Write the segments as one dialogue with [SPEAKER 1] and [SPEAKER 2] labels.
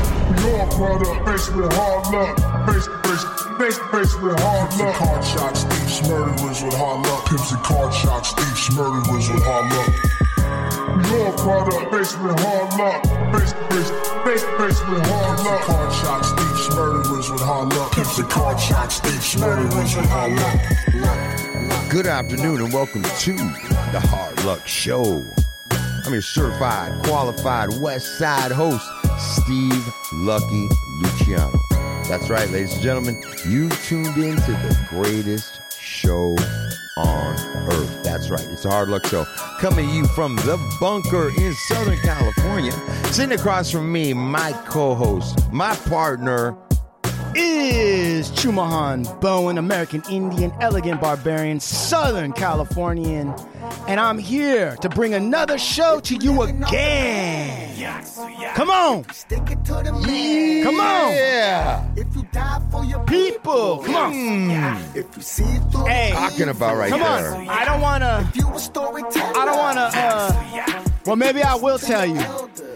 [SPEAKER 1] wrong product. Face with hard luck. Face, face, face, face with hard Pimps luck. And card shots, thieves, murderers with hard luck. Pimps and card shots, thieves, murderers with hard luck. Your product, face with hard luck. Face, face, face, face with hard luck. Pimps and card shots, thieves, murderers with hard luck. Pimps and card shots, thieves, murderers with hard luck.
[SPEAKER 2] Good afternoon and welcome to the Hard Luck Show. I'm your certified, qualified West Side host, Steve Lucky Luciano. That's right, ladies and gentlemen, you tuned in to the greatest show on earth. That's right, it's a Hard Luck Show. Coming to you from the bunker in Southern California. Sitting across from me, my co host, my partner,
[SPEAKER 3] is Chumahan Bowen, American Indian, elegant barbarian, Southern Californian, and I'm here to bring another show to you again. Come on,
[SPEAKER 2] yeah.
[SPEAKER 3] come on,
[SPEAKER 2] Yeah, Hmm,
[SPEAKER 4] If you die for your
[SPEAKER 3] people, come on,
[SPEAKER 4] if you see it through,
[SPEAKER 3] hey,
[SPEAKER 2] talking about right
[SPEAKER 3] come
[SPEAKER 2] there.
[SPEAKER 3] on. I don't wanna,
[SPEAKER 4] you a storyteller.
[SPEAKER 3] I don't wanna. Uh, well, maybe I will tell you.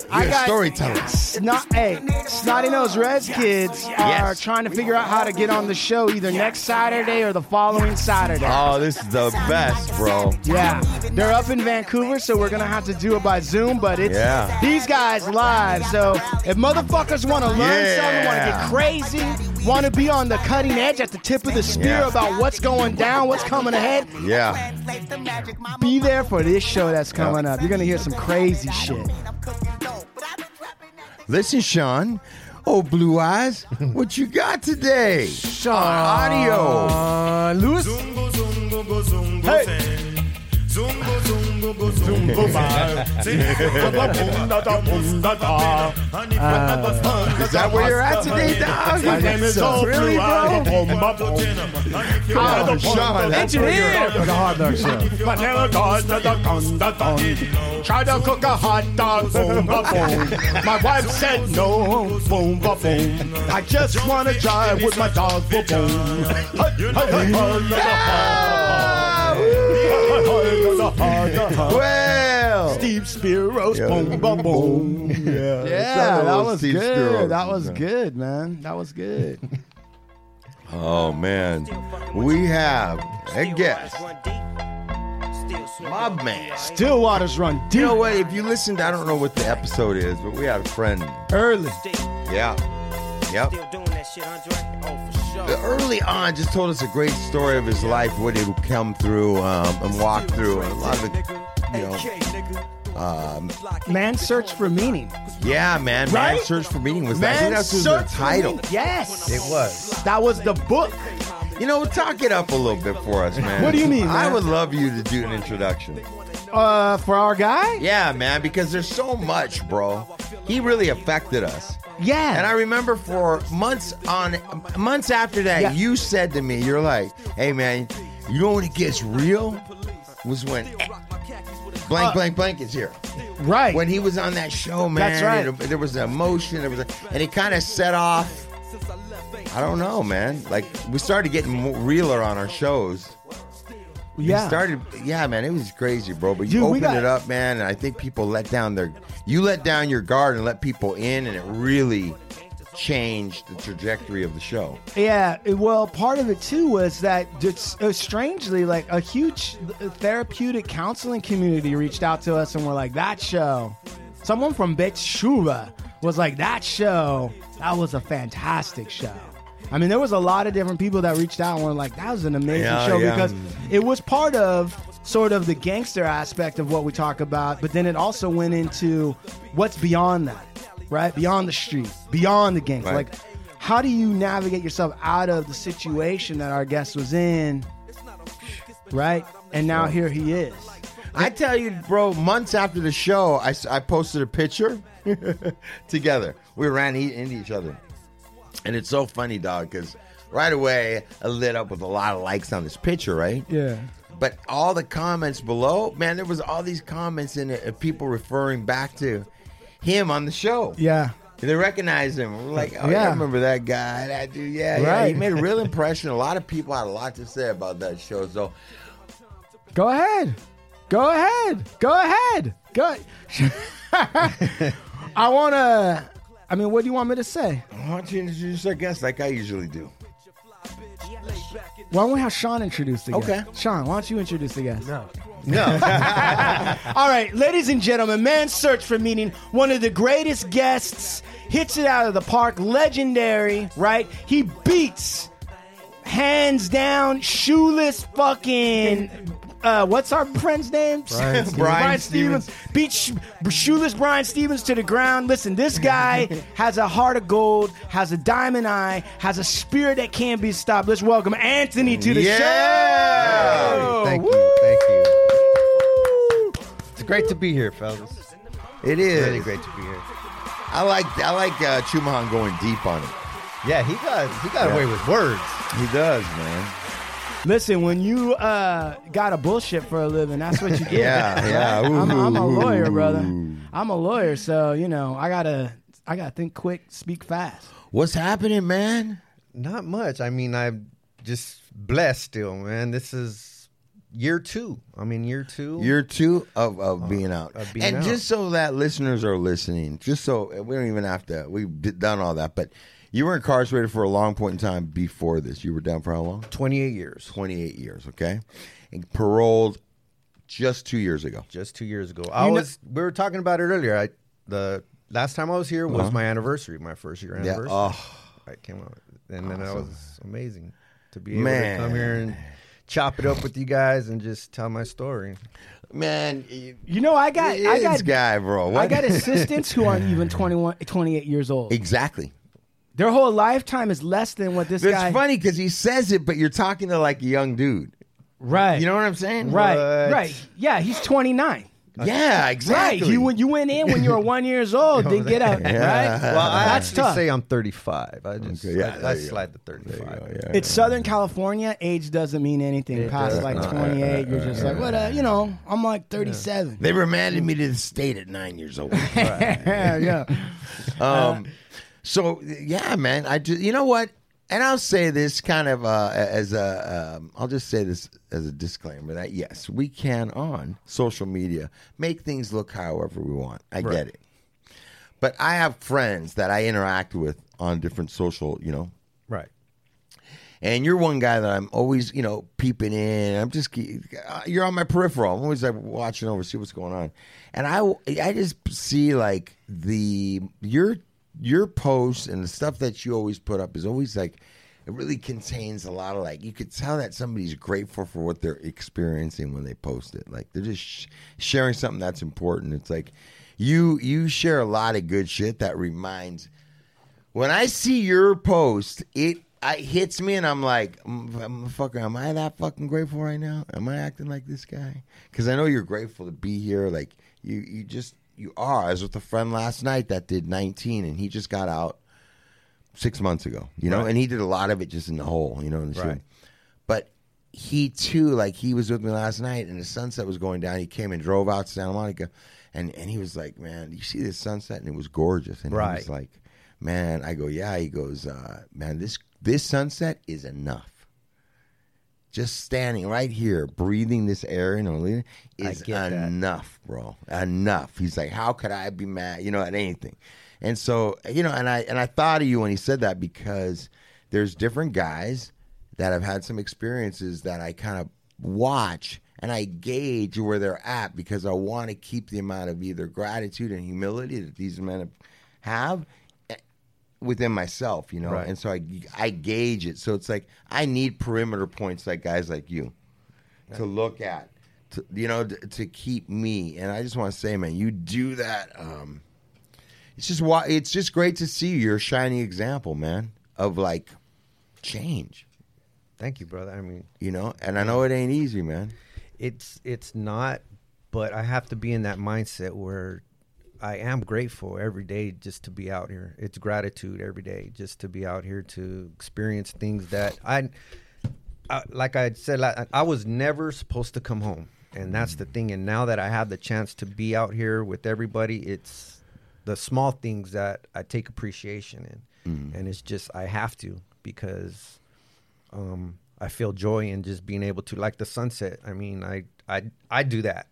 [SPEAKER 3] I
[SPEAKER 2] You're a
[SPEAKER 3] got
[SPEAKER 2] storyteller.
[SPEAKER 3] Snot, hey, snotty nose Reds kids are
[SPEAKER 2] Yes.
[SPEAKER 3] trying to figure out how to get on the show either next Saturday or the following Saturday.
[SPEAKER 2] Oh, this is the best, bro.
[SPEAKER 3] Yeah, they're up in Vancouver, so we're gonna have to do it by Zoom. But it's
[SPEAKER 2] Yeah.
[SPEAKER 3] these guys live. So if motherfuckers want to learn
[SPEAKER 2] Yeah.
[SPEAKER 3] something, want to get crazy, want to be on the cutting edge at the tip of the spear
[SPEAKER 2] Yeah.
[SPEAKER 3] about what's going down, what's coming ahead,
[SPEAKER 2] Yeah.
[SPEAKER 3] be there for this show that's coming up. You're gonna hear some crazy shit.
[SPEAKER 2] Listen, Sean. Oh, Blue Eyes, what you got today?
[SPEAKER 3] Sean
[SPEAKER 2] Audio.
[SPEAKER 3] uh, Lewis.
[SPEAKER 5] Ah.
[SPEAKER 2] Is that where you're at today, dog?
[SPEAKER 5] My name is
[SPEAKER 2] So-
[SPEAKER 5] Old
[SPEAKER 2] really,
[SPEAKER 5] Blue Eyes.
[SPEAKER 2] bro? Oh, Sean, that's where you're at.
[SPEAKER 3] For the hard luck show.
[SPEAKER 5] Vanilla dog, da da dun, da dun. Try to cook a hot dog, boom ba boom. My wife said no, boom ba boom. I just wanna drive with my dog, boom boom. Hey, hey, hey,
[SPEAKER 2] Ah,
[SPEAKER 5] hey, hey, hey, hey, hey.
[SPEAKER 2] Well,
[SPEAKER 5] Steve Spiros,
[SPEAKER 2] Yeah.
[SPEAKER 5] boom ba boom. Yeah.
[SPEAKER 3] Yeah, that
[SPEAKER 2] Little
[SPEAKER 3] was
[SPEAKER 2] Steve Spiro.
[SPEAKER 3] good. That was good, man. That was good.
[SPEAKER 2] oh man, we have a guest. My man.
[SPEAKER 3] Stillwaters run deep.
[SPEAKER 2] You know what? If you listened, I don't know what the episode is, but we had a friend.
[SPEAKER 3] early.
[SPEAKER 2] Yeah, yep. early on just told us a great story of his life, what he would come through um, and walk through, and a lot of it, you know. Um,
[SPEAKER 3] Man search for meaning.
[SPEAKER 2] yeah, man, man,
[SPEAKER 3] Right?
[SPEAKER 2] search for meaning was. I think that's was the
[SPEAKER 3] for
[SPEAKER 2] title.
[SPEAKER 3] Meaning. Yes,
[SPEAKER 2] It was.
[SPEAKER 3] That was the book.
[SPEAKER 2] You know, talk it up a little bit for us, man.
[SPEAKER 3] What do you mean,
[SPEAKER 2] I
[SPEAKER 3] man?
[SPEAKER 2] would love you to do an introduction.
[SPEAKER 3] Uh, for our guy.
[SPEAKER 2] Yeah, man, because there's so much, bro. He really affected us.
[SPEAKER 3] Yeah.
[SPEAKER 2] And I remember for months on months after that,
[SPEAKER 3] Yeah.
[SPEAKER 2] you said to me, "You're like, hey man, you know when it gets real was when
[SPEAKER 3] Uh,
[SPEAKER 2] blank blank blank is here.
[SPEAKER 3] right.
[SPEAKER 2] When he was on that show, man.
[SPEAKER 3] That's right.
[SPEAKER 2] and there was an emotion. There was, a, and it kind of set off. I don't know, man. Like we started getting mo- realer on our shows.
[SPEAKER 3] yeah.
[SPEAKER 2] We started, yeah, man. It was crazy, bro. But you
[SPEAKER 3] Dude, we
[SPEAKER 2] opened
[SPEAKER 3] got-
[SPEAKER 2] it up, man, and I think people let down their, you let down your guard and let people in, and it really changed the trajectory of the show.
[SPEAKER 3] Yeah, it- well, part of it too was that it's, uh, strangely, like a huge uh, therapeutic counseling community reached out to us and were like, "That show." Someone from Betshuva was like, "That show. That was a fantastic show." I mean, there was a lot of different people that reached out and were like, "That was an amazing
[SPEAKER 2] Yeah,
[SPEAKER 3] show
[SPEAKER 2] yeah.
[SPEAKER 3] because it was part of." Sort of the gangster aspect of what we talk about, but then it also went into what's beyond that, right? Beyond the street, beyond the gangs.
[SPEAKER 2] Right.
[SPEAKER 3] Like, how do you navigate yourself out of the situation that our guest was in right and now here he is
[SPEAKER 2] I tell you, bro, months after the show, I, s- I posted a picture together. We ran e- into each other. And it's so funny, dog, because right away I lit up with a lot of likes on this picture, right?
[SPEAKER 3] yeah
[SPEAKER 2] But all the comments below, man, there was all these comments in it of people referring back to him on the show.
[SPEAKER 3] yeah
[SPEAKER 2] They recognized him. We're like, oh, yeah. I
[SPEAKER 3] Yeah.
[SPEAKER 2] remember that guy. That dude, yeah, yeah. He
[SPEAKER 3] Right.
[SPEAKER 2] made a real impression. A lot of people had a lot to say about that show. So
[SPEAKER 3] go ahead go ahead go ahead go i want to I mean, what do you want me to say?
[SPEAKER 2] Why don't you introduce our guest like I usually do?
[SPEAKER 3] Why don't we have Sean introduce the guest?
[SPEAKER 2] Okay.
[SPEAKER 3] Sean, why don't you introduce the guest?
[SPEAKER 6] No.
[SPEAKER 2] No.
[SPEAKER 3] All right, ladies and gentlemen, Man's Search for Meaning, one of the greatest guests, hits it out of the park, legendary, right? He beats, hands down, shoeless fucking. Uh, what's our friend's name?
[SPEAKER 6] Brian Stevens.
[SPEAKER 2] Brian
[SPEAKER 3] Beats sh- shoeless Brian Stevens to the ground. Listen, this guy has a heart of gold, has a diamond eye, has a spirit that can't be stopped. Let's welcome Anthony to the
[SPEAKER 2] Yeah!
[SPEAKER 3] show.
[SPEAKER 6] Thank you,
[SPEAKER 3] Woo!
[SPEAKER 6] thank you. It's great to be here, fellas.
[SPEAKER 2] it is.
[SPEAKER 6] Really great to be here.
[SPEAKER 2] I like I like uh, Chumahan going deep on it.
[SPEAKER 6] Yeah, he got he got
[SPEAKER 2] Yeah.
[SPEAKER 6] away with words.
[SPEAKER 2] He does, man.
[SPEAKER 3] Listen, when you uh, got a bullshit for a living, that's what you get.
[SPEAKER 2] Yeah, yeah.
[SPEAKER 3] I'm, I'm a
[SPEAKER 2] Ooh.
[SPEAKER 3] lawyer, brother. I'm a lawyer, so you know I gotta I gotta think quick, speak fast.
[SPEAKER 2] What's happening, man?
[SPEAKER 6] Not much. I mean, I'm just blessed still, man. This is year two. I mean, year two.
[SPEAKER 2] Year two of, of being out.
[SPEAKER 6] of being
[SPEAKER 2] and
[SPEAKER 6] out.
[SPEAKER 2] just so that listeners are listening, just so we don't even have to, we've d- done all that, but you were incarcerated for a long point in time before this. You were down for how long?
[SPEAKER 6] 28 years.
[SPEAKER 2] 28 years, okay? And paroled just two years ago.
[SPEAKER 6] Just two years ago. I
[SPEAKER 3] You know-
[SPEAKER 6] was. we were talking about it earlier. I the last time I was here was my anniversary, my first year
[SPEAKER 2] Uh-huh. Yeah.
[SPEAKER 6] anniversary.
[SPEAKER 2] Oh,
[SPEAKER 6] I came out, and then that was amazing to be able
[SPEAKER 2] Man.
[SPEAKER 6] to come here and chop it up with you guys and just tell my story.
[SPEAKER 2] man. You,
[SPEAKER 3] You know I got I
[SPEAKER 2] this
[SPEAKER 3] got
[SPEAKER 2] guy, bro.
[SPEAKER 3] I
[SPEAKER 2] What?
[SPEAKER 3] got assistants who aren't even 21, 28 years old.
[SPEAKER 2] exactly.
[SPEAKER 3] Their whole lifetime is less than what this
[SPEAKER 2] It's
[SPEAKER 3] guy.
[SPEAKER 2] funny because he says it, but you're talking to like a young dude.
[SPEAKER 3] Right.
[SPEAKER 2] You know what I'm saying?
[SPEAKER 3] Right.
[SPEAKER 6] What?
[SPEAKER 3] Right. Yeah, he's 29.
[SPEAKER 2] Yeah,
[SPEAKER 3] Right.
[SPEAKER 2] exactly.
[SPEAKER 3] You when you went in when you were one years old, didn't get out. Right.
[SPEAKER 6] Well, I
[SPEAKER 3] That's
[SPEAKER 6] actually
[SPEAKER 3] tough.
[SPEAKER 6] say I'm 35. I just
[SPEAKER 2] Okay, yeah,
[SPEAKER 6] I- I,
[SPEAKER 2] there you go.
[SPEAKER 6] slide to
[SPEAKER 2] There you go,
[SPEAKER 6] 35.
[SPEAKER 2] Oh, yeah.
[SPEAKER 3] It's Southern California. Age doesn't mean anything. Past
[SPEAKER 6] does
[SPEAKER 3] like
[SPEAKER 6] not.
[SPEAKER 3] 28, you're just like, what? Uh, you know, I'm like 37.
[SPEAKER 2] They remanded me to the state at nine years old.
[SPEAKER 3] Yeah, yeah.
[SPEAKER 2] um, so yeah, man. I just you know what, and I'll say this kind of uh, as a um, I'll just say this as a disclaimer that yes, we can on social media make things look however we want. I get it, but I have friends that I interact with on different social, you know,
[SPEAKER 6] Right.
[SPEAKER 2] and you're one guy that I'm always, you know, peeping in. I'm just ke- uh, you're on my peripheral. I'm always like watching over, see what's going on, and I I just see like the your your posts and the stuff that you always put up is always like it really contains a lot of like you could tell that somebody's grateful for what they're experiencing when they post it. Like they're just sh- sharing something that's important. It's like you you share a lot of good shit that reminds when I see your post, it I hits me and I'm like, "Mm, f- motherfucker, am I that fucking grateful right now? Am I acting like this guy? Because I know you're grateful to be here. Like you, you just you are. I was with a friend last night that did 19 and he just got out six months ago. You know, and he did a lot of it just in the hole. You know, and shit.
[SPEAKER 6] Right.
[SPEAKER 2] But he too, like he was with me last night, and the sunset was going down. He came and drove out to Santa Monica, and and he was like, "Man, you see this sunset?" And it was gorgeous. And he was
[SPEAKER 6] Right.
[SPEAKER 2] like, "Man," I go, "Yeah." He goes, uh, "Man, this this sunset is enough." Just standing right here, breathing this air in Olina is
[SPEAKER 6] get that.
[SPEAKER 2] enough, bro. Enough. He's like, how could I be mad, you know, at anything? And so, you know, and I and I thought of you when he said that because there's different guys that have had some experiences that I kind of watch and I gauge where they're at because I want to keep the amount of either gratitude and humility that these men have, have eh, within myself, you know.
[SPEAKER 6] Right.
[SPEAKER 2] And so I I gauge it. So it's like I need perimeter points like guys like you to look at, to, you know, to, to keep me. And I just want to say, man, you do that. Um, it's just why it's just great to see you. You're a shining example, man, of like change.
[SPEAKER 6] Thank you, brother. I mean,
[SPEAKER 2] You know, and I know it ain't easy, man.
[SPEAKER 6] it's it's not, but I have to be in that mindset where I am grateful every day just to be out here. It's gratitude every day just to be out here to experience things that I, I like I said, I, I was never supposed to come home, and that's the thing. And now that I have the chance to be out here with everybody, it's the small things that I take appreciation in, and it's just I have to because um, I feel joy in just being able to like the sunset. I mean, I I I do that.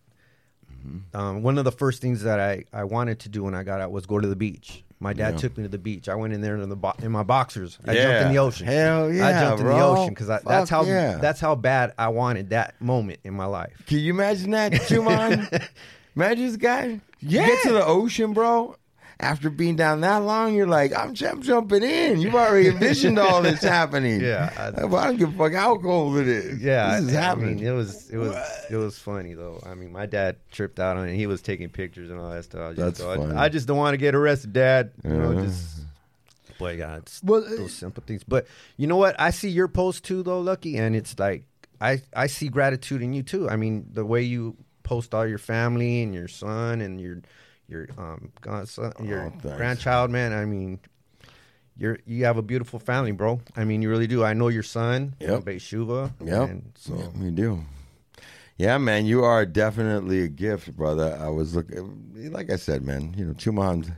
[SPEAKER 2] Mm-hmm.
[SPEAKER 6] Um, one of the first things that I, I wanted to do when I got out was go to the beach. My dad took me to the beach. I went in there in, the bo- in my boxers. I jumped
[SPEAKER 2] Yeah.
[SPEAKER 6] in the ocean.
[SPEAKER 2] Hell
[SPEAKER 6] I
[SPEAKER 2] yeah,
[SPEAKER 6] jumped in the
[SPEAKER 2] bro.
[SPEAKER 6] ocean because
[SPEAKER 2] Fuck
[SPEAKER 6] that's how
[SPEAKER 2] yeah.
[SPEAKER 6] that's how bad I wanted that moment in my life.
[SPEAKER 2] Can you imagine that, Juman? imagine this guy. You get to the ocean, bro. After being down that long, you're like, I'm, jump- jumping in. You've already envisioned all this happening.
[SPEAKER 6] Yeah,
[SPEAKER 2] I,
[SPEAKER 6] I-
[SPEAKER 2] don't give a fuck how cold it is.
[SPEAKER 6] Yeah,
[SPEAKER 2] this is
[SPEAKER 6] I-
[SPEAKER 2] happening.
[SPEAKER 6] I mean, it was it was it was funny though. I mean, my dad tripped out on it. He was taking pictures and all that stuff. I just,
[SPEAKER 2] That's
[SPEAKER 6] go, I-
[SPEAKER 2] funny.
[SPEAKER 6] I, just don't want to get arrested, Dad. You know, just boy, God, it's
[SPEAKER 3] Well, uh,
[SPEAKER 6] those simple things. But you know what? I see your post too, though, Lucky, and it's like I I see gratitude in you too. I mean, the way you post all your family and your son and your your um godson, your
[SPEAKER 2] Oh, thanks.
[SPEAKER 6] grandchild, man. I mean. You're, you have a beautiful family, bro. I mean, you really do. I know your son,
[SPEAKER 2] Yep.
[SPEAKER 6] Shuva.
[SPEAKER 2] Yep.
[SPEAKER 6] And so
[SPEAKER 2] Yep, we do. Yeah, man, you are definitely a gift, brother. I was looking, like I said, man. You know, Chuman's.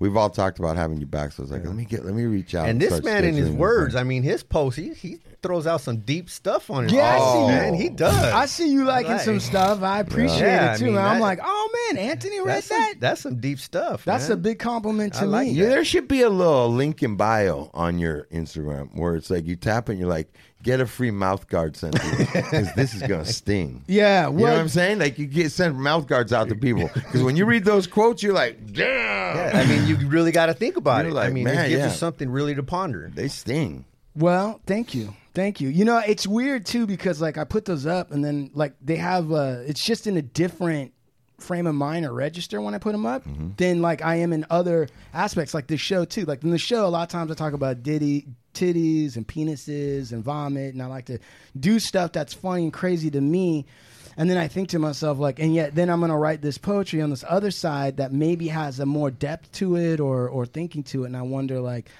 [SPEAKER 2] We've all talked about having you back, so I was like, let me get, let me reach out.
[SPEAKER 6] And this
[SPEAKER 2] start
[SPEAKER 6] man, in his
[SPEAKER 2] scheduling.
[SPEAKER 6] words, I mean, his post, he, he throws out some deep stuff on it.
[SPEAKER 3] Yeah, I see you.
[SPEAKER 6] man, he does.
[SPEAKER 3] I see you liking
[SPEAKER 6] Like-
[SPEAKER 3] some stuff. I appreciate
[SPEAKER 6] Yeah,
[SPEAKER 3] it
[SPEAKER 6] I
[SPEAKER 3] too.
[SPEAKER 6] mean,
[SPEAKER 3] and I'm
[SPEAKER 6] that-
[SPEAKER 3] like, oh man, Anthony read
[SPEAKER 6] That's
[SPEAKER 3] that.
[SPEAKER 6] some, that's some deep stuff.
[SPEAKER 3] That's a
[SPEAKER 6] man.
[SPEAKER 3] big compliment to
[SPEAKER 6] I like
[SPEAKER 3] me.
[SPEAKER 2] Yeah, there should be a little link in bio on your Instagram where it's like you tap and you're like, get a free mouth guard sent to you because this is gonna sting.
[SPEAKER 3] Yeah,
[SPEAKER 2] You know
[SPEAKER 3] well,
[SPEAKER 2] what I'm saying? Like you get sent mouth guards out to people because when you read those quotes, you're like, damn,
[SPEAKER 6] Yeah, I mean, you really got to think about
[SPEAKER 2] You're
[SPEAKER 6] it.
[SPEAKER 2] like,
[SPEAKER 6] I mean,
[SPEAKER 2] man,
[SPEAKER 6] it gives
[SPEAKER 2] yeah.
[SPEAKER 6] you something really to ponder.
[SPEAKER 2] they sting.
[SPEAKER 3] well, thank you, thank you. You know, it's weird too because like I put those up and then like they have uh it's just in a different frame of mind or register when I put them up than like I am in other aspects like this show too. Like in the show, a lot of times I talk about diddy titties and penises and vomit and I like to do stuff that's funny and crazy to me. And then I think to myself, like, and yet then I'm going to write this poetry on this other side that maybe has a more depth to it or, or thinking to it. And I wonder, like,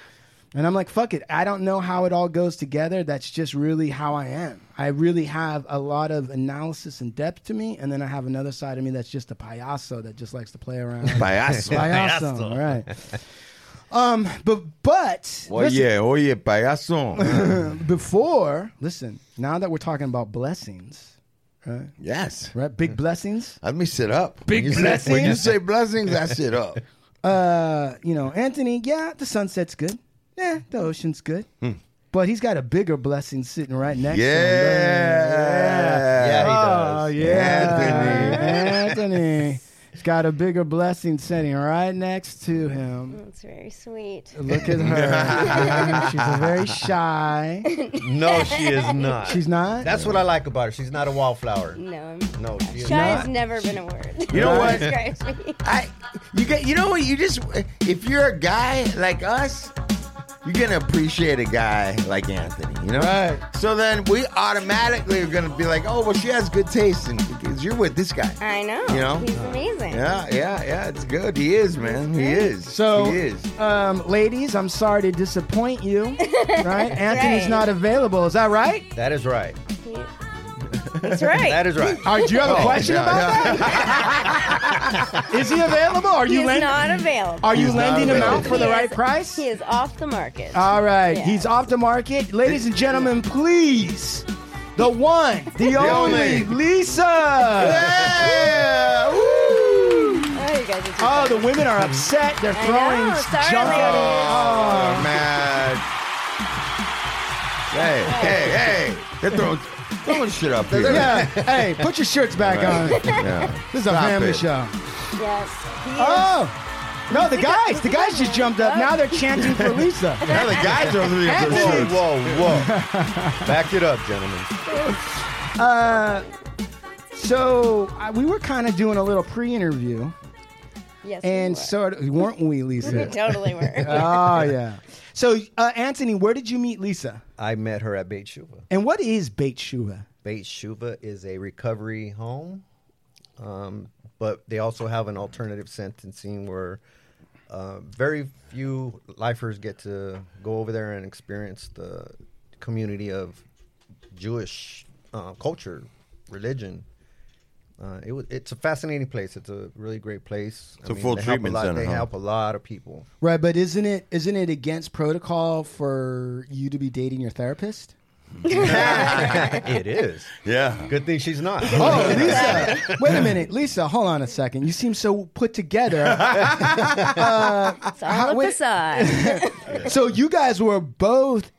[SPEAKER 3] and I'm like, fuck it. I don't know how it all goes together. That's just really how I am. I really have a lot of analysis and depth to me. And then I have another side of me that's just a payaso that just likes to play around.
[SPEAKER 2] Payaso.
[SPEAKER 3] payaso, right. Um, but, but, listen,
[SPEAKER 2] Oye, oye, payaso.
[SPEAKER 3] before, listen, now that we're talking about blessings,
[SPEAKER 2] yes.
[SPEAKER 3] right? Big blessings.
[SPEAKER 2] Let me sit up. Big when you Say, when you say blessings, I sit up.
[SPEAKER 3] uh, you know, Anthony, yeah, the sunset's good. Yeah, the ocean's good.
[SPEAKER 2] Hmm.
[SPEAKER 3] But he's got a bigger blessing sitting right next to him.
[SPEAKER 2] Yeah.
[SPEAKER 6] Yeah, he
[SPEAKER 3] Oh,
[SPEAKER 6] does.
[SPEAKER 3] yeah. Anthony. He's got a bigger blessing sitting right next to him.
[SPEAKER 7] That's very sweet.
[SPEAKER 3] Look at her. She's a very shy.
[SPEAKER 6] No, she is not.
[SPEAKER 3] She's not?
[SPEAKER 6] That's what I like about her. She's not a wallflower.
[SPEAKER 7] No, I'm
[SPEAKER 6] No, she is
[SPEAKER 7] shy
[SPEAKER 6] not.
[SPEAKER 7] has never been a word.
[SPEAKER 2] You know what?
[SPEAKER 7] Describes me.
[SPEAKER 2] I, you get, you know what? You just, if you're a guy like us, you're gonna appreciate a guy like Anthony. You know. Right. So then we automatically are gonna be like, oh, well, she has good taste, and because you're with this guy.
[SPEAKER 7] I know.
[SPEAKER 2] You know?
[SPEAKER 7] He's amazing.
[SPEAKER 2] Yeah, yeah, yeah. It's good. He is, man. He is.
[SPEAKER 3] So,
[SPEAKER 2] he is.
[SPEAKER 3] um, ladies, I'm sorry to disappoint you. Right? Anthony's
[SPEAKER 7] right.
[SPEAKER 3] not available. Is that right?
[SPEAKER 6] That is right.
[SPEAKER 7] He- That's right.
[SPEAKER 6] That is right.
[SPEAKER 3] All right, do you have a
[SPEAKER 2] Oh,
[SPEAKER 3] question
[SPEAKER 2] yeah,
[SPEAKER 3] about that? Is he available? Are you
[SPEAKER 7] He's
[SPEAKER 3] lend-
[SPEAKER 7] not available.
[SPEAKER 3] Are you
[SPEAKER 2] He's not
[SPEAKER 3] lending him out
[SPEAKER 2] available.
[SPEAKER 3] for the
[SPEAKER 7] He
[SPEAKER 3] right
[SPEAKER 7] is-
[SPEAKER 3] price?
[SPEAKER 7] He is off the market.
[SPEAKER 3] All right,
[SPEAKER 7] Yeah.
[SPEAKER 3] he's off the market. Ladies and gentlemen, please. The one, the, only,
[SPEAKER 2] only.
[SPEAKER 3] Lisa.
[SPEAKER 2] Yeah. Woo!
[SPEAKER 7] oh, you guys are too
[SPEAKER 3] Oh, the
[SPEAKER 7] funny.
[SPEAKER 3] women are upset. They're
[SPEAKER 7] I
[SPEAKER 3] throwing
[SPEAKER 7] know, sorry,
[SPEAKER 3] junk at
[SPEAKER 7] ladies.
[SPEAKER 3] her.
[SPEAKER 2] Oh, man. Hey, hey, hey. They're throwing, throwing shit up here.
[SPEAKER 3] Oh. Yeah, hey, put your shirts back on.
[SPEAKER 2] Yeah.
[SPEAKER 3] This is a
[SPEAKER 2] Stop
[SPEAKER 3] family
[SPEAKER 2] it.
[SPEAKER 3] show.
[SPEAKER 7] Yes. He is.
[SPEAKER 3] Oh, no, the guys, the guys just jumped up. Now they're chanting for Lisa.
[SPEAKER 2] Now the guys are throwing up their
[SPEAKER 6] Whoa,
[SPEAKER 2] shirts.
[SPEAKER 6] whoa, whoa. Back it up, gentlemen.
[SPEAKER 3] So I, we were kind of doing a little pre-interview,
[SPEAKER 7] Yes. we
[SPEAKER 3] and
[SPEAKER 7] were.
[SPEAKER 3] sort of weren't we,
[SPEAKER 7] we
[SPEAKER 3] Lisa?
[SPEAKER 7] totally were.
[SPEAKER 3] oh yeah. So uh, Anthony, where did you meet Lisa?
[SPEAKER 6] I met her at Beit Shuva.
[SPEAKER 3] And what is Beit Shua?
[SPEAKER 6] Beit Shuva is a recovery home, um, but they also have an alternative sentencing where uh, very few lifers get to go over there and experience the community of Jewish uh, culture, religion. Uh, it was, it's a fascinating place. It's a really great place. It's
[SPEAKER 2] a full
[SPEAKER 6] they
[SPEAKER 2] treatment
[SPEAKER 6] help a lot,
[SPEAKER 2] center,
[SPEAKER 6] They
[SPEAKER 2] huh?
[SPEAKER 6] help a lot of people.
[SPEAKER 3] Right, but isn't it isn't it against protocol for you to be dating your therapist?
[SPEAKER 6] it is.
[SPEAKER 2] Yeah.
[SPEAKER 6] Good thing she's not.
[SPEAKER 3] Oh, Lisa. Wait a minute. Lisa, hold on a second. You seem so put together.
[SPEAKER 7] It's all a
[SPEAKER 3] wait-
[SPEAKER 7] facade.
[SPEAKER 3] so you guys were both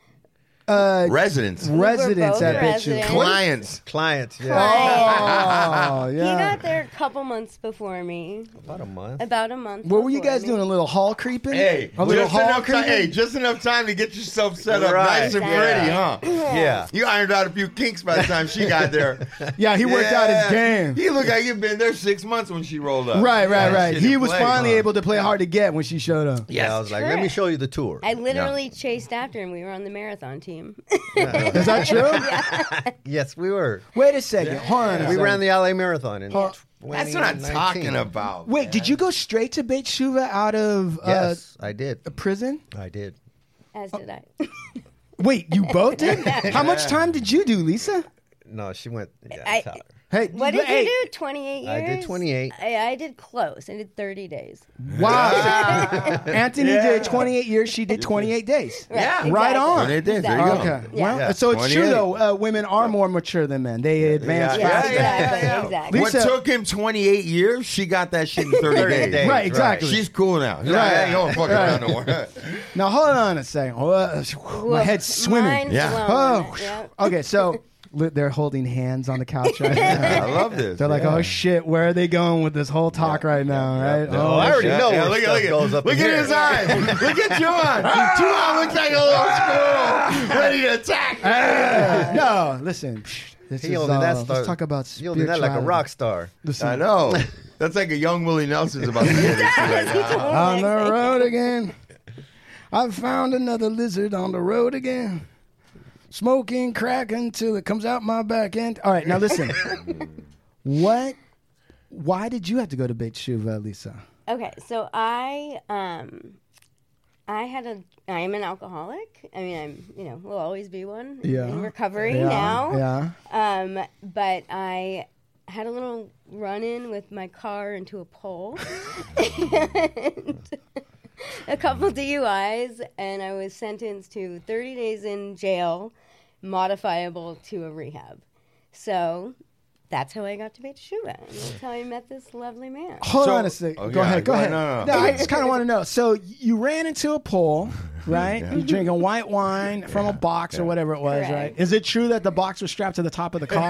[SPEAKER 3] uh,
[SPEAKER 2] Residents.
[SPEAKER 3] residents
[SPEAKER 7] both
[SPEAKER 3] at
[SPEAKER 7] residents.
[SPEAKER 3] Bitchin.
[SPEAKER 2] Clients.
[SPEAKER 6] Clients, yeah.
[SPEAKER 3] Oh,
[SPEAKER 7] He
[SPEAKER 3] yeah.
[SPEAKER 7] got there a couple months before me,
[SPEAKER 6] About a month.
[SPEAKER 7] about a month.
[SPEAKER 3] What were you
[SPEAKER 7] before
[SPEAKER 3] guys
[SPEAKER 7] me.
[SPEAKER 3] doing? A little hall creeping?
[SPEAKER 2] Hey,
[SPEAKER 3] a little
[SPEAKER 2] just
[SPEAKER 3] hall
[SPEAKER 2] enough, ti-
[SPEAKER 3] creeping?
[SPEAKER 2] hey, just enough time to get yourself set up
[SPEAKER 6] Right.
[SPEAKER 2] nice and pretty, huh?
[SPEAKER 6] Yeah.
[SPEAKER 2] You ironed out a few kinks by the time she got there.
[SPEAKER 3] yeah, he worked out
[SPEAKER 2] Yeah.
[SPEAKER 3] his game.
[SPEAKER 2] He looked like he'd been there six months when she rolled up.
[SPEAKER 3] Right, right,
[SPEAKER 2] Yeah,
[SPEAKER 3] right.
[SPEAKER 2] shit
[SPEAKER 3] He
[SPEAKER 2] to
[SPEAKER 3] was
[SPEAKER 2] play,
[SPEAKER 3] finally
[SPEAKER 2] huh?
[SPEAKER 3] able to play hard to get when she showed up.
[SPEAKER 6] Yeah, I was like, let
[SPEAKER 7] Correct.
[SPEAKER 6] me show you the tour.
[SPEAKER 7] I literally chased after him. We were on the marathon team.
[SPEAKER 3] Is that true?
[SPEAKER 6] yes, we were.
[SPEAKER 3] Wait a second. Hold on. a
[SPEAKER 6] We
[SPEAKER 3] second.
[SPEAKER 6] ran the LA Marathon in
[SPEAKER 3] Huh.
[SPEAKER 2] That's what I'm
[SPEAKER 6] 2019.
[SPEAKER 2] talking about.
[SPEAKER 3] Wait, did you go straight to Beit Shuva out of uh,
[SPEAKER 6] Yes, I did.
[SPEAKER 3] prison?
[SPEAKER 6] I did.
[SPEAKER 7] As did I.
[SPEAKER 3] Wait, you both did? How much time did you do, Lisa?
[SPEAKER 6] No, she went. Yeah,
[SPEAKER 7] I-
[SPEAKER 6] tell her.
[SPEAKER 3] Hey,
[SPEAKER 7] What did
[SPEAKER 3] hey,
[SPEAKER 7] you do? 28 years?
[SPEAKER 6] I did 28.
[SPEAKER 7] I, I did close. I did 30 days.
[SPEAKER 3] Wow. Anthony did 28 years. She did 28 days.
[SPEAKER 7] Yeah.
[SPEAKER 3] Right on.
[SPEAKER 2] They did. There you
[SPEAKER 7] Exactly.
[SPEAKER 2] go.
[SPEAKER 3] Okay.
[SPEAKER 7] Yeah.
[SPEAKER 3] Well, so it's
[SPEAKER 2] 28.
[SPEAKER 3] true though. Uh, women are more mature than men. They advance
[SPEAKER 7] Yeah,
[SPEAKER 3] faster.
[SPEAKER 7] yeah, exactly, exactly.
[SPEAKER 2] What
[SPEAKER 3] Lisa-
[SPEAKER 2] took him 28 years, she got that shit in 30,
[SPEAKER 6] 30
[SPEAKER 2] days.
[SPEAKER 6] days.
[SPEAKER 3] Right, exactly.
[SPEAKER 2] She's cool now. She's
[SPEAKER 3] Right.
[SPEAKER 2] Like, hey, you don't fuck around no more.
[SPEAKER 3] Now hold on a second. Oh, my
[SPEAKER 7] Woof.
[SPEAKER 3] head's swimming.
[SPEAKER 7] Mind
[SPEAKER 2] Yeah.
[SPEAKER 7] blown.
[SPEAKER 3] Oh.
[SPEAKER 7] Yeah.
[SPEAKER 3] Okay, so li- they're holding hands on the couch right
[SPEAKER 2] I
[SPEAKER 3] now.
[SPEAKER 2] love this.
[SPEAKER 3] They're like,
[SPEAKER 2] Yeah.
[SPEAKER 3] oh shit, where are they going with this whole talk right now, right?
[SPEAKER 6] Oh, I already know where
[SPEAKER 2] look, at-
[SPEAKER 6] stuff
[SPEAKER 2] look at-
[SPEAKER 6] goes up
[SPEAKER 2] look
[SPEAKER 6] in
[SPEAKER 2] at
[SPEAKER 6] here.
[SPEAKER 2] his eyes. look at Juwan. Juwan looks like a little squirrel ready to attack.
[SPEAKER 3] no, listen. psh, This
[SPEAKER 6] He
[SPEAKER 3] is,
[SPEAKER 6] only
[SPEAKER 3] uh,
[SPEAKER 6] that
[SPEAKER 3] let's talk about
[SPEAKER 6] He only that like a
[SPEAKER 3] spirituality.
[SPEAKER 6] rock star.
[SPEAKER 3] Listen,
[SPEAKER 2] I know. That's like a young Willie Nelson's about to get
[SPEAKER 7] Yes, he told me
[SPEAKER 3] on the
[SPEAKER 7] exactly.
[SPEAKER 3] road again. I've found another lizard on the road again. Smoking crack until it comes out my back end. All right, now listen. what? Why did you have to go to Beit Shuva, Lisa?
[SPEAKER 7] Okay, so I um I had a I am an alcoholic. I mean, I'm, you know, will always be one.
[SPEAKER 3] Yeah.
[SPEAKER 7] In recovery
[SPEAKER 3] yeah,
[SPEAKER 7] now.
[SPEAKER 3] Yeah.
[SPEAKER 7] Um, but I had a little run in with my car into a pole and a couple DUIs, and I was sentenced to 30 days in jail, modifiable to a rehab. So that's how I got to Beit Shura, and that's how I met this lovely man.
[SPEAKER 3] Hold
[SPEAKER 2] So-
[SPEAKER 3] on a second.
[SPEAKER 2] Oh,
[SPEAKER 3] go
[SPEAKER 2] yeah,
[SPEAKER 3] ahead. Go
[SPEAKER 2] go-
[SPEAKER 3] ahead.
[SPEAKER 2] no, no, no.
[SPEAKER 3] I just kind of want to know. So you ran into a pole, right? You're drinking white wine from a box or whatever it was,
[SPEAKER 7] Mm-hmm. Correct.
[SPEAKER 3] right? Is it true that the box was strapped to the top of the car?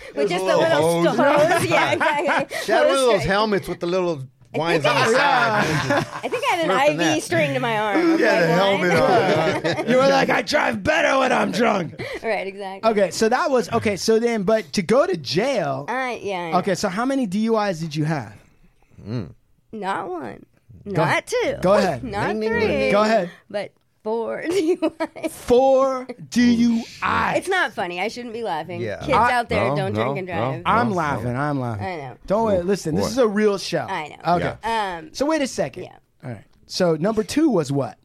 [SPEAKER 7] With just the
[SPEAKER 2] little
[SPEAKER 7] little
[SPEAKER 2] hose.
[SPEAKER 7] hose. yeah, exactly.
[SPEAKER 6] She had one of
[SPEAKER 7] Hose
[SPEAKER 6] those
[SPEAKER 7] string.
[SPEAKER 6] helmets with the little wines on the side.
[SPEAKER 7] I think I had
[SPEAKER 6] Smurfing
[SPEAKER 7] an
[SPEAKER 6] that.
[SPEAKER 7] IV string to my arm.
[SPEAKER 2] Yeah, the helmet on.
[SPEAKER 3] you were like, I drive better when I'm drunk.
[SPEAKER 7] Right, exactly.
[SPEAKER 3] Okay, so that was okay. So then, but to go to jail.
[SPEAKER 7] Uh, yeah. I
[SPEAKER 3] Okay, so how many DUIs did you have?
[SPEAKER 7] Not one. Not two.
[SPEAKER 3] Go ahead.
[SPEAKER 7] Not
[SPEAKER 6] Ding, ding,
[SPEAKER 7] three.
[SPEAKER 6] ding.
[SPEAKER 3] Go ahead.
[SPEAKER 7] But four. it's
[SPEAKER 3] Four DUIs.
[SPEAKER 7] not funny. I shouldn't be laughing.
[SPEAKER 6] Yeah.
[SPEAKER 7] Kids
[SPEAKER 3] I-
[SPEAKER 7] out there
[SPEAKER 2] No,
[SPEAKER 7] don't
[SPEAKER 2] no,
[SPEAKER 7] drink and drive.
[SPEAKER 2] no.
[SPEAKER 3] I'm laughing. I'm laughing.
[SPEAKER 7] I know.
[SPEAKER 3] Don't worry. Listen,
[SPEAKER 2] boy.
[SPEAKER 3] this is a real show.
[SPEAKER 7] I know.
[SPEAKER 3] Okay.
[SPEAKER 7] Um,
[SPEAKER 3] So wait a second.
[SPEAKER 7] Yeah.
[SPEAKER 3] All right. So number two was what?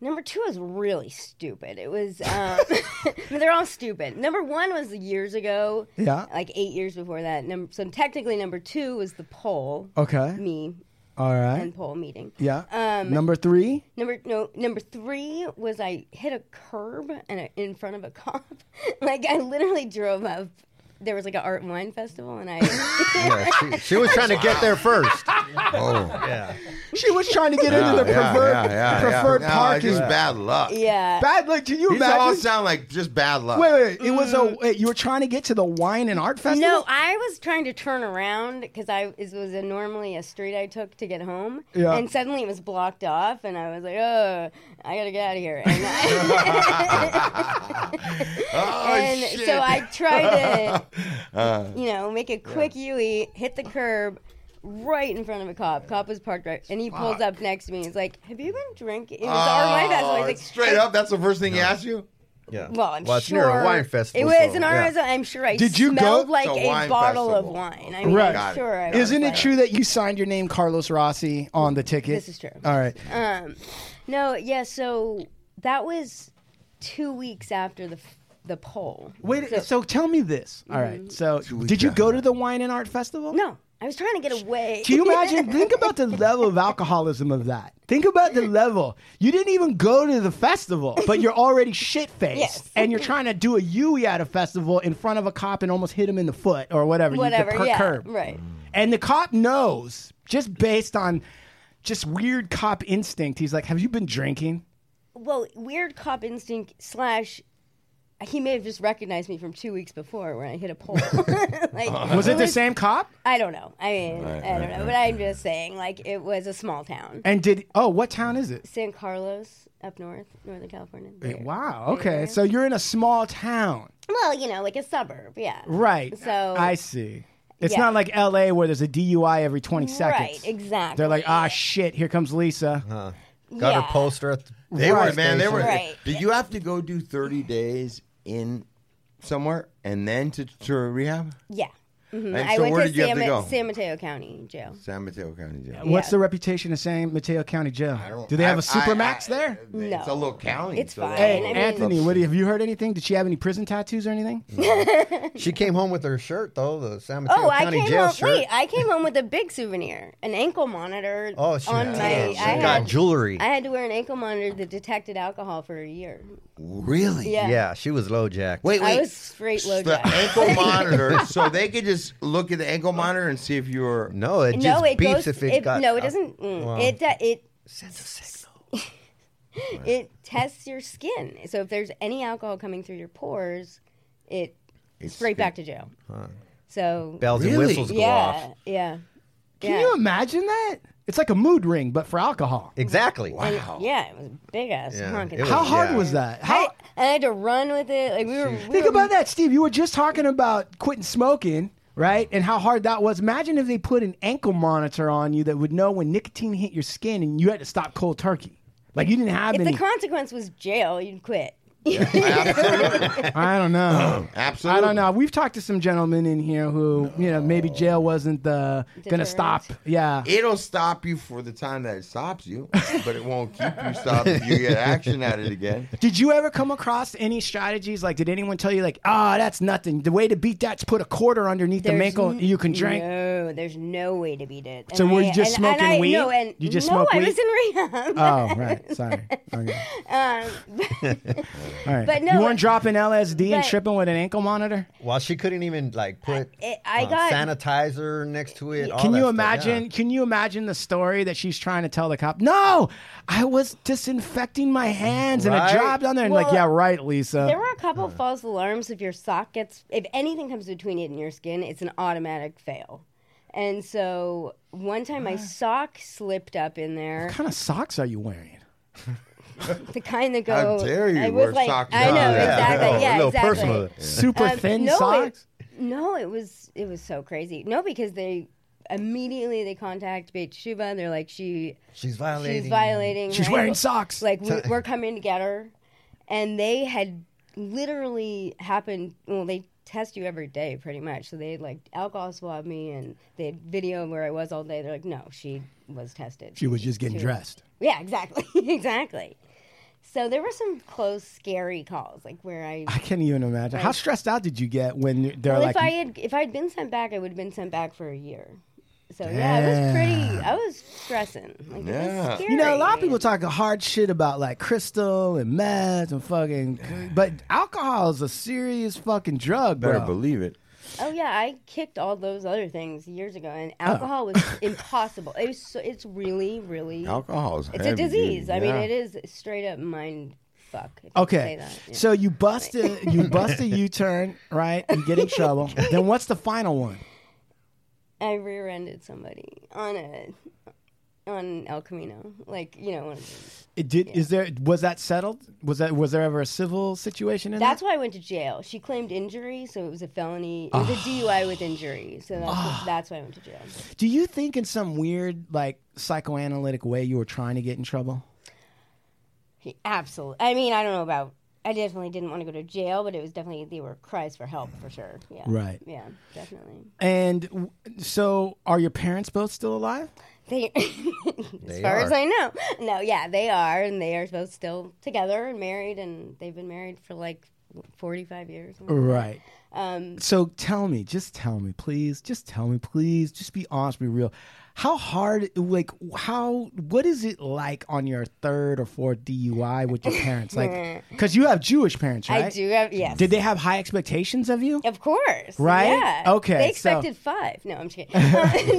[SPEAKER 7] number two was really stupid. It was. Um, they're all stupid. Number one was years ago.
[SPEAKER 3] Yeah.
[SPEAKER 7] Like eight years before that. Num- so technically, number two was the poll.
[SPEAKER 3] Okay.
[SPEAKER 7] Me
[SPEAKER 3] All right.
[SPEAKER 7] and poll meeting.
[SPEAKER 3] Yeah.
[SPEAKER 7] Um,
[SPEAKER 3] number three.
[SPEAKER 7] Number no number three was I hit a curb and a, in front of a cop. like I literally drove up. There was like an art and wine festival, and I
[SPEAKER 6] Yeah, she, she was trying to get there first.
[SPEAKER 2] Oh.
[SPEAKER 6] Yeah.
[SPEAKER 3] She was trying to get into the
[SPEAKER 2] Yeah,
[SPEAKER 3] preferred
[SPEAKER 2] yeah, yeah, yeah.
[SPEAKER 3] preferred
[SPEAKER 2] No,
[SPEAKER 3] parking.
[SPEAKER 2] Just bad luck.
[SPEAKER 7] yeah
[SPEAKER 3] Bad luck. Can you
[SPEAKER 2] These
[SPEAKER 3] imagine?
[SPEAKER 2] all sound Mm. like just bad luck.
[SPEAKER 3] Wait, wait, wait. It was a. Wait, you were trying to get to the wine and art festival.
[SPEAKER 7] no I was trying to turn around because I it was a, normally a street I took to get home,
[SPEAKER 3] Yeah.
[SPEAKER 7] and suddenly it was blocked off, and I was like oh I gotta get out of here, and, I,
[SPEAKER 2] Oh,
[SPEAKER 7] and
[SPEAKER 2] shit. Uh.
[SPEAKER 7] so I tried to you know make a quick U-E, hit the curb. Right in front of a cop. Cop was parked right, and he pulls up next to me. He's like, "Have you been drinking?" It was our wine festival. He's
[SPEAKER 2] Oh,
[SPEAKER 7] like,
[SPEAKER 2] straight up, that's the first thing he asked you?
[SPEAKER 6] Yeah.
[SPEAKER 7] Well, I'm
[SPEAKER 6] well, it's
[SPEAKER 7] sure
[SPEAKER 6] near a wine festival.
[SPEAKER 7] It was
[SPEAKER 6] so,
[SPEAKER 7] an
[SPEAKER 6] yeah.
[SPEAKER 7] RSO. I'm sure I
[SPEAKER 3] Did you go?
[SPEAKER 7] smelled like
[SPEAKER 2] It's a
[SPEAKER 7] a,
[SPEAKER 2] wine
[SPEAKER 7] bottle of
[SPEAKER 2] festival.
[SPEAKER 7] wine. I mean,
[SPEAKER 3] Right.
[SPEAKER 2] Got
[SPEAKER 7] I'm
[SPEAKER 2] it.
[SPEAKER 7] sure I was.
[SPEAKER 3] Isn't it
[SPEAKER 7] like-
[SPEAKER 3] true that you signed your name Carlos Rossi on the ticket?
[SPEAKER 7] This is true.
[SPEAKER 3] All right.
[SPEAKER 7] Um, no, yeah. So that was two weeks after the f- the poll.
[SPEAKER 3] Wait. So, tell me this. All
[SPEAKER 7] Mm-hmm.
[SPEAKER 3] right. So did you go to the wine and art festival?
[SPEAKER 7] No, I was trying to get away.
[SPEAKER 3] Can you imagine? Think about the level of alcoholism of that. Think about the level. You didn't even go to the festival, but you're already shit faced,
[SPEAKER 7] Yes.
[SPEAKER 3] and you're trying to do a Yui at a festival in front of a cop and almost hit him in the foot or whatever.
[SPEAKER 7] Whatever,
[SPEAKER 3] you, the per-
[SPEAKER 7] yeah,
[SPEAKER 3] curb.
[SPEAKER 7] right.
[SPEAKER 3] And the cop knows just based on just weird cop instinct. He's like, "Have you been drinking?"
[SPEAKER 7] Well, weird cop instinct slash. He may have just recognized me from two weeks before when I hit a pole. like,
[SPEAKER 3] Was it the same cop?
[SPEAKER 7] I don't know. I mean,
[SPEAKER 2] Right,
[SPEAKER 7] I don't
[SPEAKER 2] right,
[SPEAKER 7] know.
[SPEAKER 2] right,
[SPEAKER 7] but I'm just saying, like, it was a small town.
[SPEAKER 3] And did oh, what town is it?
[SPEAKER 7] San Carlos, up north, Northern California. There.
[SPEAKER 3] Wow. Okay.
[SPEAKER 7] Yeah.
[SPEAKER 3] So you're in a small town.
[SPEAKER 7] Well, you know, like a suburb, yeah.
[SPEAKER 3] Right.
[SPEAKER 7] So-
[SPEAKER 3] I see. It's
[SPEAKER 7] Yeah.
[SPEAKER 3] not like LA where there's a DUI every 20
[SPEAKER 7] Right,
[SPEAKER 3] seconds.
[SPEAKER 7] exactly.
[SPEAKER 3] They're like, ah, shit, here comes Lisa.
[SPEAKER 2] Uh-huh.
[SPEAKER 6] Got
[SPEAKER 7] Yeah.
[SPEAKER 6] her poster at the.
[SPEAKER 2] They
[SPEAKER 3] Right.
[SPEAKER 2] were, man. They were.
[SPEAKER 7] Right.
[SPEAKER 2] Did you have to go do 30 days in somewhere and then to, to rehab?
[SPEAKER 7] Yeah. Mhm.
[SPEAKER 2] And
[SPEAKER 7] I
[SPEAKER 2] so
[SPEAKER 7] went
[SPEAKER 2] where
[SPEAKER 7] to
[SPEAKER 2] did you have
[SPEAKER 7] San,
[SPEAKER 2] to go?
[SPEAKER 7] San Mateo County Jail.
[SPEAKER 2] San Mateo County Jail.
[SPEAKER 3] What's
[SPEAKER 7] Yeah.
[SPEAKER 3] the reputation of San Mateo County Jail?
[SPEAKER 2] I don't-
[SPEAKER 3] Do they
[SPEAKER 2] I-
[SPEAKER 3] have a supermax
[SPEAKER 2] I- I-
[SPEAKER 3] there?
[SPEAKER 2] It's a little county.
[SPEAKER 7] It's
[SPEAKER 2] so they-
[SPEAKER 7] fine.
[SPEAKER 3] Hey,
[SPEAKER 7] I mean-
[SPEAKER 3] Anthony, what do you- have you heard anything? Did she have any prison tattoos or anything?
[SPEAKER 6] She came home with her shirt though, the San Mateo
[SPEAKER 7] Oh, I
[SPEAKER 6] County
[SPEAKER 7] came
[SPEAKER 6] Jail
[SPEAKER 7] home.
[SPEAKER 6] shirt.
[SPEAKER 7] Wait, I came home with a big souvenir, an ankle monitor.
[SPEAKER 6] Oh, she,
[SPEAKER 7] on my.
[SPEAKER 6] she
[SPEAKER 7] I
[SPEAKER 6] got
[SPEAKER 7] had,
[SPEAKER 6] jewelry.
[SPEAKER 7] I had to wear an ankle monitor that detected alcohol for a year.
[SPEAKER 2] Really?
[SPEAKER 7] Yeah.
[SPEAKER 6] yeah, she was low jack.
[SPEAKER 2] Wait, wait.
[SPEAKER 7] I was straight low
[SPEAKER 2] the
[SPEAKER 7] jack.
[SPEAKER 2] ankle monitor, so they could just look at the ankle monitor and see if you were.
[SPEAKER 6] no, it
[SPEAKER 7] no,
[SPEAKER 6] just
[SPEAKER 7] it
[SPEAKER 6] beeps
[SPEAKER 7] goes.
[SPEAKER 6] if it, got.
[SPEAKER 7] no, it doesn't. mm,
[SPEAKER 6] Wow.
[SPEAKER 7] It do- it
[SPEAKER 6] Sends a signal.
[SPEAKER 7] it tests your skin. So if there's any alcohol coming through your pores, it
[SPEAKER 2] It's
[SPEAKER 7] straight
[SPEAKER 2] skin-
[SPEAKER 7] back to jail. So
[SPEAKER 6] Bells
[SPEAKER 2] Really?
[SPEAKER 6] and whistles go
[SPEAKER 7] yeah,
[SPEAKER 6] off.
[SPEAKER 7] yeah,
[SPEAKER 3] Can
[SPEAKER 7] yeah.
[SPEAKER 3] you imagine that? It's like a mood ring, but for alcohol.
[SPEAKER 6] Exactly.
[SPEAKER 7] And- yeah, it was big ass
[SPEAKER 6] Yeah,
[SPEAKER 7] honking.
[SPEAKER 6] it
[SPEAKER 3] How hard
[SPEAKER 6] yeah.
[SPEAKER 3] was that? How,
[SPEAKER 7] I, and I had to run with it. Like we were. we
[SPEAKER 3] Think
[SPEAKER 7] were-
[SPEAKER 3] about that, Steve. You were just talking about quitting smoking, right? And how hard that was. Imagine if they put an ankle monitor on you that would know when nicotine hit your skin and you had to stop cold turkey. Like you didn't have
[SPEAKER 7] If
[SPEAKER 3] any.
[SPEAKER 7] the consequence was jail, you'd quit.
[SPEAKER 3] I don't know.
[SPEAKER 2] Absolutely.
[SPEAKER 3] I don't know. We've talked to some gentlemen in here who, you know, maybe jail wasn't the gonna
[SPEAKER 7] Deterrent.
[SPEAKER 3] stop. Yeah.
[SPEAKER 2] It'll stop you for the time that it stops you, but it won't keep you stopped if you get action at it again.
[SPEAKER 3] Did you ever come across any strategies? Like, did anyone tell you, like, ah, that's nothing. The way to beat that's put a quarter underneath the
[SPEAKER 7] There's
[SPEAKER 3] ankle.
[SPEAKER 7] n-
[SPEAKER 3] you can drink.
[SPEAKER 7] No, there's no way to beat it.
[SPEAKER 3] So
[SPEAKER 7] And
[SPEAKER 3] were
[SPEAKER 7] I-
[SPEAKER 3] you just
[SPEAKER 7] and- and
[SPEAKER 3] smoking
[SPEAKER 7] I-
[SPEAKER 3] weed?
[SPEAKER 7] No, and
[SPEAKER 3] You just
[SPEAKER 7] no,
[SPEAKER 3] smoked
[SPEAKER 7] I
[SPEAKER 3] weed?
[SPEAKER 7] was in rehab.
[SPEAKER 3] Oh, right. Sorry. Okay. All right.
[SPEAKER 7] Um, But no,
[SPEAKER 3] you weren't
[SPEAKER 7] it-
[SPEAKER 3] dropping LSD and
[SPEAKER 7] but-
[SPEAKER 3] tripping with an ankle monitor.
[SPEAKER 6] Well, she couldn't even like put
[SPEAKER 7] it- I
[SPEAKER 6] uh,
[SPEAKER 7] got-
[SPEAKER 6] sanitizer next to it. all
[SPEAKER 3] Can
[SPEAKER 6] that
[SPEAKER 3] you
[SPEAKER 6] stuff,
[SPEAKER 3] imagine?
[SPEAKER 6] yeah.
[SPEAKER 3] Can you imagine the story that she's trying to tell the cop? No, I was disinfecting my hands and
[SPEAKER 6] Right?
[SPEAKER 3] it dropped on there. And like,
[SPEAKER 7] Well,
[SPEAKER 3] yeah, right,
[SPEAKER 2] Uh,
[SPEAKER 3] Lisa.
[SPEAKER 7] There were a couple false alarms. If your sock gets, if anything comes between it and your skin, it's an automatic fail. And so one time
[SPEAKER 2] Ah.
[SPEAKER 7] my sock slipped up in there,
[SPEAKER 3] what kind of socks are you wearing?
[SPEAKER 7] the kind that
[SPEAKER 2] How
[SPEAKER 7] go.
[SPEAKER 2] dare you
[SPEAKER 7] I was
[SPEAKER 2] wear
[SPEAKER 7] like,
[SPEAKER 2] socks
[SPEAKER 7] I
[SPEAKER 2] down
[SPEAKER 7] know
[SPEAKER 2] there.
[SPEAKER 7] exactly.
[SPEAKER 6] Oh, a
[SPEAKER 7] Yeah,
[SPEAKER 6] little
[SPEAKER 7] exactly.
[SPEAKER 6] personal.
[SPEAKER 3] Super
[SPEAKER 7] Um,
[SPEAKER 3] thin
[SPEAKER 7] no, it-
[SPEAKER 3] socks.
[SPEAKER 7] No, it was it was so crazy. No, because they immediately they contact Beit Shuva and they're like she
[SPEAKER 6] She's violating.
[SPEAKER 7] she's violating.
[SPEAKER 3] she's
[SPEAKER 7] her
[SPEAKER 3] wearing
[SPEAKER 7] ankle-
[SPEAKER 3] socks.
[SPEAKER 7] Like we, we're coming to get her, and they had literally happened. Well, they test you every day pretty much. So they had like alcohol swab me and they had video where I was all day. They're like, no, she was tested.
[SPEAKER 3] she was just getting dressed.
[SPEAKER 7] Yeah, exactly, exactly. So there were some close, scary calls, like where I
[SPEAKER 3] I can't even imagine. How stressed out did you get when they're
[SPEAKER 7] Well,
[SPEAKER 3] like,
[SPEAKER 7] if I had if I had been sent back, I would have been sent back for a year. So yeah, I was pretty. I was stressing. Like, It
[SPEAKER 2] Yeah.
[SPEAKER 7] was scary.
[SPEAKER 3] You know, a lot of people talk hard shit about like crystal and meds and fucking, but alcohol is a serious fucking drug,
[SPEAKER 2] Better
[SPEAKER 3] bro.
[SPEAKER 2] believe it.
[SPEAKER 7] Oh yeah, I kicked all those other things years ago, and
[SPEAKER 3] Oh.
[SPEAKER 7] alcohol was impossible. It was so, it's really, really.
[SPEAKER 2] Alcohol is
[SPEAKER 7] it's a
[SPEAKER 2] heavy, dude.
[SPEAKER 7] disease. I mean,
[SPEAKER 2] Yeah.
[SPEAKER 7] it is straight up mind fuck. if you
[SPEAKER 3] Okay,
[SPEAKER 7] say that. Yeah.
[SPEAKER 3] so you bust a you bust a U turn, right? You get in trouble. then what's the final one?
[SPEAKER 7] I rear-ended somebody on a on El Camino, like you know. One of these.
[SPEAKER 3] It did is there was that settled? Was that was there ever a civil situation in
[SPEAKER 7] That's
[SPEAKER 3] that?
[SPEAKER 7] why I went to jail. She claimed injury, so it was a felony. It was
[SPEAKER 3] Ah.
[SPEAKER 7] a DUI with injury, so that's, that's why I went to jail.
[SPEAKER 3] Do you think in some weird like psychoanalytic way you were trying to get in trouble?
[SPEAKER 7] Absolutely. I mean, I don't know about. I definitely didn't want to go to jail, but it was definitely they were cries for help for sure. Yeah.
[SPEAKER 3] Right.
[SPEAKER 7] Yeah, definitely.
[SPEAKER 3] And w- so are your parents both still alive?
[SPEAKER 7] They, as far as
[SPEAKER 6] are.
[SPEAKER 7] I know, no, yeah, they are, and they are both still together and married, and they've been married for like forty-five years.
[SPEAKER 3] Right.
[SPEAKER 7] Um,
[SPEAKER 3] So tell me, just tell me, please, just tell me, please, just be honest, be real. How hard, like, how, what is it like on your third or fourth DUI with your parents? Like, because you have Jewish parents, right?
[SPEAKER 7] I do have yes.
[SPEAKER 3] Did they have high expectations of you?
[SPEAKER 7] Of course.
[SPEAKER 3] Right?
[SPEAKER 7] Yeah.
[SPEAKER 3] Okay,
[SPEAKER 7] They
[SPEAKER 3] so-
[SPEAKER 7] expected five. No, I'm just kidding.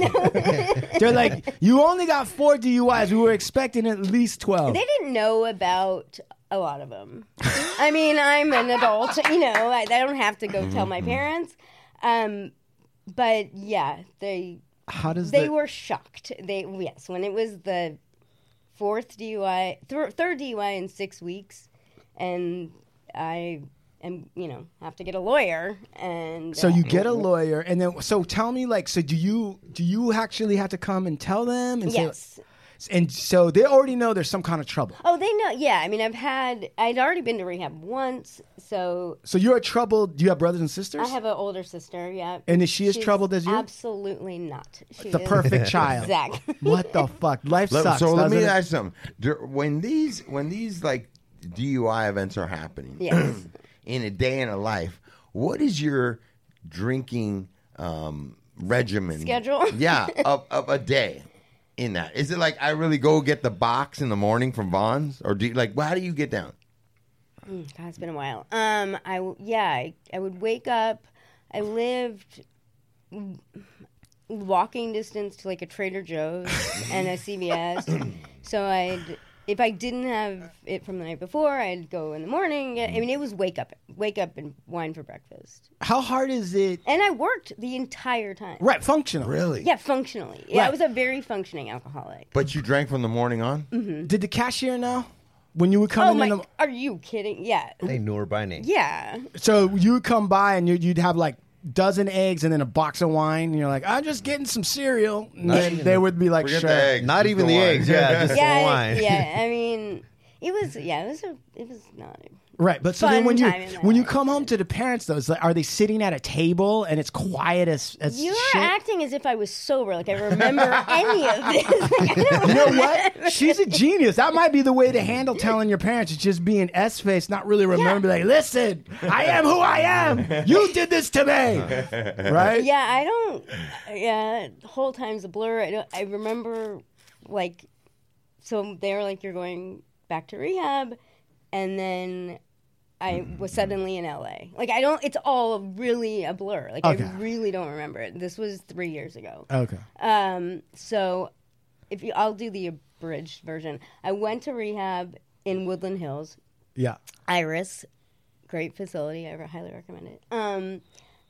[SPEAKER 7] No,
[SPEAKER 3] They're like, you only got four DUIs. We were expecting at least 12.
[SPEAKER 7] they didn't know about a lot of them. I mean, I'm an adult. You know, I, I don't have to
[SPEAKER 3] Mm-hmm,
[SPEAKER 7] go tell my parents. Um, but yeah, they
[SPEAKER 3] How does
[SPEAKER 7] they
[SPEAKER 3] the-
[SPEAKER 7] were shocked. They yes, when it was the fourth DUI, th- third DUI in six weeks, and I am you know have to get a lawyer and
[SPEAKER 3] So
[SPEAKER 7] uh,
[SPEAKER 3] you get a lawyer, and then so tell me, like, so do you do you actually have to come and tell them? And
[SPEAKER 7] yes.
[SPEAKER 3] So, and so they already know there's some kind of trouble.
[SPEAKER 7] Oh, they know. Yeah, I mean, I've had I'd already been to rehab once, so
[SPEAKER 3] So you're troubled. Do you have brothers and sisters?
[SPEAKER 7] I have an older sister. Yeah,
[SPEAKER 3] And is she as
[SPEAKER 7] She's
[SPEAKER 3] troubled as you?
[SPEAKER 7] Absolutely not. She
[SPEAKER 3] the
[SPEAKER 7] is-
[SPEAKER 3] perfect child.
[SPEAKER 7] Exactly.
[SPEAKER 3] What the fuck? Life
[SPEAKER 2] Let-
[SPEAKER 3] sucks.
[SPEAKER 2] so let
[SPEAKER 3] doesn't
[SPEAKER 2] me
[SPEAKER 3] it?
[SPEAKER 2] ask something. There- When these when these like DUI events are happening,
[SPEAKER 7] Yes.
[SPEAKER 2] in a day in a life, what is your drinking um, regimen
[SPEAKER 7] Schedule?
[SPEAKER 2] Yeah, of, of a day. In that, is it like I really go get the box in the morning from Vons, or do you like well, how do you get down?
[SPEAKER 7] God, it's been a while. Um, I w- yeah, I, I would wake up. I lived w- walking distance to like a Trader Joe's and a CVS, so I'd if I didn't have it from the night before, I'd go in the morning. I mean, it was wake up, wake up, and wine for breakfast.
[SPEAKER 3] How hard is it?
[SPEAKER 7] And I worked the entire time.
[SPEAKER 3] Right, functional. Really?
[SPEAKER 7] Yeah, functionally. Yeah, I
[SPEAKER 3] Right.
[SPEAKER 7] was a very functioning alcoholic.
[SPEAKER 2] But you drank from the morning on.
[SPEAKER 3] Did the cashier know when you would come
[SPEAKER 7] Oh
[SPEAKER 3] in?
[SPEAKER 7] my!
[SPEAKER 3] in
[SPEAKER 7] Are you kidding? Yeah,
[SPEAKER 6] They knew her by name.
[SPEAKER 7] yeah.
[SPEAKER 3] the, so you would come by and you'd, you'd have like dozen eggs and then a box of wine, and you're like, I'm just getting some cereal. And then
[SPEAKER 6] even
[SPEAKER 3] they
[SPEAKER 6] the-
[SPEAKER 3] would be like,
[SPEAKER 2] Forget
[SPEAKER 3] sure.
[SPEAKER 2] the eggs.
[SPEAKER 6] Not
[SPEAKER 2] just
[SPEAKER 6] even the
[SPEAKER 2] wine.
[SPEAKER 6] eggs, yeah, just-
[SPEAKER 7] yeah,
[SPEAKER 6] wine.
[SPEAKER 7] yeah. I mean, it was yeah, it was a, it was not. a-
[SPEAKER 3] Right, but so
[SPEAKER 7] Fun
[SPEAKER 3] then when you
[SPEAKER 7] time in my
[SPEAKER 3] when you
[SPEAKER 7] life.
[SPEAKER 3] come home to the parents though, it's like, are they sitting at a table and it's quiet as as
[SPEAKER 7] You are
[SPEAKER 3] shit?
[SPEAKER 7] acting as if I was sober, like I remember any of this. Like, I don't
[SPEAKER 3] you know what? She's a genius. That might be the way to handle telling your parents is just being S face, not really remember. Like, listen, I am who I am. You did this to me, right?
[SPEAKER 7] yeah, I don't. Yeah, the whole time's a blur. I don't. I remember, like, so they were like, "You're going back to rehab," and then I was suddenly in LA. Like, I don't. It's all really a blur. Like,
[SPEAKER 3] Okay.
[SPEAKER 7] I really don't remember it. This was three years ago.
[SPEAKER 3] Okay.
[SPEAKER 7] Um, so if you, I'll do the abridged version. I went to rehab in Woodland Hills,
[SPEAKER 3] Yeah.
[SPEAKER 7] Iris, great facility. I re- highly recommend it. Um,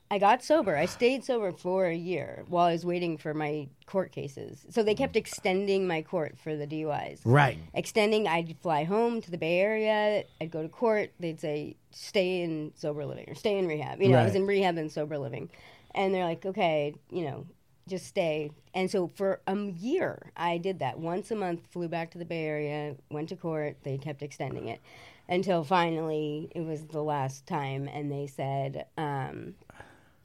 [SPEAKER 7] I got sober. I stayed sober for a year while I was waiting for my court cases. So they kept extending my court for the DUIs.
[SPEAKER 3] Right.
[SPEAKER 7] Extending, I'd fly home to the Bay Area. I'd go to court. They'd say, stay in sober living or stay in rehab. You know, I was
[SPEAKER 3] Right.
[SPEAKER 7] in rehab and sober living. And they're like, okay, you know, just stay. And so for a m- year, I did that. Once a month, flew back to the Bay Area, went to court. They kept extending it until finally it was the last time. And they said, um,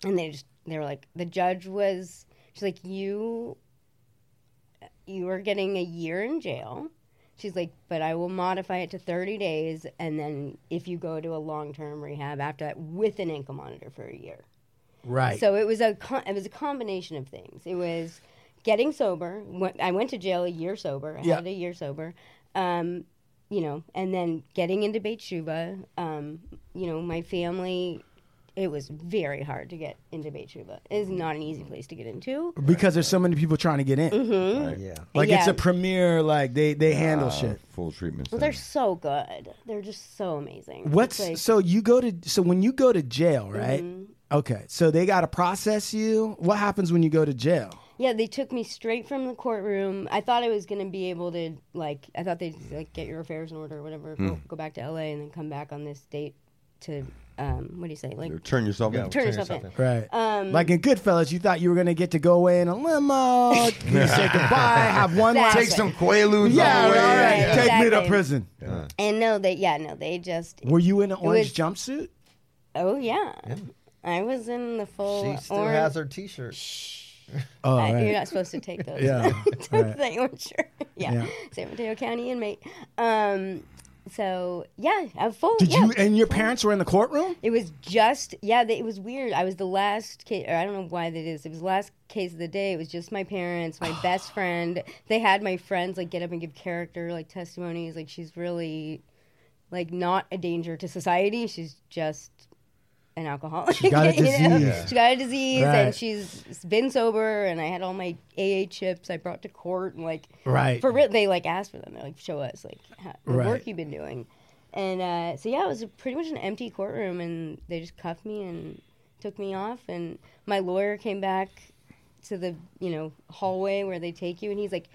[SPEAKER 7] and they just they were like the judge was she's like you you are getting a year in jail she's like but i will modify it to 30 days and then if you go to a long-term rehab after that with an ankle monitor for a year
[SPEAKER 3] Right.
[SPEAKER 7] so it was a co it was a combination of things it was getting sober went, i went to jail a year sober i
[SPEAKER 3] Yeah.
[SPEAKER 7] had a year sober um, you know and then getting into Beit Shuva, um, you know my family it was very hard to get into Beit Shuva. It is not an easy place to get into.
[SPEAKER 3] because there's so many people trying to get in.
[SPEAKER 6] Yeah.
[SPEAKER 3] Like it's
[SPEAKER 7] Mm-hmm. Yeah.
[SPEAKER 3] a premiere. Like they they handle shit.
[SPEAKER 2] Full treatment.
[SPEAKER 7] Well, they're so good. They're just so amazing. It's
[SPEAKER 3] What's
[SPEAKER 7] like, Mm-hmm.
[SPEAKER 3] so you go to so when you go to jail, right? Okay, so they got to process you. What happens when you go to jail?
[SPEAKER 7] yeah, they took me straight from the courtroom. I thought I was going to be able to like I thought they'd like get your affairs in order or whatever,
[SPEAKER 3] Hmm.
[SPEAKER 7] go, go back to LA and then come back on this date to um what do you say? Like
[SPEAKER 2] Turn yourself in.
[SPEAKER 7] turn yourself in.
[SPEAKER 3] Right.
[SPEAKER 7] Um,
[SPEAKER 3] like in Goodfellas, you thought you were gonna get to go away in a limo, you say goodbye, have one last.
[SPEAKER 7] Exactly.
[SPEAKER 2] Take some Oh, Quaaludes.
[SPEAKER 3] Yeah,
[SPEAKER 2] on the
[SPEAKER 3] right,
[SPEAKER 2] way
[SPEAKER 3] all
[SPEAKER 2] in.
[SPEAKER 3] right.
[SPEAKER 7] Yeah.
[SPEAKER 3] Take me to
[SPEAKER 7] Exactly.
[SPEAKER 3] prison.
[SPEAKER 7] And no, they yeah, no, they just
[SPEAKER 3] Were you in an orange
[SPEAKER 7] was-
[SPEAKER 3] jumpsuit?
[SPEAKER 7] Oh yeah. I was in the full
[SPEAKER 6] She still
[SPEAKER 7] orange.
[SPEAKER 6] has her T-shirt.
[SPEAKER 3] Oh,
[SPEAKER 7] I-
[SPEAKER 3] right.
[SPEAKER 7] You're not supposed to take those.
[SPEAKER 3] Yeah,
[SPEAKER 7] to the orange shirt. Yeah.
[SPEAKER 3] Yeah.
[SPEAKER 7] San Mateo County inmate. Um, So yeah, I'm full.
[SPEAKER 3] Did
[SPEAKER 7] yeah.
[SPEAKER 3] you and your parents were in the courtroom?
[SPEAKER 7] It was just yeah. They, it was weird. I was the last case, or I don't know why that is. It was the last case of the day. It was just my parents, my best friend. They had my friends like get up and give character like testimonies. Like she's really, like not a danger to society. She's just an alcoholic. She
[SPEAKER 3] got a disease. Yeah.
[SPEAKER 7] She got a disease,
[SPEAKER 3] Right.
[SPEAKER 7] and she's been sober. And I had all my AA chips I brought to court, and like
[SPEAKER 3] Right.
[SPEAKER 7] for real, they like asked for them. They're like, show us like how, the
[SPEAKER 3] Right.
[SPEAKER 7] work you've been doing. And uh, so yeah, it was pretty much an empty courtroom, and they just cuffed me and took me off. And my lawyer came back to the you know hallway where they take you, and he's like,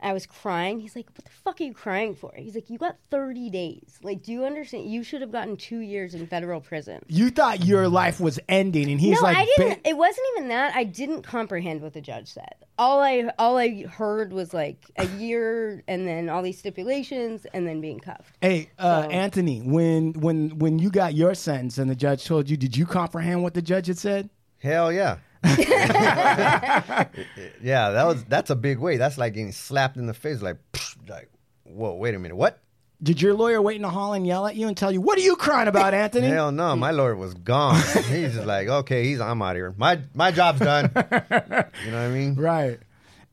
[SPEAKER 7] I was crying. He's like, what the fuck are you crying for? He's like, you got 30 days. Like, do you understand? You should have gotten two years in federal prison.
[SPEAKER 3] You thought your life was ending, and he's
[SPEAKER 7] no,
[SPEAKER 3] like,
[SPEAKER 7] I didn't.
[SPEAKER 3] "Ba-
[SPEAKER 7] It wasn't even that. I didn't comprehend what the judge said. All I all I heard was like a year, and then all these stipulations, and then being cuffed.
[SPEAKER 3] "Hey, uh,
[SPEAKER 7] So-
[SPEAKER 3] Anthony, when when when you got your sentence and the judge told you, did you comprehend what the judge had said?"
[SPEAKER 6] Hell yeah. yeah, that was that's a big way. That's like getting slapped in the face, like, psh, like, whoa, wait a minute, what?
[SPEAKER 3] Did your lawyer wait in the hall and yell at you and tell you, "What are you crying about, Anthony?"
[SPEAKER 6] Hell no, my
[SPEAKER 7] Hmm.
[SPEAKER 6] lawyer was gone. he's just like, okay, he's I'm out of here. My my job's done. you know what I mean?
[SPEAKER 3] Right.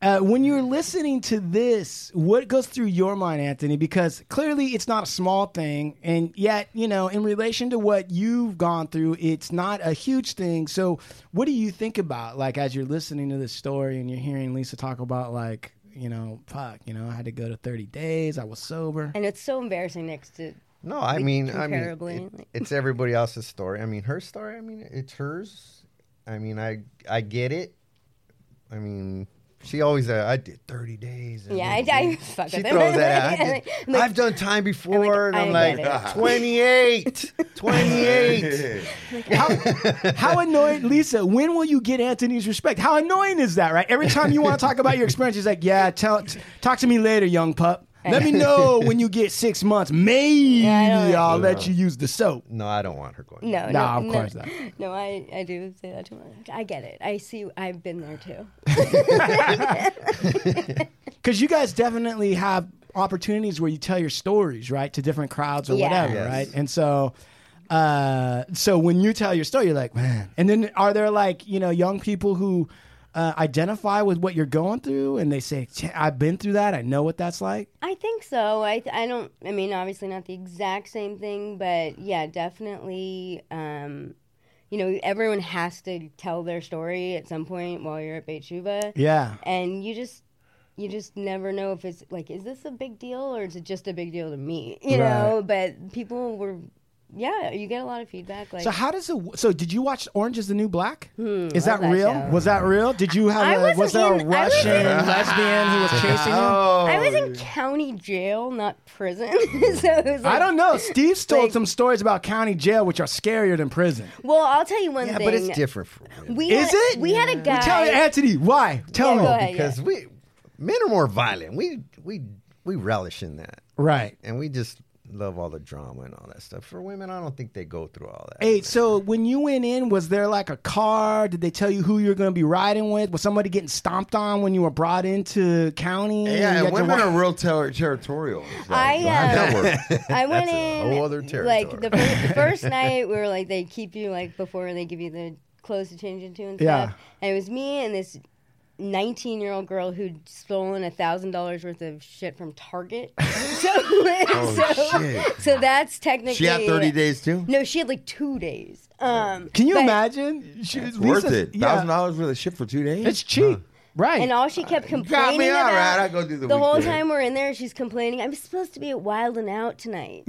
[SPEAKER 3] Uh, when you're listening to this, what goes through your mind, Anthony? Because clearly it's not a small thing. And yet, you know, in relation to what you've gone through, it's not a huge thing. So, what do you think about, like, as you're listening to this story and you're hearing Lisa talk about, like, you know, fuck, you know, I had to go to 30 days, I was sober.
[SPEAKER 7] And it's so embarrassing next to.
[SPEAKER 6] No, I mean, I mean,
[SPEAKER 7] comparably,
[SPEAKER 6] it-
[SPEAKER 7] like-
[SPEAKER 6] it's everybody else's story. I mean, her story. I mean, it's hers. I mean, I I get it. I mean, she always. Uh, I did thirty days. and
[SPEAKER 7] Yeah,
[SPEAKER 6] then
[SPEAKER 7] I, I
[SPEAKER 3] Mm-hmm.
[SPEAKER 7] fuck
[SPEAKER 6] She
[SPEAKER 7] with
[SPEAKER 6] throws
[SPEAKER 7] it.
[SPEAKER 6] that out. I
[SPEAKER 7] Yeah,
[SPEAKER 6] did-
[SPEAKER 7] like-
[SPEAKER 6] I've done time before, and I'm
[SPEAKER 7] I
[SPEAKER 6] like, "Ah,
[SPEAKER 7] get it.
[SPEAKER 6] 28, 28.
[SPEAKER 3] How annoying, Lisa, when will you get Anthony's respect? How annoying is that, right? Every time you want to talk about your experience, he's like, yeah, tell, t- talk to me later, young pup. Let me know when you get six months. Maybe
[SPEAKER 7] I don't-
[SPEAKER 3] I'll let you use the soap.
[SPEAKER 6] No, I don't want her going.
[SPEAKER 7] No,
[SPEAKER 3] No,
[SPEAKER 7] no,
[SPEAKER 3] of
[SPEAKER 7] no.
[SPEAKER 3] course not.
[SPEAKER 7] No, I, I do say that too much. I get it. I see. I've been there too.
[SPEAKER 3] Because you guys definitely have opportunities where you tell your stories, right, to different crowds or
[SPEAKER 7] Yeah.
[SPEAKER 3] whatever,
[SPEAKER 6] Yes.
[SPEAKER 3] right? And so, uh, so when you tell your story, you're like, man. And then are there like you know young people who uh, identify with what you're going through, and they say, "Ch- I've been through that. I know what that's like.
[SPEAKER 7] I think so. I th- I don't. I mean, obviously not the exact same thing, but yeah, definitely. Um, you know, everyone has to tell their story at some point while you're at Beit Shuva.
[SPEAKER 3] Yeah.
[SPEAKER 7] and you just you just never know if it's like is this a big deal or is it just a big deal to me you know but people were yeah you get a lot of feedback like Hmm,
[SPEAKER 3] So how does it? So did you watch Orange Is the New Black? is that
[SPEAKER 7] love that
[SPEAKER 3] real?
[SPEAKER 7] show.
[SPEAKER 3] Was that real? Did you have?
[SPEAKER 7] I
[SPEAKER 3] a, was
[SPEAKER 7] wasn't
[SPEAKER 3] there a
[SPEAKER 7] in- I wasn't-
[SPEAKER 3] Russian lesbian who was chasing you?
[SPEAKER 2] Oh.
[SPEAKER 7] i was
[SPEAKER 3] Oh,
[SPEAKER 7] in county jail not prison so it was like,
[SPEAKER 3] I don't know. Steve's told
[SPEAKER 7] Like-
[SPEAKER 3] some stories about county jail, which are scarier than prison.
[SPEAKER 7] well i'll tell you one
[SPEAKER 6] Yeah,
[SPEAKER 7] thing
[SPEAKER 6] but it's different for women.
[SPEAKER 7] we
[SPEAKER 3] Is
[SPEAKER 7] had,
[SPEAKER 3] it?
[SPEAKER 7] we had a guy
[SPEAKER 3] Tell Anthony why. Tell
[SPEAKER 7] Yeah,
[SPEAKER 3] him.
[SPEAKER 7] go ahead.
[SPEAKER 6] because we men are more violent. We we we relish in that,
[SPEAKER 3] Right.
[SPEAKER 6] and we just love all the drama and all that stuff. For women, I don't think they go through all that.
[SPEAKER 3] Hey, so when you went in, was there like a car? Did they tell you who you were going to be riding with? Was somebody getting stomped on when you were brought into county? You had
[SPEAKER 2] Yeah,
[SPEAKER 3] to
[SPEAKER 2] and women
[SPEAKER 3] walk-
[SPEAKER 2] are real ter- territorial. So
[SPEAKER 7] I,
[SPEAKER 2] how'd that
[SPEAKER 7] uh,
[SPEAKER 2] work?
[SPEAKER 7] I went
[SPEAKER 6] a
[SPEAKER 7] in
[SPEAKER 6] whole other
[SPEAKER 7] like the
[SPEAKER 6] territory.
[SPEAKER 7] fir- first night we were like they keep you like before they give you the clothes to change into and
[SPEAKER 3] Yeah.
[SPEAKER 7] stuff. And it was me and this 19 year old girl who'd stolen a thousand dollars worth of shit from Target. so, so,
[SPEAKER 2] shit.
[SPEAKER 7] so that's technically
[SPEAKER 2] She had 30 days too?
[SPEAKER 7] No, she had like two days. Um,
[SPEAKER 3] Can you
[SPEAKER 7] but-
[SPEAKER 3] imagine? She,
[SPEAKER 2] It's worth
[SPEAKER 3] Lisa's-
[SPEAKER 2] it.
[SPEAKER 3] yeah.
[SPEAKER 2] Thousand dollars worth of shit for two days?
[SPEAKER 3] It's cheap. Right.
[SPEAKER 7] And all she kept complaining
[SPEAKER 2] me, all
[SPEAKER 7] about
[SPEAKER 2] right, I'll go do the
[SPEAKER 7] whole
[SPEAKER 2] weekend.
[SPEAKER 7] time we're in there, she's complaining. I'm supposed to be at Wild and Out tonight.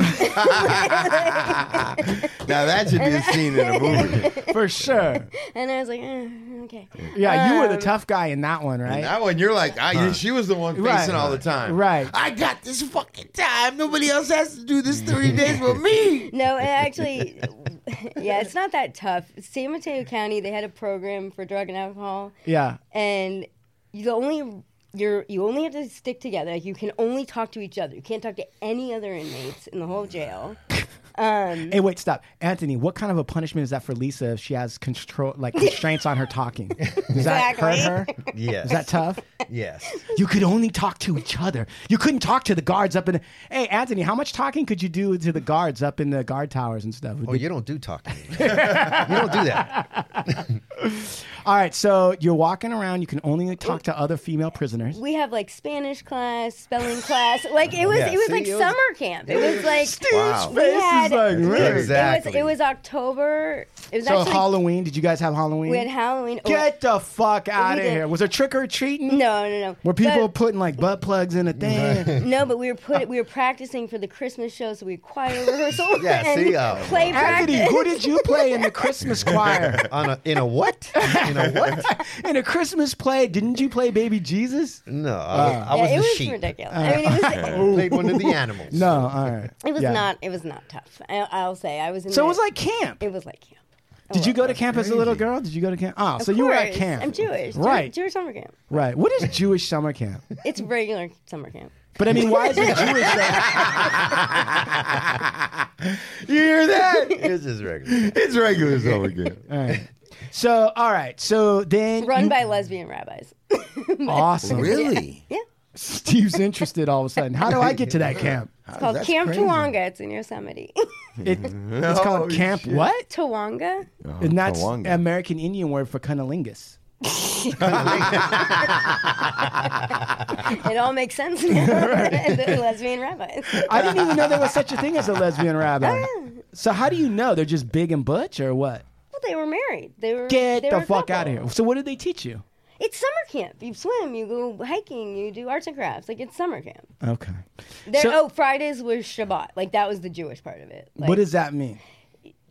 [SPEAKER 2] now that should be a scene in a movie.
[SPEAKER 3] for sure.
[SPEAKER 7] and I was like, eh, okay.
[SPEAKER 3] Yeah, you were
[SPEAKER 7] Um,
[SPEAKER 3] the tough guy in that one, right?
[SPEAKER 2] And that one, you're like, I, she was the one facing
[SPEAKER 3] Right.
[SPEAKER 2] all the time.
[SPEAKER 3] Right.
[SPEAKER 2] I got this fucking time. Nobody else has to do this 30 days with me.
[SPEAKER 7] No, and actually, yeah, it's not that tough. San Mateo County, they had a program for drug and alcohol,
[SPEAKER 3] yeah.
[SPEAKER 7] and you only you're you only have to stick together. Like, you can only talk to each other. You can't talk to any other inmates in the whole jail.
[SPEAKER 3] Hey, wait, stop, Anthony. What kind of a punishment is that for Lisa if she has control, like constraints on her talking? Does that hurt
[SPEAKER 7] Exactly.
[SPEAKER 3] her?
[SPEAKER 6] Yes.
[SPEAKER 3] Is that tough?
[SPEAKER 6] yes.
[SPEAKER 3] You could only talk to each other. You couldn't talk to the guards up in. Hey, Anthony, how much talking could you do to the guards up in the guard towers and stuff?
[SPEAKER 6] Oh, you don't do talking. you don't do that.
[SPEAKER 3] All right, so you're walking around. You can only talk to other female prisoners.
[SPEAKER 7] we have like Spanish class, spelling class. Like it was,
[SPEAKER 6] Yeah,
[SPEAKER 7] it was
[SPEAKER 6] see,
[SPEAKER 7] like
[SPEAKER 6] it was-
[SPEAKER 7] summer camp. It was like
[SPEAKER 6] Wow.
[SPEAKER 7] we had-
[SPEAKER 6] Exactly.
[SPEAKER 7] It was, it was October. It was
[SPEAKER 3] So
[SPEAKER 7] actually
[SPEAKER 3] Halloween? Did you guys have Halloween?
[SPEAKER 7] we had Halloween. Oh,
[SPEAKER 3] Get the fuck out of
[SPEAKER 7] did.
[SPEAKER 3] here! Was there trick or treating?
[SPEAKER 7] no, no, no.
[SPEAKER 3] Were people
[SPEAKER 7] But-
[SPEAKER 3] putting like butt plugs in a thing?
[SPEAKER 7] no, but we were put. We were practicing for the Christmas show, so we had choir rehearsal
[SPEAKER 6] Yeah,
[SPEAKER 7] and
[SPEAKER 6] see, oh,
[SPEAKER 7] play practice.
[SPEAKER 3] Anthony, who did you play in the Christmas choir?
[SPEAKER 6] On a, in a what? In a what?
[SPEAKER 3] In a Christmas play, didn't you play Baby Jesus?
[SPEAKER 6] No, I, was- I
[SPEAKER 7] Uh. Yeah,
[SPEAKER 6] was
[SPEAKER 7] it
[SPEAKER 6] the
[SPEAKER 7] was
[SPEAKER 6] sheep.
[SPEAKER 3] Uh,
[SPEAKER 7] ridiculous. I mean, it was.
[SPEAKER 6] Played one of the animals.
[SPEAKER 3] No, all right.
[SPEAKER 7] It was
[SPEAKER 3] Yeah.
[SPEAKER 7] not. It was not tough. I, I'll say. I was. In
[SPEAKER 3] So it
[SPEAKER 7] the-
[SPEAKER 3] was like camp.
[SPEAKER 7] It was like camp.
[SPEAKER 3] Did you go to camp as a little girl? Did you go to camp? Oh, so
[SPEAKER 7] Of
[SPEAKER 3] you were at
[SPEAKER 7] course.
[SPEAKER 3] camp.
[SPEAKER 7] I'm Jewish. Jew-
[SPEAKER 3] Right.
[SPEAKER 7] Jewish summer camp.
[SPEAKER 3] Right. What is Jewish summer camp?
[SPEAKER 7] It's regular summer camp.
[SPEAKER 3] But I mean, why is it Jewish?
[SPEAKER 2] You hear that?
[SPEAKER 6] It's just regular.
[SPEAKER 2] It's regular summer again.
[SPEAKER 3] So, all right. So then,
[SPEAKER 7] Run
[SPEAKER 3] you-
[SPEAKER 7] by lesbian rabbis.
[SPEAKER 3] awesome.
[SPEAKER 2] Really?
[SPEAKER 7] yeah.
[SPEAKER 3] Steve's interested all of a sudden. How do I get to that camp?
[SPEAKER 7] It's called
[SPEAKER 2] that's
[SPEAKER 7] Camp
[SPEAKER 2] crazy.
[SPEAKER 7] Tawanga. It's in Yosemite.
[SPEAKER 3] It, it's called camp what?
[SPEAKER 7] Tawanga?
[SPEAKER 3] and that's
[SPEAKER 2] Tawanga.
[SPEAKER 3] American Indian word for cunnilingus.
[SPEAKER 7] It all makes sense now. the lesbian rabbis.
[SPEAKER 3] I didn't even know there was such a thing as a lesbian rabbi. So how do you know they're just big and butch or what?
[SPEAKER 7] Well, they were married. They were
[SPEAKER 3] Get
[SPEAKER 7] they
[SPEAKER 3] the
[SPEAKER 7] were a
[SPEAKER 3] fuck
[SPEAKER 7] couple.
[SPEAKER 3] out of here. So what did they teach you?
[SPEAKER 7] It's summer camp. You swim, you go hiking, you do arts and crafts. Like it's summer camp.
[SPEAKER 3] Okay.
[SPEAKER 7] There,
[SPEAKER 3] So-
[SPEAKER 7] oh, Fridays was Shabbat. Like that was the Jewish part of it. Like,
[SPEAKER 3] what does that mean?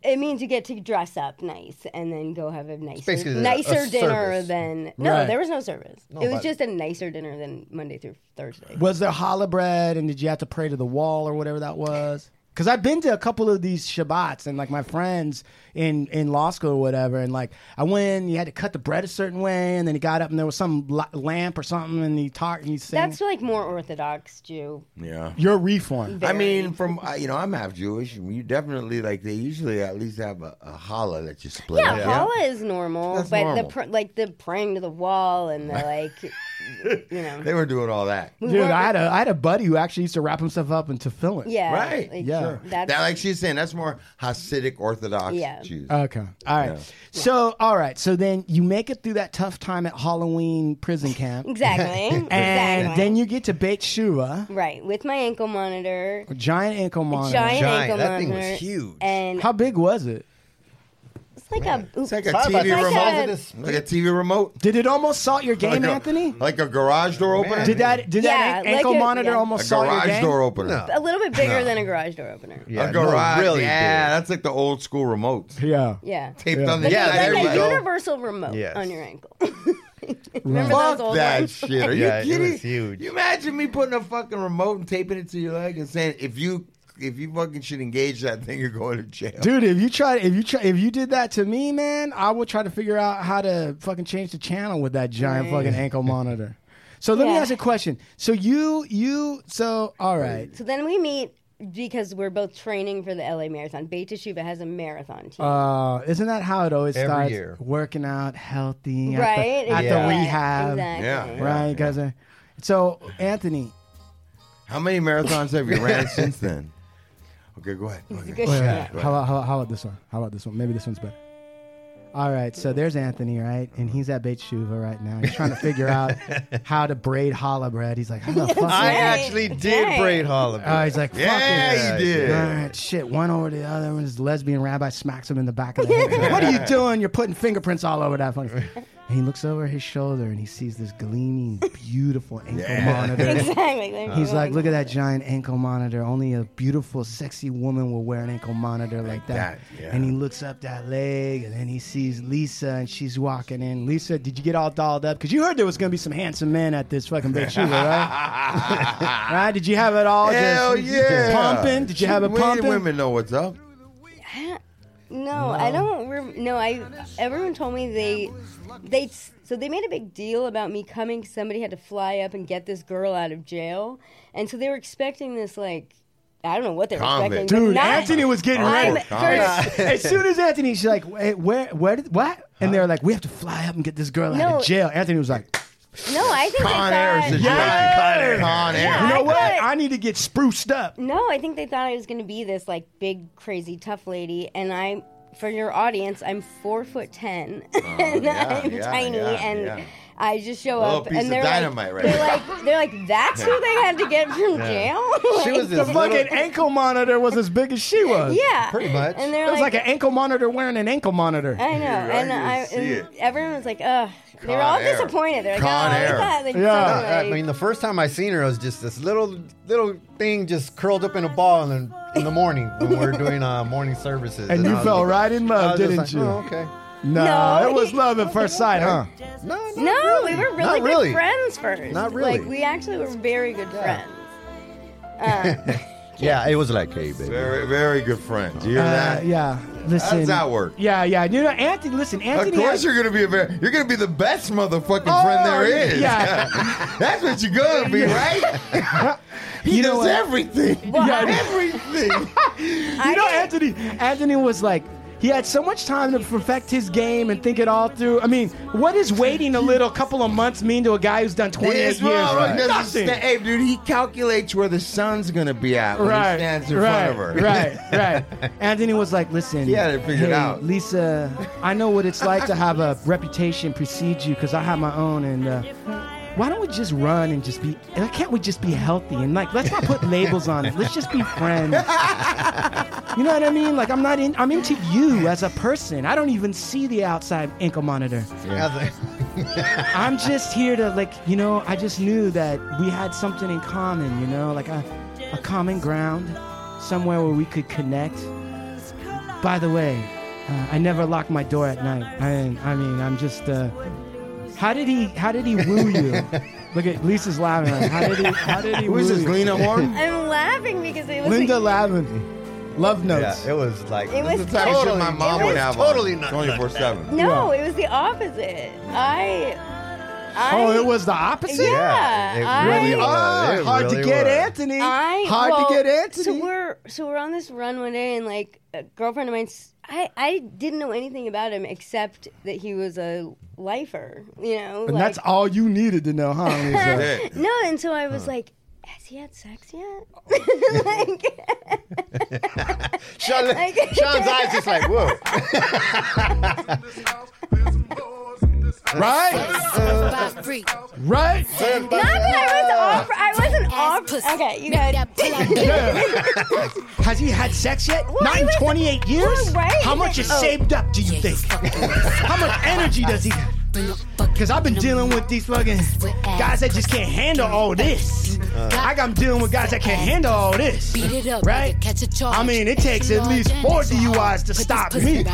[SPEAKER 7] it means you get to dress up nice and then go have a nicer,
[SPEAKER 6] basically a- a
[SPEAKER 7] nicer dinner
[SPEAKER 6] service.
[SPEAKER 7] than. No,
[SPEAKER 3] Right.
[SPEAKER 7] there was no service. it was
[SPEAKER 6] but-
[SPEAKER 7] just a nicer dinner than Monday through Thursday.
[SPEAKER 3] Was there challah bread and did you have to pray to the wall or whatever that was? Because I've been to a couple of these Shabbats and like my friends in, in law school or whatever, and like I went, you had to cut the bread a certain way, and then he got up and there was some la- lamp or something, and he talked and he sang.
[SPEAKER 7] That's like more Orthodox Jew.
[SPEAKER 2] Yeah.
[SPEAKER 3] You're reformed.
[SPEAKER 2] I mean, from uh, you know, I'm half Jewish. and You definitely like they usually at least have a, a challah that you split.
[SPEAKER 7] Yeah,
[SPEAKER 2] up,
[SPEAKER 7] challah is normal,
[SPEAKER 2] That's
[SPEAKER 7] but
[SPEAKER 2] normal.
[SPEAKER 7] the pr- like the praying to the wall and the like, you know,
[SPEAKER 2] They were doing all that.
[SPEAKER 7] we
[SPEAKER 3] Dude,
[SPEAKER 7] weren't-
[SPEAKER 3] I had a I had a buddy who actually used to wrap himself up in tefillin.
[SPEAKER 7] yeah,
[SPEAKER 2] Right,
[SPEAKER 7] like,
[SPEAKER 3] yeah. Sure.
[SPEAKER 7] That's,
[SPEAKER 2] that, like she's saying, that's more Hasidic Orthodox
[SPEAKER 7] Yeah.
[SPEAKER 2] Jews.
[SPEAKER 6] Uh,
[SPEAKER 3] Okay. All right.
[SPEAKER 2] Yeah.
[SPEAKER 3] So, all right. So then you make it through that tough time at Halloween prison camp.
[SPEAKER 7] exactly,
[SPEAKER 3] And
[SPEAKER 7] exactly.
[SPEAKER 3] then you get to Beit Shua,
[SPEAKER 7] right with my ankle monitor,
[SPEAKER 3] giant ankle monitor.
[SPEAKER 7] giant,
[SPEAKER 6] Giant.
[SPEAKER 7] ankle
[SPEAKER 6] That thing
[SPEAKER 7] monitor,
[SPEAKER 6] was huge.
[SPEAKER 7] and
[SPEAKER 3] How big was it?
[SPEAKER 7] it's like a
[SPEAKER 2] It's like a
[SPEAKER 6] Sorry about
[SPEAKER 2] TV
[SPEAKER 6] that.
[SPEAKER 2] remote.
[SPEAKER 6] It's like a-
[SPEAKER 2] Like a TV remote.
[SPEAKER 3] Did it almost salt your game,
[SPEAKER 2] like a,
[SPEAKER 3] Anthony?
[SPEAKER 2] Like a garage
[SPEAKER 6] Oh,
[SPEAKER 2] door opener.
[SPEAKER 3] Did that did
[SPEAKER 7] Yeah,
[SPEAKER 3] that an-
[SPEAKER 7] like
[SPEAKER 3] ankle
[SPEAKER 7] a-
[SPEAKER 3] monitor
[SPEAKER 7] yeah.
[SPEAKER 2] A
[SPEAKER 3] almost salt your
[SPEAKER 2] garage
[SPEAKER 3] game?
[SPEAKER 2] door opener.
[SPEAKER 7] a little bit bigger than a garage door opener.
[SPEAKER 6] Yeah,
[SPEAKER 2] a
[SPEAKER 6] no,
[SPEAKER 2] garage.
[SPEAKER 6] really
[SPEAKER 2] yeah,
[SPEAKER 6] big.
[SPEAKER 2] that's like the old school remote.
[SPEAKER 3] Yeah.
[SPEAKER 7] Yeah.
[SPEAKER 2] Taped
[SPEAKER 3] Yeah.
[SPEAKER 2] on the
[SPEAKER 7] Like,
[SPEAKER 6] Yeah,
[SPEAKER 7] a-
[SPEAKER 6] there
[SPEAKER 7] like
[SPEAKER 6] you
[SPEAKER 7] a
[SPEAKER 6] go.
[SPEAKER 7] universal remote
[SPEAKER 6] Yes.
[SPEAKER 7] on your ankle. Remember those
[SPEAKER 2] Fuck
[SPEAKER 7] old
[SPEAKER 2] that
[SPEAKER 7] ones?
[SPEAKER 2] shit. Are
[SPEAKER 6] Yeah, it
[SPEAKER 2] you kidding?
[SPEAKER 6] was huge.
[SPEAKER 2] You imagine me putting a fucking remote and taping it to your leg and saying, if you if you fucking should engage that thing, you're going to jail.
[SPEAKER 3] Dude, if you try if you try if you did that to me, man, I would try to figure out how to fucking change the channel with that giant fucking ankle monitor. So let me
[SPEAKER 7] Yeah.
[SPEAKER 3] ask you a question. So you you so all right.
[SPEAKER 7] So then we meet because we're both training for the LA Marathon. Beit Teshuva has a marathon team.
[SPEAKER 3] Uh, isn't that how it always
[SPEAKER 6] Every
[SPEAKER 3] starts?
[SPEAKER 6] year.
[SPEAKER 3] Working out, healthy,
[SPEAKER 7] right?
[SPEAKER 3] At the, at the
[SPEAKER 6] Yeah.
[SPEAKER 3] rehab,
[SPEAKER 7] Exactly.
[SPEAKER 2] Yeah.
[SPEAKER 3] right? You Guys, are, so Anthony,
[SPEAKER 2] How many marathons have you ran since then? Okay, go ahead.
[SPEAKER 7] It's
[SPEAKER 2] Okay.
[SPEAKER 7] a good
[SPEAKER 3] Wait, wait,
[SPEAKER 7] shot.
[SPEAKER 3] wait. uh, How, about, how, about- how about this one? How about this one? Maybe this one's better. All right, so there's Anthony, right? And he's at Beit Shuva right now. He's trying to figure out how to braid challah bread. He's like, how the fuck?
[SPEAKER 6] I
[SPEAKER 7] Right.
[SPEAKER 6] actually did
[SPEAKER 7] Right.
[SPEAKER 6] braid Holland.
[SPEAKER 3] Uh, he's like, fuck it.
[SPEAKER 2] Yeah, you did.
[SPEAKER 3] All right, shit. One over the other. And this lesbian rabbi smacks him in the back of the head. He's like, what are you doing? You're putting fingerprints all over that fucking. And he looks over his shoulder and he sees this gleaming, beautiful ankle monitor.
[SPEAKER 7] Exactly. There
[SPEAKER 3] He's
[SPEAKER 7] you
[SPEAKER 3] like,
[SPEAKER 7] go.
[SPEAKER 3] look at that giant ankle monitor. Only a beautiful, sexy woman will wear an ankle monitor like
[SPEAKER 2] that,
[SPEAKER 3] that.
[SPEAKER 2] yeah.
[SPEAKER 3] And he looks up that leg, and then he sees Lisa, and she's walking in. Lisa, did you get all dolled up? Because you heard there was going to be some handsome men at this fucking big shooter, right? right? Did you have it all
[SPEAKER 2] Hell
[SPEAKER 3] just
[SPEAKER 2] yeah!
[SPEAKER 3] pumping? Did you have it
[SPEAKER 2] Women-
[SPEAKER 3] pumping?
[SPEAKER 2] Women know what's up.
[SPEAKER 7] No, I don't. Rem- no, I. Everyone told me they, they. So they made a big deal about me coming. 'cause Somebody had to fly up and get this girl out of jail, and so they were expecting this like I don't know what they're
[SPEAKER 2] Convict.
[SPEAKER 7] expecting. but
[SPEAKER 3] Dude,
[SPEAKER 7] not-
[SPEAKER 3] Anthony was getting
[SPEAKER 2] Oh,
[SPEAKER 3] ready.
[SPEAKER 2] God.
[SPEAKER 7] first-
[SPEAKER 3] as soon as Anthony, she's like, "Wait, where, where did, what? And they're like, we have to fly up and get this girl out
[SPEAKER 7] No.
[SPEAKER 3] of jail. Anthony was like,
[SPEAKER 7] No, I think
[SPEAKER 2] Con
[SPEAKER 7] they
[SPEAKER 2] Air
[SPEAKER 7] thought.
[SPEAKER 2] situation.
[SPEAKER 3] Yeah.
[SPEAKER 2] Con Air.
[SPEAKER 3] you know
[SPEAKER 7] I
[SPEAKER 3] what?
[SPEAKER 7] thought-
[SPEAKER 3] I need to get spruced up.
[SPEAKER 7] No, I think they thought I was going to be this like big, crazy, tough lady, and I'm for your audience. I'm four foot ten, and
[SPEAKER 2] Oh, yeah,
[SPEAKER 7] I'm
[SPEAKER 2] yeah,
[SPEAKER 7] tiny,
[SPEAKER 2] yeah,
[SPEAKER 7] and
[SPEAKER 2] yeah.
[SPEAKER 7] I just show
[SPEAKER 2] Little
[SPEAKER 7] up,
[SPEAKER 2] piece of
[SPEAKER 7] and they're
[SPEAKER 2] dynamite right
[SPEAKER 7] like, they're
[SPEAKER 2] there.
[SPEAKER 7] like, they're like, that's who they had to get from jail.
[SPEAKER 6] She
[SPEAKER 7] Like,
[SPEAKER 6] was
[SPEAKER 3] The
[SPEAKER 6] this
[SPEAKER 3] fucking ankle monitor was as big as she was.
[SPEAKER 7] yeah,
[SPEAKER 6] Pretty much.
[SPEAKER 7] and they're
[SPEAKER 3] It was
[SPEAKER 7] like.
[SPEAKER 3] like an ankle monitor wearing an ankle monitor.
[SPEAKER 7] I know,
[SPEAKER 2] I can
[SPEAKER 7] and I,
[SPEAKER 2] see
[SPEAKER 7] and
[SPEAKER 2] it.
[SPEAKER 7] everyone was like, "Ugh," they were
[SPEAKER 2] Con
[SPEAKER 7] all
[SPEAKER 2] Air.
[SPEAKER 7] disappointed. They're like,
[SPEAKER 2] Con
[SPEAKER 7] "Oh,
[SPEAKER 2] Air.
[SPEAKER 7] we thought they'd
[SPEAKER 3] Yeah.
[SPEAKER 7] come
[SPEAKER 3] No,
[SPEAKER 6] Uh, I
[SPEAKER 7] away."
[SPEAKER 6] mean, the first time I seen her, it was just this little little thing just curled up in a ball in, the- in the morning when we were doing uh, morning services.
[SPEAKER 3] And you
[SPEAKER 6] I was
[SPEAKER 3] fell
[SPEAKER 6] like-
[SPEAKER 3] right in
[SPEAKER 6] I
[SPEAKER 3] love,
[SPEAKER 6] was just
[SPEAKER 3] didn't
[SPEAKER 6] like,
[SPEAKER 3] you?
[SPEAKER 6] "Oh, okay.
[SPEAKER 3] No,
[SPEAKER 7] No.
[SPEAKER 3] it was love at first sight, huh?
[SPEAKER 6] No, not
[SPEAKER 7] No,
[SPEAKER 6] really.
[SPEAKER 7] we were really
[SPEAKER 6] Not
[SPEAKER 7] good
[SPEAKER 6] really.
[SPEAKER 7] friends first.
[SPEAKER 6] Not really.
[SPEAKER 7] Like we actually were very good friends. Um,
[SPEAKER 6] Yeah, it was like, hey, baby.
[SPEAKER 2] Very, very good friends. You hear
[SPEAKER 3] Uh,
[SPEAKER 2] that?
[SPEAKER 3] yeah. Listen.
[SPEAKER 2] How does that work?
[SPEAKER 3] Yeah, yeah. You know, Anthony. Listen,
[SPEAKER 2] Of
[SPEAKER 3] Anthony.
[SPEAKER 2] course,
[SPEAKER 3] has-
[SPEAKER 2] you're gonna be a very, you're gonna be the best motherfucking
[SPEAKER 3] Oh,
[SPEAKER 2] friend there is.
[SPEAKER 3] yeah.
[SPEAKER 2] that's what you're gonna be, right? he
[SPEAKER 3] You know
[SPEAKER 2] does
[SPEAKER 3] what?
[SPEAKER 2] everything.
[SPEAKER 3] Yeah.
[SPEAKER 2] everything.
[SPEAKER 3] you
[SPEAKER 7] I
[SPEAKER 3] know,
[SPEAKER 7] didn't-
[SPEAKER 3] Anthony. Anthony was like. He had so much time to perfect his game and think it all through. I mean, what is waiting a little couple of months mean to a guy who's done 28
[SPEAKER 2] This
[SPEAKER 3] years?
[SPEAKER 2] motherfucker doesn't
[SPEAKER 3] Nothing.
[SPEAKER 2] sta- Hey, dude, he calculates where the sun's gonna be at when he stands in
[SPEAKER 3] right,
[SPEAKER 2] front of her.
[SPEAKER 3] Right, right. Anthony was like, listen.
[SPEAKER 2] He had it figured
[SPEAKER 3] hey,
[SPEAKER 2] out."
[SPEAKER 3] Lisa, I know what it's like to have a reputation precede you because I have my own. And uh, why don't we just run and just be, and can't we just be healthy? And like, let's not put labels on it. Let's just be friends. You know what I mean? Like, I'm not in, I'm into you as a person. I don't even see the outside ankle monitor.
[SPEAKER 6] Yeah.
[SPEAKER 3] I'm just here to like, you know, I just knew that we had something in common, you know, like a, a common ground, somewhere where we could connect. By the way, uh, I never lock my door at night. I, I mean, I'm just. Uh, how did he? How did he woo you? Look at Lisa's laughing. Like, how did he? How did he?
[SPEAKER 2] Who is
[SPEAKER 3] woo
[SPEAKER 2] this,
[SPEAKER 3] you?
[SPEAKER 2] Lena Horn?
[SPEAKER 7] I'm laughing because it was
[SPEAKER 3] Linda
[SPEAKER 7] like,
[SPEAKER 3] Lavin. Love notes.
[SPEAKER 6] Yeah, it was like this
[SPEAKER 7] It was
[SPEAKER 6] is the type of shit
[SPEAKER 7] totally-
[SPEAKER 2] my mom
[SPEAKER 7] it
[SPEAKER 2] would
[SPEAKER 7] was
[SPEAKER 2] have
[SPEAKER 6] totally
[SPEAKER 2] on
[SPEAKER 6] not
[SPEAKER 2] 24 seven.
[SPEAKER 7] no, it was the opposite. I, I
[SPEAKER 3] oh, it was the opposite.
[SPEAKER 7] Yeah,
[SPEAKER 6] Yeah, it
[SPEAKER 7] I-
[SPEAKER 6] really was.
[SPEAKER 3] Ah,
[SPEAKER 6] It
[SPEAKER 3] hard to
[SPEAKER 6] really
[SPEAKER 3] get
[SPEAKER 6] was.
[SPEAKER 3] Anthony.
[SPEAKER 7] I
[SPEAKER 3] hard
[SPEAKER 7] well,
[SPEAKER 3] to get Anthony.
[SPEAKER 7] So we're so we're on this run one day, and like a girlfriend of mine, I I didn't know anything about him except that he was a lifer. You know,
[SPEAKER 3] and
[SPEAKER 7] like,
[SPEAKER 3] that's all you needed to know, huh? Lisa?
[SPEAKER 2] Shit.
[SPEAKER 7] No, and so I was like, has he had sex
[SPEAKER 3] Oh.
[SPEAKER 7] yet? like.
[SPEAKER 6] Sean,
[SPEAKER 7] Like-
[SPEAKER 6] Sean's eyes just like, whoa.
[SPEAKER 3] Right? Right?
[SPEAKER 7] Not that I was off. I wasn't
[SPEAKER 8] pussy.
[SPEAKER 7] off. Okay, you guys.
[SPEAKER 3] Has he had sex yet? Not
[SPEAKER 7] he
[SPEAKER 3] in
[SPEAKER 7] was-
[SPEAKER 3] 28 years?
[SPEAKER 7] Well, right,
[SPEAKER 3] How much
[SPEAKER 7] he's like-
[SPEAKER 3] is
[SPEAKER 7] oh.
[SPEAKER 3] saved up, do you think? How much energy does he Because I've been dealing with these fucking guys that just can't handle all this. Like I'm dealing with guys that can't handle all this.
[SPEAKER 8] Beat it up,
[SPEAKER 3] Right?
[SPEAKER 8] right? Catch a charge.
[SPEAKER 3] I mean, it takes at least four DUIs to stop me.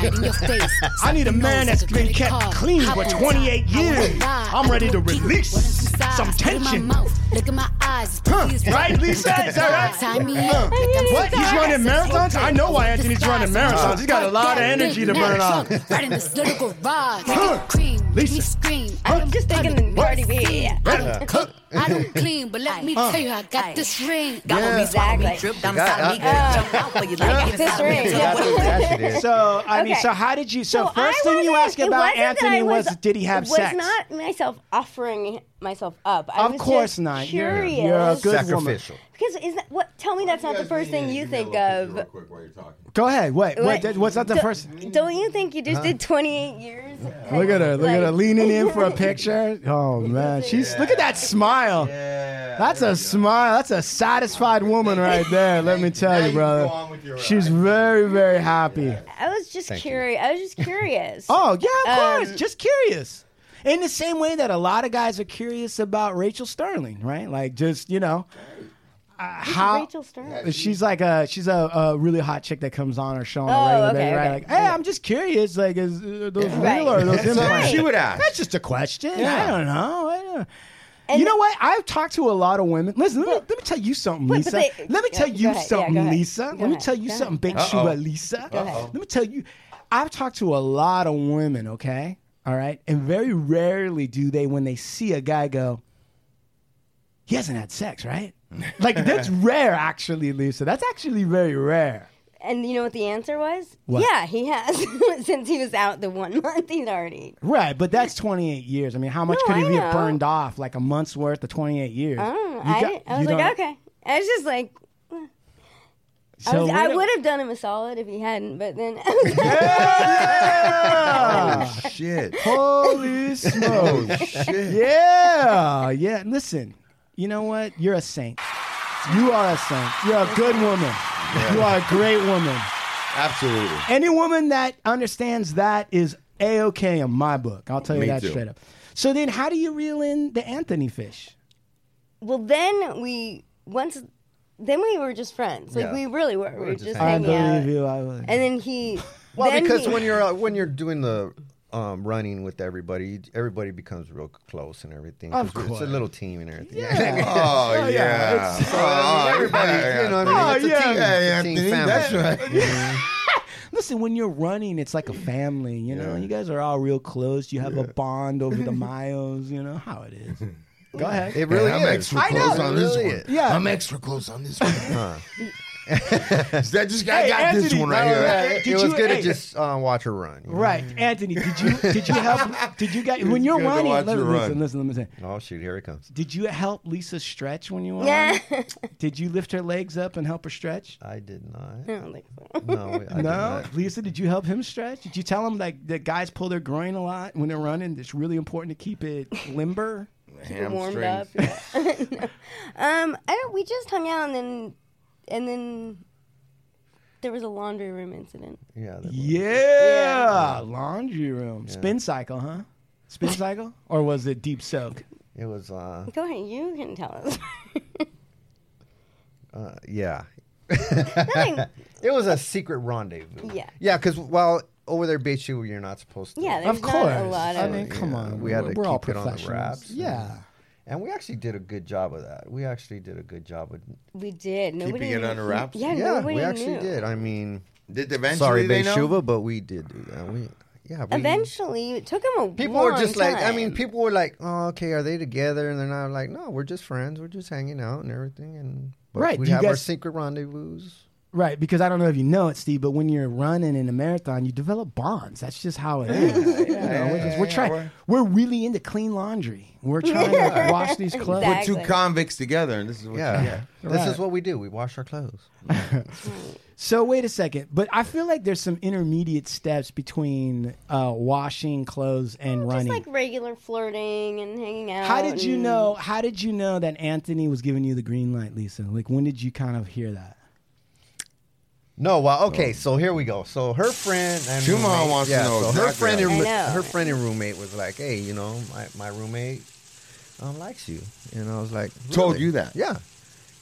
[SPEAKER 3] I need a man that's been kept clean for 28 years. I'm ready to release some tension.
[SPEAKER 8] Look at my eyes.
[SPEAKER 3] Huh, right, Lisa? Is that right?
[SPEAKER 8] Tie me
[SPEAKER 3] Huh.
[SPEAKER 8] up. like I'm
[SPEAKER 3] What?
[SPEAKER 8] Star.
[SPEAKER 3] He's running marathons? I know why
[SPEAKER 8] Look at
[SPEAKER 3] Anthony's
[SPEAKER 8] the stars.
[SPEAKER 3] running marathons. He's got a lot of energy to burn off.
[SPEAKER 8] Right in this little garage.
[SPEAKER 3] Huh.
[SPEAKER 8] Cream, make
[SPEAKER 3] Lisa.
[SPEAKER 8] me scream.
[SPEAKER 7] I'm just thinking
[SPEAKER 8] public,
[SPEAKER 7] Cardi
[SPEAKER 8] make me
[SPEAKER 7] B,
[SPEAKER 8] scream.
[SPEAKER 7] yeah.
[SPEAKER 8] I don't cook, I don't clean, but let me tell you, I got this ring.
[SPEAKER 9] Gobble me, swallow me,
[SPEAKER 7] Exactly.
[SPEAKER 9] drip down
[SPEAKER 6] Yeah,
[SPEAKER 9] inside me,
[SPEAKER 6] yeah.
[SPEAKER 9] good, jump out for you, like it
[SPEAKER 7] this
[SPEAKER 9] inside me,
[SPEAKER 7] ring.
[SPEAKER 9] tell
[SPEAKER 7] Yeah.
[SPEAKER 9] what it
[SPEAKER 6] That's what it is.
[SPEAKER 3] So I mean,
[SPEAKER 7] Okay.
[SPEAKER 3] so how did you? So,
[SPEAKER 7] So
[SPEAKER 3] first
[SPEAKER 7] I
[SPEAKER 3] thing you
[SPEAKER 7] wasn't-
[SPEAKER 3] ask
[SPEAKER 7] it
[SPEAKER 3] about
[SPEAKER 7] wasn't that
[SPEAKER 3] Anthony
[SPEAKER 7] I
[SPEAKER 3] was, did he have
[SPEAKER 7] was
[SPEAKER 3] sex?
[SPEAKER 7] not myself offering myself up. I
[SPEAKER 3] of
[SPEAKER 7] was
[SPEAKER 3] course
[SPEAKER 7] just
[SPEAKER 3] not. You're,
[SPEAKER 7] Curious.
[SPEAKER 3] you're a good woman.
[SPEAKER 6] Sacrificial.
[SPEAKER 7] Because is that what? Tell me that's not the first thing you think of.
[SPEAKER 3] Go ahead. What? What?
[SPEAKER 7] What-
[SPEAKER 3] that- What's not the
[SPEAKER 7] Don't-
[SPEAKER 3] first?
[SPEAKER 7] Don't you think you just did 28 years?
[SPEAKER 3] Look at her. Look at her
[SPEAKER 7] Like-
[SPEAKER 3] leaning in for a picture. Oh man, she's look at that smile. That's a smile. That's a satisfied woman right there. Let me tell you, brother. She's very, very happy.
[SPEAKER 7] I was just curious. I was just curious.
[SPEAKER 3] Oh yeah, of
[SPEAKER 7] Um,
[SPEAKER 3] course. Just curious. In the same way that a lot of guys are curious about Rachel Sterling, right? Like just you know, uh, how
[SPEAKER 7] Rachel Stern.
[SPEAKER 3] She's like a she's a, a really hot chick that comes on our show on
[SPEAKER 7] Oh,
[SPEAKER 3] a regular
[SPEAKER 7] okay,
[SPEAKER 3] basis, right?
[SPEAKER 7] okay.
[SPEAKER 3] Like, hey, I'm just curious, like, is are those
[SPEAKER 7] Right.
[SPEAKER 3] real or are those
[SPEAKER 2] That's what
[SPEAKER 3] implants?
[SPEAKER 2] she would ask.
[SPEAKER 3] That's just a question. I don't know. I don't know.
[SPEAKER 7] And
[SPEAKER 3] you know
[SPEAKER 7] the-
[SPEAKER 3] what? I've talked to a lot of women. Listen, let, me, let me tell you something,
[SPEAKER 7] But-
[SPEAKER 3] Lisa.
[SPEAKER 7] but they-
[SPEAKER 3] let me
[SPEAKER 7] yeah,
[SPEAKER 3] tell
[SPEAKER 7] go
[SPEAKER 3] you
[SPEAKER 7] ahead. Yeah,
[SPEAKER 3] something,
[SPEAKER 7] go ahead.
[SPEAKER 3] Lisa.
[SPEAKER 7] Go
[SPEAKER 3] let me
[SPEAKER 7] ahead.
[SPEAKER 3] tell you
[SPEAKER 7] Go
[SPEAKER 3] something, Big
[SPEAKER 2] Uh-oh.
[SPEAKER 3] Shua, Lisa.
[SPEAKER 7] ahead.
[SPEAKER 3] Let me tell you, I've talked to a lot of women, okay? All right. And very rarely do they, when they see a guy, go, he hasn't had sex, right? like that's rare, actually, Lisa. That's actually very rare.
[SPEAKER 7] And you know what the answer was?
[SPEAKER 3] What?
[SPEAKER 7] Yeah, he has. Since he was out the one month, he'd already.
[SPEAKER 3] Right, but that's 28 years. I mean, how much
[SPEAKER 7] No,
[SPEAKER 3] could he
[SPEAKER 7] I
[SPEAKER 3] be
[SPEAKER 7] know.
[SPEAKER 3] burned off? Like a month's worth of 28 years.
[SPEAKER 7] Oh,
[SPEAKER 3] You
[SPEAKER 7] I,
[SPEAKER 3] got-
[SPEAKER 7] didn't- I
[SPEAKER 3] you
[SPEAKER 7] was like,
[SPEAKER 3] don't-
[SPEAKER 7] okay. I was just like, eh. I,
[SPEAKER 3] So
[SPEAKER 7] was, I
[SPEAKER 3] what-
[SPEAKER 7] would have done him a solid if he hadn't, but then I was
[SPEAKER 2] Oh, shit.
[SPEAKER 3] Holy
[SPEAKER 2] Oh,
[SPEAKER 3] smokes.
[SPEAKER 2] shit.
[SPEAKER 3] yeah, yeah. Listen, you know what? You're a saint. You are a saint. You're a good woman. You are a great woman.
[SPEAKER 2] Absolutely.
[SPEAKER 3] Any woman that understands that is a okay in my book. I'll tell you
[SPEAKER 2] Me
[SPEAKER 3] that
[SPEAKER 2] too.
[SPEAKER 3] straight up. So then, how do you reel in the Anthony fish?
[SPEAKER 7] well, then we once, then we were just friends. Like
[SPEAKER 6] Yeah.
[SPEAKER 7] we really were. We were
[SPEAKER 6] just
[SPEAKER 7] just
[SPEAKER 3] I
[SPEAKER 7] hanging out.
[SPEAKER 3] believe you. I believe.
[SPEAKER 7] And then he.
[SPEAKER 6] Well,
[SPEAKER 7] then
[SPEAKER 6] because
[SPEAKER 7] he-
[SPEAKER 6] when you're uh, when you're doing the um, running with everybody, everybody becomes real close and everything. 'cause
[SPEAKER 3] Of
[SPEAKER 6] we're- It's a
[SPEAKER 3] course.
[SPEAKER 6] little team and everything.
[SPEAKER 2] Oh, yeah.
[SPEAKER 6] So, I mean,
[SPEAKER 2] Oh,
[SPEAKER 6] everybody,
[SPEAKER 2] yeah,
[SPEAKER 6] you know, what I mean,
[SPEAKER 3] Oh,
[SPEAKER 6] it's a team,
[SPEAKER 3] yeah.
[SPEAKER 6] it's a team
[SPEAKER 2] Anthony,
[SPEAKER 6] family.
[SPEAKER 2] that's right.
[SPEAKER 3] Listen, when you're running, it's like a family. You know, you guys are all real close. You have a bond over the miles. You know how it is. Go ahead.
[SPEAKER 6] It really
[SPEAKER 2] Yeah, I'm
[SPEAKER 6] is.
[SPEAKER 2] extra I know. close on
[SPEAKER 6] It
[SPEAKER 2] this
[SPEAKER 6] really
[SPEAKER 2] one.
[SPEAKER 6] is.
[SPEAKER 3] yeah.
[SPEAKER 10] I'm extra close on this one. Is that just I
[SPEAKER 3] Hey,
[SPEAKER 10] got this
[SPEAKER 3] Anthony,
[SPEAKER 10] one right here.
[SPEAKER 3] yeah.
[SPEAKER 6] It,
[SPEAKER 3] Did
[SPEAKER 6] was
[SPEAKER 3] you-
[SPEAKER 6] good
[SPEAKER 3] hey.
[SPEAKER 6] to just uh, watch her run. you know?
[SPEAKER 3] Right, Anthony. Did you did you help? Did you guys when you're
[SPEAKER 2] good to
[SPEAKER 3] running?
[SPEAKER 2] watch
[SPEAKER 3] Listen,
[SPEAKER 2] you run.
[SPEAKER 3] listen, listen, let me say.
[SPEAKER 6] Oh shoot! Here it comes.
[SPEAKER 3] Did you help Lisa stretch when you were
[SPEAKER 7] Yeah.
[SPEAKER 3] running? Did you lift her legs up and help her stretch?
[SPEAKER 6] I did not.
[SPEAKER 7] I
[SPEAKER 6] No,
[SPEAKER 7] don't think so.
[SPEAKER 6] I did
[SPEAKER 3] No,
[SPEAKER 6] not.
[SPEAKER 3] Lisa. Did you help him stretch? Did you tell him like that guys pull their groin a lot when they're running? It's really important to keep it limber.
[SPEAKER 7] warmed up. Yeah. um, I don't. We just hung out and then, and then there was a laundry room incident.
[SPEAKER 6] Yeah. that was-
[SPEAKER 3] yeah, laundry room spin cycle, huh? Spin cycle, or was it deep soak?
[SPEAKER 6] It was. Uh,
[SPEAKER 7] Go ahead, you can tell us.
[SPEAKER 6] uh, yeah.
[SPEAKER 7] Nothing-
[SPEAKER 6] It was a secret rendezvous.
[SPEAKER 7] Yeah.
[SPEAKER 6] Yeah, because while over there beats you, you're not supposed to.
[SPEAKER 7] yeah, there's
[SPEAKER 3] of
[SPEAKER 7] not
[SPEAKER 3] course.
[SPEAKER 7] a lot
[SPEAKER 3] I
[SPEAKER 7] of.
[SPEAKER 3] mean, come
[SPEAKER 6] Yeah,
[SPEAKER 3] on.
[SPEAKER 6] we had
[SPEAKER 3] we're,
[SPEAKER 6] to
[SPEAKER 3] we're all
[SPEAKER 6] keep it on the
[SPEAKER 3] professionals.
[SPEAKER 6] wraps.
[SPEAKER 3] Yeah.
[SPEAKER 6] And we actually did a good job of that. We actually did a good job of.
[SPEAKER 7] we did. Nobody
[SPEAKER 2] Keeping it under wraps?
[SPEAKER 7] Yeah,
[SPEAKER 6] Yeah,
[SPEAKER 7] nobody
[SPEAKER 6] we actually
[SPEAKER 7] knew.
[SPEAKER 6] did. I mean,
[SPEAKER 2] Did eventually
[SPEAKER 6] sorry,
[SPEAKER 2] they know?
[SPEAKER 6] Beishuva, but we did do that. We, yeah, we,
[SPEAKER 7] Eventually, it took him a
[SPEAKER 6] People
[SPEAKER 7] long
[SPEAKER 6] were just like, I mean,
[SPEAKER 7] time.
[SPEAKER 6] people were like, oh, okay, are they together? And they're not like, no, we're just friends. We're just hanging out and everything. And but
[SPEAKER 3] Right,
[SPEAKER 6] we
[SPEAKER 3] do you
[SPEAKER 6] have our
[SPEAKER 3] guys-
[SPEAKER 6] secret rendezvous.
[SPEAKER 3] Right, because I don't know if you know it, Steve, but when you're running in a marathon, you develop bonds. That's just how it is. You know, we're just- we're trying. we're really into clean laundry. We're trying to wash these clothes.
[SPEAKER 7] Exactly.
[SPEAKER 2] Two convicts together, and this is what
[SPEAKER 6] Yeah,
[SPEAKER 2] you
[SPEAKER 6] this
[SPEAKER 3] Right.
[SPEAKER 6] is what we do. We wash our clothes.
[SPEAKER 3] So wait a second, but I feel like there's some intermediate steps between uh, washing clothes and
[SPEAKER 7] just
[SPEAKER 3] running.
[SPEAKER 7] like regular flirting and hanging out.
[SPEAKER 3] how did you
[SPEAKER 7] and-
[SPEAKER 3] know? How did you know that Anthony was giving you the green light, Lisa? Like when did you kind of hear that?
[SPEAKER 6] No, well, okay. So here we go. So her friend and
[SPEAKER 2] Schumann
[SPEAKER 6] roommate-
[SPEAKER 2] wants to
[SPEAKER 6] yeah,
[SPEAKER 2] know
[SPEAKER 6] So her
[SPEAKER 2] exactly
[SPEAKER 6] friend, and,
[SPEAKER 7] how it
[SPEAKER 6] roo-
[SPEAKER 7] is. I know.
[SPEAKER 6] her friend and roommate was like, "Hey, you know, my, my roommate um, likes you," and I was like,
[SPEAKER 2] Told
[SPEAKER 6] "Really?"
[SPEAKER 2] you that. Mm.
[SPEAKER 6] yeah."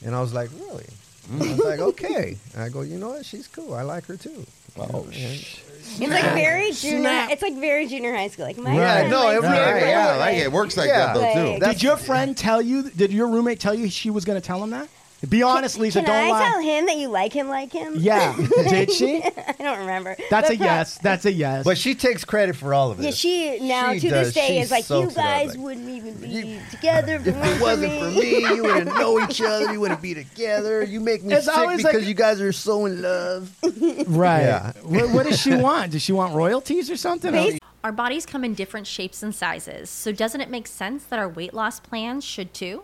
[SPEAKER 6] And I was like, "Really?" And I was like, "Okay." And I go, "You know what? She's cool. I like her too." Oh shit!
[SPEAKER 7] It's like very junior. It's like very junior high school. Like my
[SPEAKER 6] Right,
[SPEAKER 7] friend
[SPEAKER 6] no,
[SPEAKER 7] likes
[SPEAKER 6] it
[SPEAKER 7] my
[SPEAKER 6] really-
[SPEAKER 2] Right,
[SPEAKER 7] friend
[SPEAKER 2] yeah,
[SPEAKER 7] likes-
[SPEAKER 2] like it works like
[SPEAKER 6] Yeah.
[SPEAKER 2] that though
[SPEAKER 7] Like-
[SPEAKER 2] too.
[SPEAKER 6] That's-
[SPEAKER 3] did your friend tell you? Did your roommate tell you she was going to tell him that? Be honest, Lisa.
[SPEAKER 7] Can
[SPEAKER 3] don't
[SPEAKER 7] I
[SPEAKER 3] lie.
[SPEAKER 7] tell him that you like him, like him?
[SPEAKER 3] Yeah, did she?
[SPEAKER 7] I don't remember.
[SPEAKER 3] That's
[SPEAKER 7] But
[SPEAKER 3] a
[SPEAKER 7] pro-
[SPEAKER 3] yes. That's a yes.
[SPEAKER 6] But she takes credit for all of it.
[SPEAKER 7] Yeah, she now to this day is like, you guys wouldn't even be together if it weren't
[SPEAKER 6] It wasn't for me. You wouldn't know each other. You wouldn't be together. You make me
[SPEAKER 3] It's
[SPEAKER 6] sick
[SPEAKER 3] always like-
[SPEAKER 6] because you guys are so in love.
[SPEAKER 3] right.
[SPEAKER 6] Yeah.
[SPEAKER 3] What, what does she want? Does she want royalties or something?
[SPEAKER 11] Our bodies come in different shapes and sizes, so doesn't it make sense that our weight loss plans should too?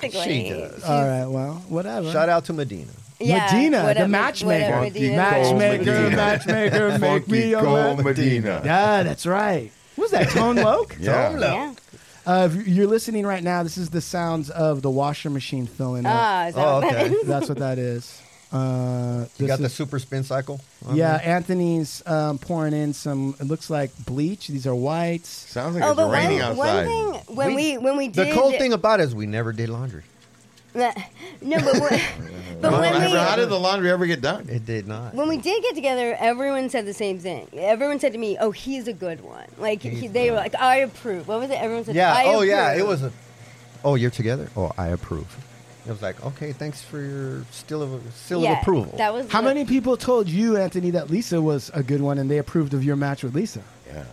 [SPEAKER 7] Basically.
[SPEAKER 3] All right, well, whatever.
[SPEAKER 6] Shout out to Medina.
[SPEAKER 7] Yeah,
[SPEAKER 3] Medina,
[SPEAKER 7] what
[SPEAKER 3] the
[SPEAKER 7] up, Med-
[SPEAKER 3] matchmaker.
[SPEAKER 7] what up, Medina?
[SPEAKER 2] Funky
[SPEAKER 3] Matchmaker,
[SPEAKER 2] Cole
[SPEAKER 3] matchmaker,
[SPEAKER 2] Medina.
[SPEAKER 3] make me a
[SPEAKER 2] Funky Cole
[SPEAKER 3] match-
[SPEAKER 2] Medina.
[SPEAKER 3] Yeah, that's right. What was that, Tone Loke?
[SPEAKER 2] Yeah. Tone Loc.
[SPEAKER 7] Yeah.
[SPEAKER 3] Uh, if you're listening right now, this is the sounds of the washer machine filling up.
[SPEAKER 7] Ah, is that Oh, what that okay. is?
[SPEAKER 3] That's what that is. Uh,
[SPEAKER 6] You
[SPEAKER 3] this
[SPEAKER 6] got the
[SPEAKER 3] is-
[SPEAKER 6] super spin cycle? on
[SPEAKER 3] yeah,
[SPEAKER 6] there?
[SPEAKER 3] Anthony's um, pouring in some. It looks like bleach. These are whites.
[SPEAKER 2] Sounds
[SPEAKER 7] like Oh, it's but one- raining one outside. thing- when we- when we
[SPEAKER 6] the
[SPEAKER 7] did-
[SPEAKER 6] cool thing about it is we never did laundry.
[SPEAKER 7] No, but when, but when we,
[SPEAKER 2] how did the laundry ever get done?
[SPEAKER 6] It did not.
[SPEAKER 7] when we did get together, everyone said the same thing. Everyone said to me, "Oh, he's a good one." Like he,
[SPEAKER 6] He's
[SPEAKER 7] they were like, "I approve." What was it? Everyone said,
[SPEAKER 6] Yeah.
[SPEAKER 7] I
[SPEAKER 6] oh, yeah. It
[SPEAKER 7] approve."
[SPEAKER 6] was a. Oh, you're together. Oh, I approve. It was like, okay, thanks for your still of still of approval.
[SPEAKER 7] That was
[SPEAKER 3] How
[SPEAKER 7] the-
[SPEAKER 3] many people told you, Anthony, that Lisa was a good one and they approved of your match with Lisa?
[SPEAKER 6] Yeah.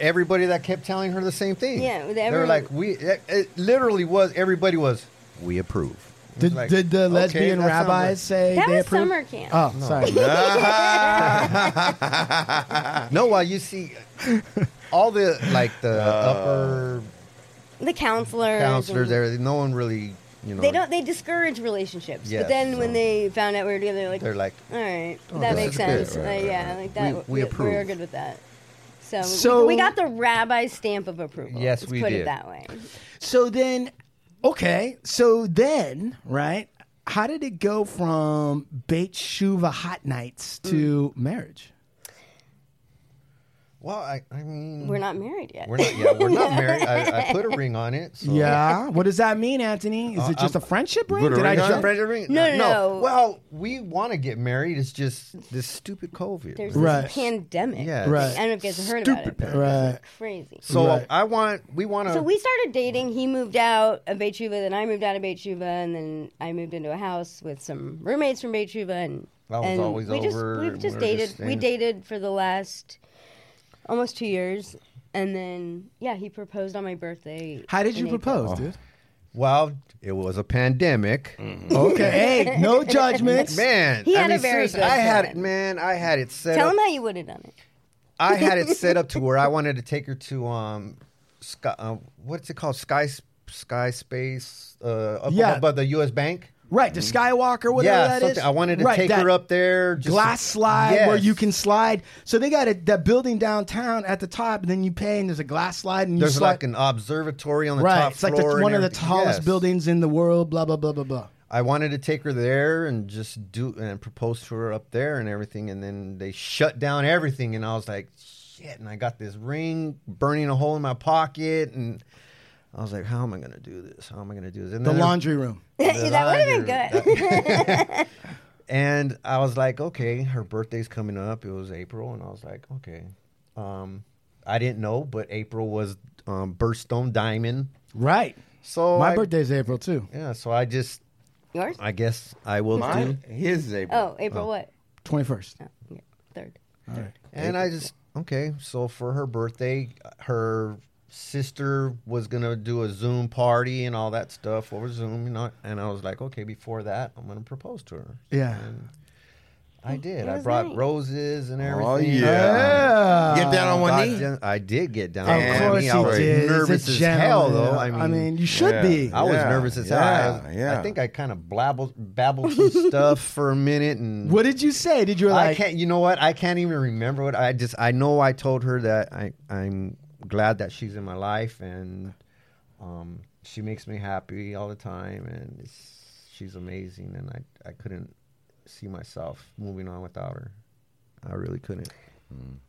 [SPEAKER 6] Everybody that kept telling her the same thing.
[SPEAKER 7] Yeah, with
[SPEAKER 6] they were
[SPEAKER 7] everyone-
[SPEAKER 6] like, we. It, it literally was. Everybody was. We approve. It was
[SPEAKER 3] Did,
[SPEAKER 6] like,
[SPEAKER 3] did the
[SPEAKER 6] okay,
[SPEAKER 3] lesbian
[SPEAKER 6] that sounds
[SPEAKER 3] rabbis
[SPEAKER 6] like-
[SPEAKER 3] say
[SPEAKER 7] That
[SPEAKER 3] they
[SPEAKER 7] was
[SPEAKER 3] approved?
[SPEAKER 7] summer camp.
[SPEAKER 3] Oh,
[SPEAKER 6] No.
[SPEAKER 3] sorry.
[SPEAKER 6] no, while you see all the like the
[SPEAKER 3] Uh,
[SPEAKER 6] upper
[SPEAKER 7] the counselors.
[SPEAKER 6] counselors
[SPEAKER 7] and-
[SPEAKER 6] there, no one really, you know,
[SPEAKER 7] They don't. They discourage relationships.
[SPEAKER 6] Yes,
[SPEAKER 7] but then
[SPEAKER 6] so-
[SPEAKER 7] when they found out we were together, they're like,
[SPEAKER 6] they're like,
[SPEAKER 7] "All right,
[SPEAKER 6] Oh, this
[SPEAKER 7] that makes
[SPEAKER 6] is good.
[SPEAKER 7] sense.
[SPEAKER 6] Right,
[SPEAKER 7] Uh,
[SPEAKER 6] right,
[SPEAKER 7] yeah,
[SPEAKER 6] right.
[SPEAKER 7] like
[SPEAKER 6] We-
[SPEAKER 7] that.
[SPEAKER 6] we
[SPEAKER 7] We are
[SPEAKER 6] approve.
[SPEAKER 7] good with that." So,
[SPEAKER 3] So-
[SPEAKER 7] we got the rabbi stamp of approval.
[SPEAKER 6] Yes,
[SPEAKER 7] Let's
[SPEAKER 6] we
[SPEAKER 7] put it
[SPEAKER 6] did.
[SPEAKER 7] that way.
[SPEAKER 3] So then, okay. So then, right? How did it go from Beit Shuva hot nights
[SPEAKER 6] Hmm.
[SPEAKER 3] to marriage?
[SPEAKER 6] well, I, I mean,
[SPEAKER 7] We're not married yet.
[SPEAKER 6] we're not, yeah, we're not married. I, I put a ring on it. So. uh,
[SPEAKER 3] Yeah. What does that mean, Anthony? Is it just a friendship ring?
[SPEAKER 2] put a
[SPEAKER 3] Did
[SPEAKER 2] ring
[SPEAKER 3] I
[SPEAKER 2] on
[SPEAKER 6] Just
[SPEAKER 2] it?
[SPEAKER 3] jump?
[SPEAKER 6] a friendship ring?
[SPEAKER 7] No, no, no.
[SPEAKER 6] Well, we want to get married. It's just this stupid COVID.
[SPEAKER 7] There's
[SPEAKER 3] Right.
[SPEAKER 7] this pandemic.
[SPEAKER 6] Yeah.
[SPEAKER 3] Right.
[SPEAKER 7] I don't know if you guys have heard
[SPEAKER 6] Stupid
[SPEAKER 7] about it. but
[SPEAKER 3] Right.
[SPEAKER 7] it's Crazy.
[SPEAKER 6] so
[SPEAKER 3] Right.
[SPEAKER 6] I want. We want to.
[SPEAKER 7] So we started dating. He moved out of Bechuva, then I moved out of Bechuva, and then I moved into a house with some roommates from Bechuva, and
[SPEAKER 6] That was
[SPEAKER 7] and
[SPEAKER 6] always
[SPEAKER 7] we
[SPEAKER 6] over,
[SPEAKER 7] Just,
[SPEAKER 6] and
[SPEAKER 7] we've
[SPEAKER 6] we
[SPEAKER 7] just
[SPEAKER 6] were
[SPEAKER 7] dated.
[SPEAKER 6] just
[SPEAKER 7] we
[SPEAKER 6] staying-
[SPEAKER 7] dated for the last almost two years, and then yeah, he proposed on my birthday.
[SPEAKER 3] How did
[SPEAKER 7] in
[SPEAKER 3] you
[SPEAKER 7] April.
[SPEAKER 3] propose, dude?
[SPEAKER 6] well, it was a pandemic.
[SPEAKER 3] Mm.
[SPEAKER 6] Oh.
[SPEAKER 3] Okay. Hey, no judgments.
[SPEAKER 6] Man,
[SPEAKER 7] He
[SPEAKER 6] I
[SPEAKER 7] had
[SPEAKER 6] mean,
[SPEAKER 7] a very
[SPEAKER 6] seriously,
[SPEAKER 7] good
[SPEAKER 6] I had it,
[SPEAKER 7] time.
[SPEAKER 6] man. I had it set
[SPEAKER 7] Tell
[SPEAKER 6] up.
[SPEAKER 7] him how you would have done it.
[SPEAKER 6] I had it set up to where I wanted to take her to um, sky, uh, what's it called? Sky Sky Space uh, up
[SPEAKER 3] Yeah.
[SPEAKER 6] above the U.S. Bank.
[SPEAKER 3] Right. The Skywalker, whatever
[SPEAKER 6] Mm-hmm. yeah,
[SPEAKER 3] that is.
[SPEAKER 6] something. I wanted to
[SPEAKER 3] Right,
[SPEAKER 6] take
[SPEAKER 3] that
[SPEAKER 6] her up there. Just
[SPEAKER 3] Glass slide where
[SPEAKER 6] Yes.
[SPEAKER 3] you can slide. So they got a, that building downtown at the top, and then you pay, and there's a glass slide, and you
[SPEAKER 6] There's
[SPEAKER 3] slide.
[SPEAKER 6] like an observatory on the
[SPEAKER 3] right.
[SPEAKER 6] top
[SPEAKER 3] it's
[SPEAKER 6] floor.
[SPEAKER 3] like the,
[SPEAKER 6] and
[SPEAKER 3] one of the
[SPEAKER 6] everything.
[SPEAKER 3] tallest
[SPEAKER 6] Yes.
[SPEAKER 3] buildings in the world. Blah blah blah blah blah.
[SPEAKER 6] I wanted to take her there and just do and propose to her up there and everything, and then they shut down everything, and I was like, shit. And I got this ring burning a hole in my pocket, and I was like, how am I gonna do this? How am I gonna do this? And
[SPEAKER 3] The
[SPEAKER 6] then-
[SPEAKER 3] laundry room.
[SPEAKER 6] the
[SPEAKER 7] that would've been
[SPEAKER 6] laundry room. That- and I was like, okay, her birthday's coming up. It was April, and I was like, okay. Um, I didn't know, but April was um, birthstone diamond.
[SPEAKER 3] Right.
[SPEAKER 6] So
[SPEAKER 3] My
[SPEAKER 6] I-
[SPEAKER 3] birthday's April too.
[SPEAKER 6] Yeah, so I just,
[SPEAKER 7] Yours?
[SPEAKER 6] I guess I will do.
[SPEAKER 2] Mine, his is April.
[SPEAKER 7] oh, April what?
[SPEAKER 3] Twenty first.
[SPEAKER 7] Oh, yeah, third.
[SPEAKER 6] And I just okay. So for her birthday, her sister was gonna do a Zoom party and all that stuff over Zoom, you know. And I was like, okay, before that, I'm gonna propose to her.
[SPEAKER 3] Yeah.
[SPEAKER 6] And I did.
[SPEAKER 7] that
[SPEAKER 6] I
[SPEAKER 7] was
[SPEAKER 6] brought
[SPEAKER 7] nice.
[SPEAKER 6] roses and everything.
[SPEAKER 2] Oh, yeah. Get down on one
[SPEAKER 6] I,
[SPEAKER 2] knee.
[SPEAKER 6] did- I did get down.
[SPEAKER 3] Of
[SPEAKER 6] on
[SPEAKER 2] Damn,
[SPEAKER 3] course
[SPEAKER 6] me.
[SPEAKER 3] he
[SPEAKER 6] I was
[SPEAKER 3] did. He's a
[SPEAKER 6] nervous as hell,
[SPEAKER 3] gentleman.
[SPEAKER 6] though. I mean,
[SPEAKER 3] you should
[SPEAKER 2] yeah.
[SPEAKER 3] be.
[SPEAKER 6] I was
[SPEAKER 2] Yeah,
[SPEAKER 6] nervous as
[SPEAKER 2] yeah,
[SPEAKER 6] hell. I, was-
[SPEAKER 2] yeah.
[SPEAKER 6] I think I kind of blabbled, babbled some stuff for a minute, and
[SPEAKER 3] What did you say? Did you like?
[SPEAKER 6] I can't. You know what? I can't even remember what I just. I know I told her that I, I'm glad that she's in my life and um, she makes me happy all the time and it's, she's amazing and I I couldn't see myself moving on without her. I really couldn't.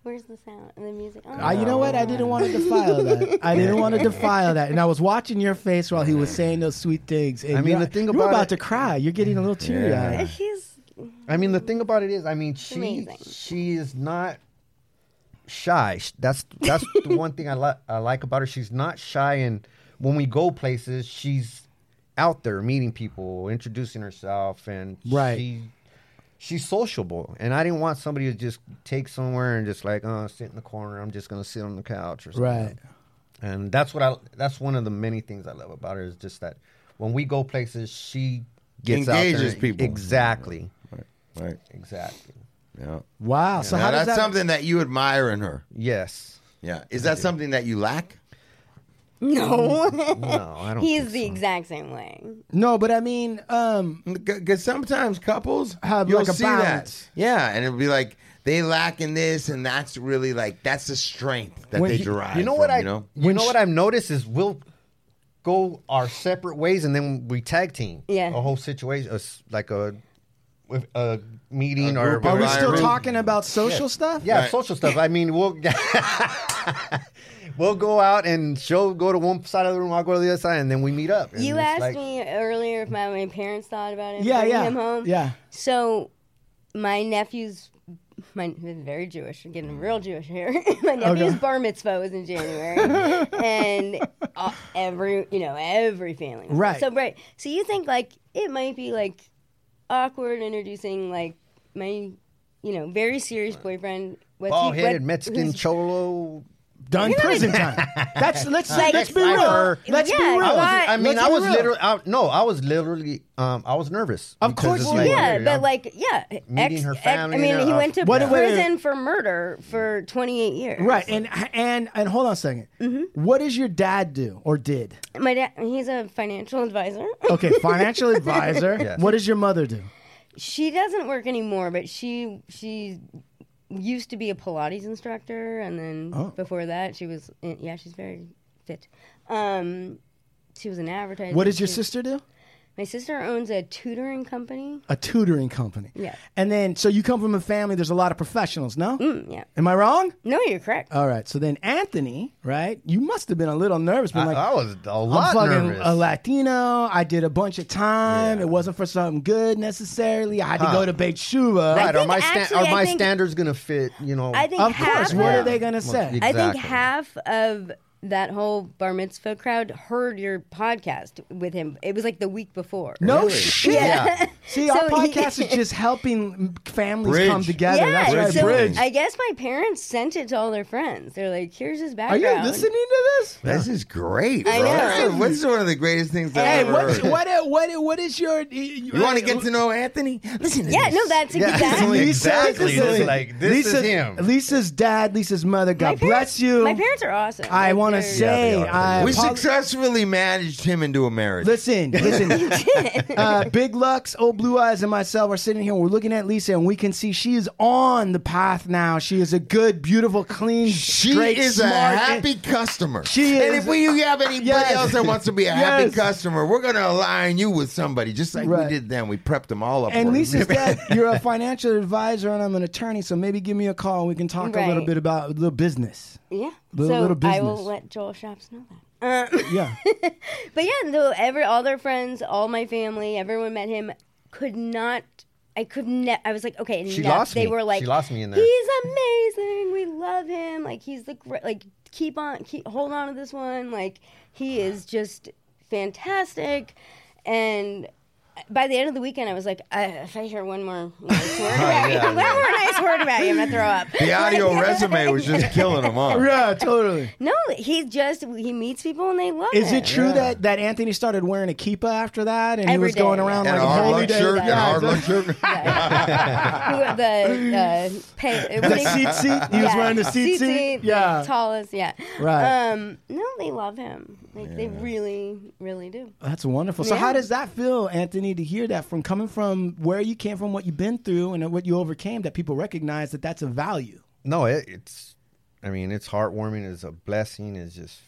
[SPEAKER 7] Where's the sound and the music? Oh,
[SPEAKER 3] I, you know what? I didn't want to defile that. I didn't want to defile that. And I was watching your face while he was saying those sweet things. And
[SPEAKER 6] I mean,
[SPEAKER 3] you're-
[SPEAKER 6] the thing
[SPEAKER 3] you're
[SPEAKER 6] about
[SPEAKER 3] about
[SPEAKER 6] it-
[SPEAKER 3] to cry. You're getting a little teary eyed.
[SPEAKER 7] He's
[SPEAKER 6] I mean, the thing about it is, I mean, she
[SPEAKER 7] Amazing.
[SPEAKER 6] she is not shy. Sh- That's that's the one thing I like I like about her. She's not shy, and when we go places, she's out there meeting people, introducing herself, and
[SPEAKER 3] Right.
[SPEAKER 6] She, She's sociable, and I didn't want somebody to just take somewhere and just like, oh, sit in the corner. I'm just gonna sit on the couch or something.
[SPEAKER 3] Right.
[SPEAKER 6] And that's what I. That's one of the many things I love about her is just that when we go places, she gets out
[SPEAKER 2] Engages
[SPEAKER 6] there.
[SPEAKER 2] people.
[SPEAKER 6] Exactly.
[SPEAKER 2] Right. Right.
[SPEAKER 6] Exactly.
[SPEAKER 2] Yeah.
[SPEAKER 3] Wow. So
[SPEAKER 2] Now,
[SPEAKER 3] how does
[SPEAKER 2] that's
[SPEAKER 3] that?
[SPEAKER 2] something that you admire in her.
[SPEAKER 6] Yes.
[SPEAKER 2] Yeah. Is that something that you lack?
[SPEAKER 7] No.
[SPEAKER 6] No, I don't
[SPEAKER 7] He's the exact same way.
[SPEAKER 3] No, but I mean, um,
[SPEAKER 2] because sometimes couples
[SPEAKER 3] have
[SPEAKER 2] You'll
[SPEAKER 3] like a
[SPEAKER 2] see
[SPEAKER 3] balance.
[SPEAKER 2] that. Yeah, and it'll be like they lack in this, and that's really like that's the strength that
[SPEAKER 6] When
[SPEAKER 2] they
[SPEAKER 6] you-
[SPEAKER 2] derive.
[SPEAKER 6] You know what
[SPEAKER 2] from,
[SPEAKER 6] I?
[SPEAKER 2] You know,
[SPEAKER 6] you know what I've noticed is we'll go our separate ways and then we tag team.
[SPEAKER 7] Yeah.
[SPEAKER 6] a whole situation, a s like a with a meeting
[SPEAKER 3] A
[SPEAKER 6] or.
[SPEAKER 3] group Are we still
[SPEAKER 6] environment.
[SPEAKER 3] talking about social
[SPEAKER 6] Yeah.
[SPEAKER 3] stuff?
[SPEAKER 6] Yeah,
[SPEAKER 3] Right.
[SPEAKER 6] social stuff. I mean, we'll we'll go out and she'll go to one side of the room, I'll go to the other side, and then we meet up. And
[SPEAKER 7] You
[SPEAKER 6] it's
[SPEAKER 7] asked
[SPEAKER 6] like-
[SPEAKER 7] me earlier if my, my parents thought about it.
[SPEAKER 6] Yeah,
[SPEAKER 7] bringing
[SPEAKER 6] yeah,
[SPEAKER 7] Him home.
[SPEAKER 6] yeah.
[SPEAKER 7] So, my nephew's, my very Jewish. I'm getting real Jewish here.
[SPEAKER 6] Oh,
[SPEAKER 7] my
[SPEAKER 12] Okay.
[SPEAKER 7] nephew's bar mitzvah was in January, and uh, every you know every family. was there.
[SPEAKER 12] Right.
[SPEAKER 7] So right. So you think like it might be like awkward introducing like my you know very serious boyfriend. What's he- what-
[SPEAKER 6] Bald-headed Mexican
[SPEAKER 7] who's-
[SPEAKER 6] cholo.
[SPEAKER 3] Done prison time. That's let's let's be real. Let's be real.
[SPEAKER 6] I, was, I mean,
[SPEAKER 3] Let's
[SPEAKER 6] I
[SPEAKER 3] be
[SPEAKER 6] was
[SPEAKER 3] real.
[SPEAKER 6] literally. I, no, I was literally. Um, I was nervous. Of
[SPEAKER 7] Well, yeah, but like, yeah,
[SPEAKER 6] meeting her family
[SPEAKER 7] I
[SPEAKER 6] and
[SPEAKER 7] mean, he
[SPEAKER 6] her-
[SPEAKER 7] went to
[SPEAKER 3] Wait, wait, wait.
[SPEAKER 7] prison for murder for 28 years.
[SPEAKER 3] Right, and and and hold on a 2nd What does your dad do or did?
[SPEAKER 7] My dad, he's a financial advisor.
[SPEAKER 3] Okay, financial advisor.
[SPEAKER 7] Yes.
[SPEAKER 3] What does your mother do?
[SPEAKER 7] She doesn't work anymore, but she she used to be a Pilates instructor, and then
[SPEAKER 3] Oh.
[SPEAKER 7] before that, she was yeah, she's very fit. Um, she was an advertiser.
[SPEAKER 3] What does your
[SPEAKER 7] She-
[SPEAKER 3] sister do?
[SPEAKER 7] My sister owns a tutoring company.
[SPEAKER 3] A tutoring company.
[SPEAKER 7] Yeah.
[SPEAKER 3] And then, so you come from a family. There's a lot of professionals. No.
[SPEAKER 7] Mm, yeah.
[SPEAKER 3] Am I wrong?
[SPEAKER 7] No, you're correct.
[SPEAKER 3] All right. So then, Anthony, right? You must have been a little nervous. Been
[SPEAKER 6] I-
[SPEAKER 3] like,
[SPEAKER 6] I was a
[SPEAKER 3] I'm
[SPEAKER 6] lot
[SPEAKER 3] fucking
[SPEAKER 6] nervous."
[SPEAKER 3] a Latino. I did a bunch of time. It wasn't for something good necessarily. I had to
[SPEAKER 6] Huh.
[SPEAKER 3] go to Beit Shuva.
[SPEAKER 6] Right? Are my sta-
[SPEAKER 7] actually,
[SPEAKER 6] are
[SPEAKER 7] I
[SPEAKER 6] my
[SPEAKER 7] think-
[SPEAKER 6] standards gonna fit? You know,
[SPEAKER 7] I think
[SPEAKER 3] Of
[SPEAKER 7] half
[SPEAKER 3] course, what are
[SPEAKER 7] of-
[SPEAKER 3] they gonna say?
[SPEAKER 7] I think
[SPEAKER 6] Exactly.
[SPEAKER 7] half of that whole bar mitzvah crowd heard your podcast with him. It was like the week before.
[SPEAKER 3] No shit.
[SPEAKER 7] Yeah.
[SPEAKER 3] See,
[SPEAKER 7] So
[SPEAKER 3] our
[SPEAKER 7] he-
[SPEAKER 3] podcast is just helping families
[SPEAKER 2] Bridge.
[SPEAKER 3] come together.
[SPEAKER 7] Yeah,
[SPEAKER 3] That's right.
[SPEAKER 7] so I guess my parents sent it to all their friends. They're like, "Here's his
[SPEAKER 3] Are
[SPEAKER 7] background."
[SPEAKER 3] you listening to this?
[SPEAKER 2] This is great, bro.
[SPEAKER 7] I know.
[SPEAKER 2] This is- This is one of the greatest things that
[SPEAKER 3] Hey,
[SPEAKER 2] I've ever
[SPEAKER 3] what's,
[SPEAKER 2] heard.
[SPEAKER 3] what, what, what is your? uh, You,
[SPEAKER 2] wanna get to know Anthony? Listen
[SPEAKER 7] Yeah, no, that's exactly.
[SPEAKER 6] exactly. This is like, this is
[SPEAKER 3] Lisa's-
[SPEAKER 6] him.
[SPEAKER 3] Lisa's dad, Lisa's mother. God bless you.
[SPEAKER 7] My parents are awesome.
[SPEAKER 3] I
[SPEAKER 7] Like,
[SPEAKER 3] want to
[SPEAKER 7] they're-
[SPEAKER 3] say, I
[SPEAKER 2] we
[SPEAKER 3] apol-
[SPEAKER 2] successfully managed him into a marriage.
[SPEAKER 3] Listen, listen. uh, Big Lux, Old Blue Eyes, and myself are sitting here. We're looking at Lisa, and we can see she is on the path now. She is a good, beautiful, clean,
[SPEAKER 2] She
[SPEAKER 3] straight,
[SPEAKER 2] is
[SPEAKER 3] smart,
[SPEAKER 2] a happy customer.
[SPEAKER 3] She
[SPEAKER 2] and
[SPEAKER 3] is-
[SPEAKER 2] if we, you have anybody
[SPEAKER 3] Yes.
[SPEAKER 2] else that wants to be a happy
[SPEAKER 3] Yes.
[SPEAKER 2] customer, we're going to align you with somebody, just like
[SPEAKER 3] Right.
[SPEAKER 2] we did then. We prepped them all up.
[SPEAKER 3] And
[SPEAKER 2] for it.
[SPEAKER 3] Lisa's dad, you're a financial advisor, and I'm an attorney. So maybe give me a call, and we can talk a little
[SPEAKER 7] Right.
[SPEAKER 3] bit about a little business.
[SPEAKER 7] Yeah.
[SPEAKER 3] Little-
[SPEAKER 7] so
[SPEAKER 3] little
[SPEAKER 7] I will
[SPEAKER 3] business.
[SPEAKER 7] let Joel Shops know that. Um,
[SPEAKER 3] Yeah.
[SPEAKER 7] but yeah, though every all their friends, all my family, everyone met him. Could not. I could not. I was like, okay.
[SPEAKER 6] She
[SPEAKER 7] enough.
[SPEAKER 6] lost
[SPEAKER 7] They
[SPEAKER 6] me.
[SPEAKER 7] were like,
[SPEAKER 6] She lost me in there.
[SPEAKER 7] He's amazing. We love him. Like he's the great. Like keep on, keep hold on to this one. Like he is just fantastic. And by the end of the weekend, I was like, I, if I hear one more nice word
[SPEAKER 2] yeah,
[SPEAKER 7] about you, one more nice word about you, I'm gonna throw up.
[SPEAKER 2] the audio resume was just killing them off.
[SPEAKER 3] Yeah, totally.
[SPEAKER 7] No, he just he meets people and they love him.
[SPEAKER 3] Is it true that, that Anthony started wearing a kippa after that, and he
[SPEAKER 7] Every
[SPEAKER 3] was going
[SPEAKER 7] day,
[SPEAKER 3] around
[SPEAKER 2] And
[SPEAKER 3] like
[SPEAKER 2] a hard
[SPEAKER 3] holy
[SPEAKER 2] luck
[SPEAKER 3] day?
[SPEAKER 2] shirt, and a
[SPEAKER 3] Yeah,
[SPEAKER 2] hard luck
[SPEAKER 3] exactly.
[SPEAKER 2] shirt.
[SPEAKER 7] Who- the uh, pay,
[SPEAKER 3] The
[SPEAKER 7] what do you-
[SPEAKER 3] tzitzit? He was wearing the tzitzit?
[SPEAKER 7] tzitzit, the
[SPEAKER 3] Yeah.
[SPEAKER 7] tallest. Yeah,
[SPEAKER 3] Right.
[SPEAKER 7] Um, no, they love him. Like they really, really do.
[SPEAKER 3] That's wonderful. So,
[SPEAKER 7] Yeah.
[SPEAKER 3] how does that feel, Anthony, to hear that from coming from where you came from, what you've been through, and what you overcame? That people recognize that that's a value.
[SPEAKER 6] No, it, it's. I mean, it's heartwarming. It's a blessing. It's just.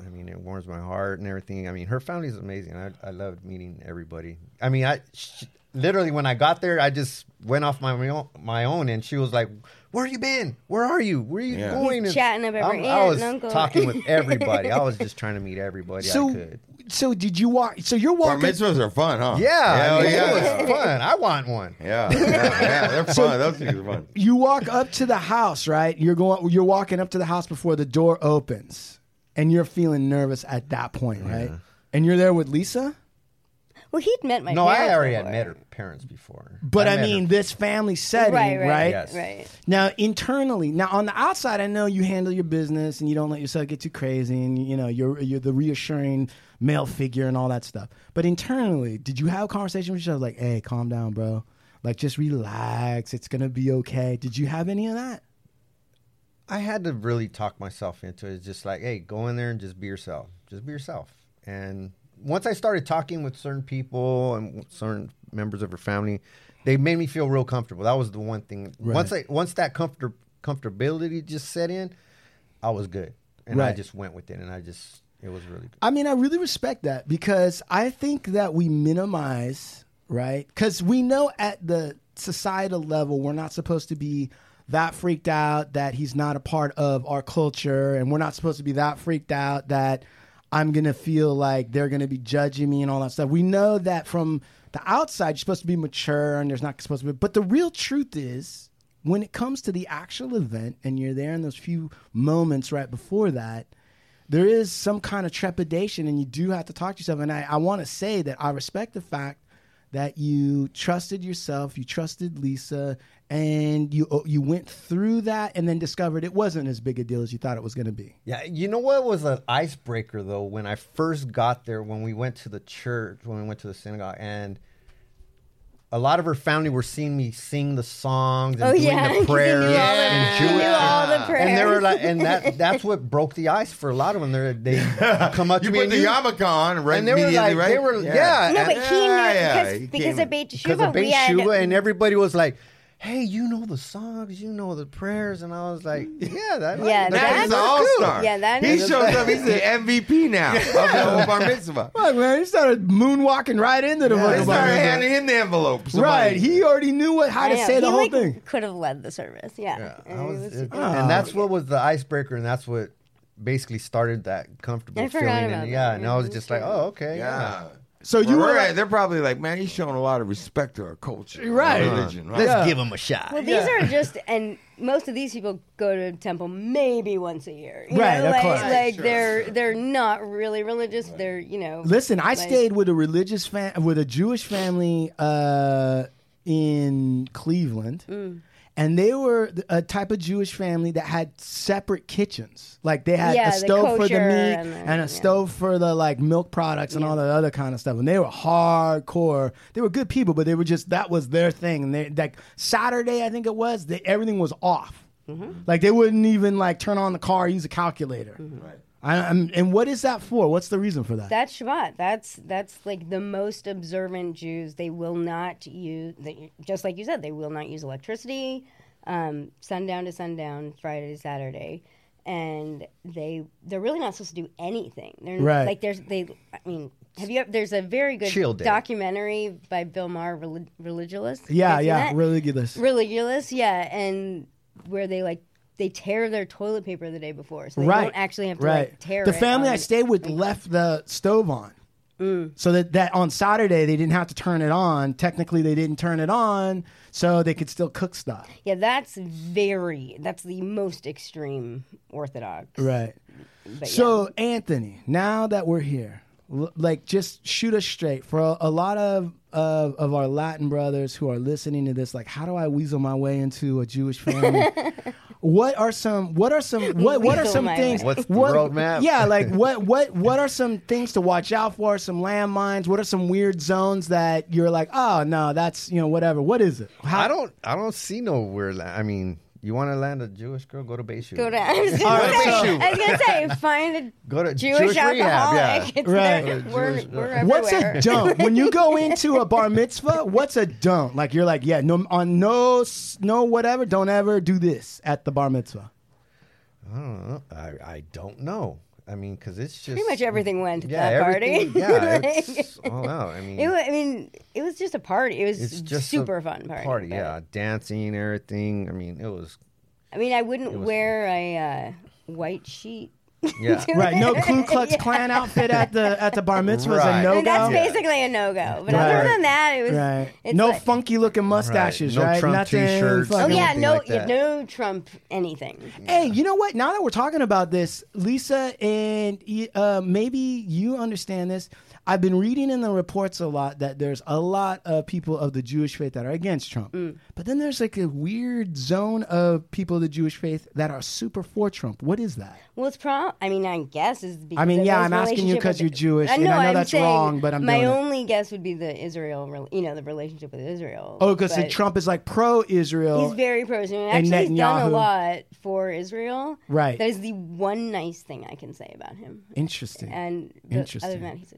[SPEAKER 6] I mean, it warms my heart and everything. I mean, her family's amazing. I I loved meeting everybody. I mean, I sh literally when I got there, I just went off my own, my own, and she was like, "Where you been? Where are you? Where you
[SPEAKER 7] Yeah.
[SPEAKER 6] going?"
[SPEAKER 7] He's
[SPEAKER 6] And
[SPEAKER 7] chatting up every
[SPEAKER 6] I'm-
[SPEAKER 7] aunt
[SPEAKER 6] I was
[SPEAKER 7] and uncle.
[SPEAKER 6] talking with everybody. I was just trying to meet everybody I
[SPEAKER 3] so,
[SPEAKER 6] could.
[SPEAKER 3] so did you walk? So you're
[SPEAKER 2] Bar
[SPEAKER 3] walking.
[SPEAKER 2] mitzvahs are fun, huh?
[SPEAKER 6] Yeah, I
[SPEAKER 2] Hell
[SPEAKER 6] mean,
[SPEAKER 2] yeah.
[SPEAKER 6] it was fun. I want one.
[SPEAKER 2] Yeah, yeah, yeah, they're fun. Those things are fun.
[SPEAKER 3] you walk up to the house, right? You're going. You're walking up to the house before the door opens, and you're feeling nervous at that point, right? And you're there with Lisa,
[SPEAKER 7] Well, he'd met my.
[SPEAKER 6] no, I
[SPEAKER 7] parents
[SPEAKER 6] already had
[SPEAKER 7] before.
[SPEAKER 6] met her parents before.
[SPEAKER 3] but I,
[SPEAKER 6] met her
[SPEAKER 3] mean this family setting,
[SPEAKER 7] Right,
[SPEAKER 3] right?
[SPEAKER 7] right, right.
[SPEAKER 3] Now internally, now on the outside, I know you handle your business and you don't let yourself get too crazy, and you know you're you're the reassuring male figure and all that stuff. But internally, did you have a conversation with yourself like, "Hey, calm down, bro. Like, just relax. It's gonna be okay." Did you have any of that?
[SPEAKER 6] I had to really talk myself into it. It's just like, hey, go in there and just be yourself. Just be yourself. And once I started talking with certain people and certain members of her family, they made me feel real comfortable. That was the one thing.
[SPEAKER 12] Right.
[SPEAKER 6] Once I once that comfort comfortability just set in, I was good, and I
[SPEAKER 3] Right.
[SPEAKER 6] just went with it, and I just it was really good.
[SPEAKER 3] I mean, I really respect that because I think that we minimize, right? Because we know at the societal level, we're not supposed to be that freaked out that he's not a part of our culture, and we're not supposed to be that freaked out that I'm going to feel like they're going to be judging me and all that stuff. We know that from the outside, you're supposed to be mature and there's not supposed to be, but the real truth is, when it comes to the actual event and you're there in those few moments right before that, there is some kind of trepidation and you do have to talk to yourself. And I, I want to say that I respect the fact that you trusted yourself, you trusted Lisa, and you uh, you went through that and then discovered it wasn't as big a deal as you thought it was going to be.
[SPEAKER 6] Yeah, you know what was an icebreaker though when I first got there when we went to the church when we went to the synagogue and a lot of her family were seeing me sing the songs and
[SPEAKER 12] Oh,
[SPEAKER 6] doing
[SPEAKER 12] yeah, 'cause
[SPEAKER 6] the
[SPEAKER 12] they knew
[SPEAKER 6] prayers
[SPEAKER 12] all the-
[SPEAKER 6] and
[SPEAKER 12] they
[SPEAKER 6] Jewish,
[SPEAKER 12] knew all the
[SPEAKER 6] and they were
[SPEAKER 12] prayers.
[SPEAKER 6] like, and that that's what broke the ice for a lot of them. They're, they come up
[SPEAKER 2] You
[SPEAKER 6] to me
[SPEAKER 2] put
[SPEAKER 6] and
[SPEAKER 2] the
[SPEAKER 6] you-
[SPEAKER 2] yarmulke on, right,
[SPEAKER 6] And they were
[SPEAKER 2] immediately,
[SPEAKER 6] like,
[SPEAKER 2] right?
[SPEAKER 6] they were
[SPEAKER 2] Yeah.
[SPEAKER 6] yeah,
[SPEAKER 7] No,
[SPEAKER 6] and-
[SPEAKER 7] but he knew
[SPEAKER 6] yeah,
[SPEAKER 7] because,
[SPEAKER 6] he
[SPEAKER 7] because
[SPEAKER 6] came-
[SPEAKER 7] of Beit
[SPEAKER 6] because of
[SPEAKER 7] Shuba, we
[SPEAKER 6] Beit
[SPEAKER 7] had
[SPEAKER 6] Shuba, and everybody was like. Hey, you know the songs, you know the prayers, and I was like, "Yeah, that, that-
[SPEAKER 7] Yeah, that-
[SPEAKER 2] He's an
[SPEAKER 7] That's
[SPEAKER 2] all
[SPEAKER 7] cool.
[SPEAKER 2] star.
[SPEAKER 7] Yeah, that
[SPEAKER 2] he
[SPEAKER 7] is-
[SPEAKER 2] shows up. He's the MVP now of the whole bar mitzvah.
[SPEAKER 3] Look, man, he started moonwalking right into the
[SPEAKER 2] They
[SPEAKER 3] fucking
[SPEAKER 2] started
[SPEAKER 3] Bible.
[SPEAKER 2] handing him the envelope.
[SPEAKER 3] Right, he already knew what how to
[SPEAKER 7] I know.
[SPEAKER 3] say the
[SPEAKER 7] He,
[SPEAKER 3] whole
[SPEAKER 7] like,
[SPEAKER 3] thing.
[SPEAKER 7] Could have led the service. Yeah. And
[SPEAKER 6] I
[SPEAKER 7] it
[SPEAKER 6] was-
[SPEAKER 7] was-
[SPEAKER 6] it-
[SPEAKER 7] yeah.
[SPEAKER 6] and that's what was the icebreaker, and that's what basically started that comfortable
[SPEAKER 7] I
[SPEAKER 6] feeling.
[SPEAKER 7] forgot
[SPEAKER 6] And,
[SPEAKER 7] about
[SPEAKER 6] yeah,
[SPEAKER 7] that.
[SPEAKER 6] and I was just like, oh, okay, yeah.
[SPEAKER 3] So
[SPEAKER 2] you
[SPEAKER 6] were
[SPEAKER 2] right.
[SPEAKER 6] like-
[SPEAKER 2] they're probably like, man, he's showing a lot of respect to our culture, our
[SPEAKER 3] Right.
[SPEAKER 2] Religion, right?
[SPEAKER 3] Let's Yeah. give
[SPEAKER 2] him a shot.
[SPEAKER 7] Well, these are just, and most of these people go to temple maybe once a year. You
[SPEAKER 3] Right,
[SPEAKER 7] know,
[SPEAKER 3] of
[SPEAKER 7] like,
[SPEAKER 3] course.
[SPEAKER 7] like they're they're not really religious. They're you know.
[SPEAKER 3] Listen, I
[SPEAKER 7] like-
[SPEAKER 3] stayed with a religious fam- with a Jewish family uh, in Cleveland,
[SPEAKER 7] Mm.
[SPEAKER 3] and they were th- a type of Jewish family that had separate kitchens. Like they had
[SPEAKER 7] Yeah,
[SPEAKER 3] a
[SPEAKER 7] the
[SPEAKER 3] stove for the meat
[SPEAKER 7] kosher
[SPEAKER 3] and,
[SPEAKER 7] and the-
[SPEAKER 3] a stove for the like milk products and all that other kind of stuff. And they were hardcore. They were good people, but they were just that was their thing. And they like Saturday, I think it was, they, everything was off.
[SPEAKER 7] Mm-hmm.
[SPEAKER 3] Like they wouldn't even like turn on the car, use a calculator.
[SPEAKER 7] Mm-hmm.
[SPEAKER 3] Right. I, I'm, and what is that for? What's the reason for that?
[SPEAKER 7] That's Shabbat. That's that's like the most observant Jews. They will not use, they, just like you said, they will not use electricity. Um, sundown to sundown, Friday to Saturday, and they they're really not supposed to do anything. They're
[SPEAKER 9] Right.
[SPEAKER 7] like there's they. I mean, have you? There's a very good
[SPEAKER 3] Chill day.
[SPEAKER 7] documentary by Bill Maher, Relig- Religious.
[SPEAKER 3] Yeah,
[SPEAKER 7] Have you seen
[SPEAKER 3] yeah,
[SPEAKER 7] that?
[SPEAKER 3] ridiculous.
[SPEAKER 7] Religulous, yeah, and where they like they tear their toilet paper the day before, so they
[SPEAKER 3] right.
[SPEAKER 7] don't actually have to
[SPEAKER 3] right.
[SPEAKER 7] like, tear
[SPEAKER 3] The
[SPEAKER 7] it
[SPEAKER 3] family
[SPEAKER 7] on Mm.
[SPEAKER 3] I stayed with left the stove on. So that, that on Saturday they didn't have to turn it on. Technically they didn't turn it on, so they could still cook stuff.
[SPEAKER 7] Yeah, that's very that's the most extreme orthodox.
[SPEAKER 3] Right.
[SPEAKER 7] But
[SPEAKER 3] so Anthony, now that we're here, l- like just shoot us straight for a, a lot of, of of our Latin brothers who are listening to this. Like, how do I weasel my way into a Jewish family? what are some What are some What What are
[SPEAKER 6] Weasel
[SPEAKER 3] some
[SPEAKER 6] my
[SPEAKER 3] things?
[SPEAKER 6] way. What's the
[SPEAKER 3] what,
[SPEAKER 6] roadmap?
[SPEAKER 3] Yeah, like what What What are some things to watch out for? Some landmines. What are some weird zones that you're like, oh no, that's you know whatever. What is it?
[SPEAKER 6] I don't, I don't see nowhere. la- I mean, you want to land a Jewish girl, go to Beishu.
[SPEAKER 7] Go to. I was
[SPEAKER 6] All
[SPEAKER 7] gonna
[SPEAKER 6] right,
[SPEAKER 7] say.
[SPEAKER 6] so-
[SPEAKER 7] I was gonna say. Find a
[SPEAKER 6] Go to
[SPEAKER 7] Jewish,
[SPEAKER 6] Jewish rehab,
[SPEAKER 7] alcoholic.
[SPEAKER 6] yeah.
[SPEAKER 7] It's
[SPEAKER 3] Right.
[SPEAKER 7] there.
[SPEAKER 6] Go to
[SPEAKER 7] We're,
[SPEAKER 6] Jewish- uh,
[SPEAKER 7] we're
[SPEAKER 3] What's
[SPEAKER 7] everywhere.
[SPEAKER 3] a don't? when you go into a bar mitzvah, what's a don't? Like you're like, yeah, no, on no, s- no, whatever. Don't ever do this at the bar mitzvah.
[SPEAKER 6] I don't know. Uh, I, I don't know. I mean, because it's just
[SPEAKER 7] Pretty much everything went at
[SPEAKER 6] Yeah,
[SPEAKER 7] that party.
[SPEAKER 6] everything- yeah,
[SPEAKER 7] Like-
[SPEAKER 6] it's- oh, wow, I mean-
[SPEAKER 7] it was, I mean, it was just a party. It was
[SPEAKER 6] it's just a
[SPEAKER 7] super fun party.
[SPEAKER 6] Party,
[SPEAKER 7] but-
[SPEAKER 6] yeah, dancing, everything. I mean, it was
[SPEAKER 7] I mean, I
[SPEAKER 6] It
[SPEAKER 7] wouldn't
[SPEAKER 6] was
[SPEAKER 7] wear a uh, white sheet.
[SPEAKER 6] Yeah.
[SPEAKER 7] to
[SPEAKER 3] Right. No
[SPEAKER 7] it.
[SPEAKER 3] Ku Klux
[SPEAKER 7] Yeah.
[SPEAKER 3] Klan outfit at the at the bar mitzvah is a
[SPEAKER 6] Right.
[SPEAKER 3] no
[SPEAKER 7] And that's
[SPEAKER 3] go.
[SPEAKER 7] basically a no go. But other than that, it was
[SPEAKER 3] right.
[SPEAKER 7] it's
[SPEAKER 3] no
[SPEAKER 7] like-
[SPEAKER 3] funky looking mustaches,
[SPEAKER 6] No
[SPEAKER 3] right?
[SPEAKER 6] Trump
[SPEAKER 3] Nothing
[SPEAKER 6] t-shirts,
[SPEAKER 7] Oh
[SPEAKER 3] fucking-
[SPEAKER 7] yeah, no, yeah, no Trump anything.
[SPEAKER 3] Hey, you know what? Now that we're talking about this, Lisa and uh, maybe you understand this. I've been reading in the reports a lot that there's a lot of people of the Jewish faith that are against Trump.
[SPEAKER 7] Mm.
[SPEAKER 3] But then there's like a weird zone of people of the Jewish faith that are super for Trump. What is that?
[SPEAKER 7] Well, it's pro. I mean, I guess is. Because
[SPEAKER 3] I mean,
[SPEAKER 7] of
[SPEAKER 3] yeah,
[SPEAKER 7] his
[SPEAKER 3] I'm asking you
[SPEAKER 7] relationship
[SPEAKER 3] 'cause
[SPEAKER 7] with-
[SPEAKER 3] you're Jewish, and I know
[SPEAKER 7] I'm
[SPEAKER 3] that's
[SPEAKER 7] saying
[SPEAKER 3] wrong, but I'm
[SPEAKER 7] my
[SPEAKER 3] doing it.
[SPEAKER 7] only guess would be the Israel, rel- you know, the relationship with Israel.
[SPEAKER 3] Oh, because
[SPEAKER 7] but
[SPEAKER 3] Trump is like pro Israel.
[SPEAKER 7] He's very pro. Israel.
[SPEAKER 3] and
[SPEAKER 7] Actually, he's done
[SPEAKER 3] Netanyahu.
[SPEAKER 7] a lot for Israel.
[SPEAKER 3] Right.
[SPEAKER 7] That is the one nice thing I can say about him.
[SPEAKER 3] Interesting.
[SPEAKER 7] And the, other
[SPEAKER 3] Interesting.
[SPEAKER 7] than that, he's a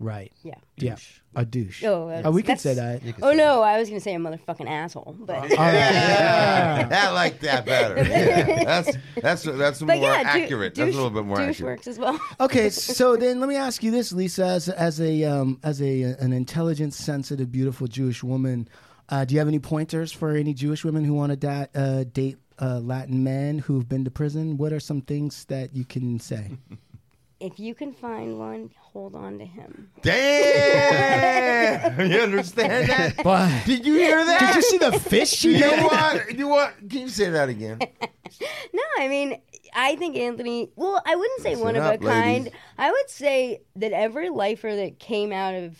[SPEAKER 3] right.
[SPEAKER 7] yeah.
[SPEAKER 3] Yeah. A douche.
[SPEAKER 7] Oh,
[SPEAKER 3] Oh, we could
[SPEAKER 7] that's-
[SPEAKER 3] say that.
[SPEAKER 7] Oh no, I was gonna say a motherfucking asshole, but
[SPEAKER 2] I like that better. Yeah. That's that's that's
[SPEAKER 7] But
[SPEAKER 2] more
[SPEAKER 7] yeah, dou-
[SPEAKER 2] accurate. that's a little bit more
[SPEAKER 7] douche
[SPEAKER 2] accurate.
[SPEAKER 7] works as well.
[SPEAKER 3] okay, so then let me ask you this, Lisa, as as a um, as a an intelligent, sensitive, beautiful Jewish woman, uh, do you have any pointers for any Jewish women who want to da- uh, date uh, Latin men who've been to prison? What are some things that you can say?
[SPEAKER 7] If you can find one, hold on to him.
[SPEAKER 2] Damn! you understand that?
[SPEAKER 3] But-
[SPEAKER 2] Did you hear that?
[SPEAKER 3] Did you see the fish she
[SPEAKER 2] you
[SPEAKER 3] made?
[SPEAKER 2] know what? You what? Can you say that again?
[SPEAKER 7] No, I mean, I think Anthony. Well, I wouldn't say
[SPEAKER 2] Listen
[SPEAKER 7] one
[SPEAKER 2] up,
[SPEAKER 7] of a kind.
[SPEAKER 2] ladies.
[SPEAKER 7] I would say that every lifer that came out of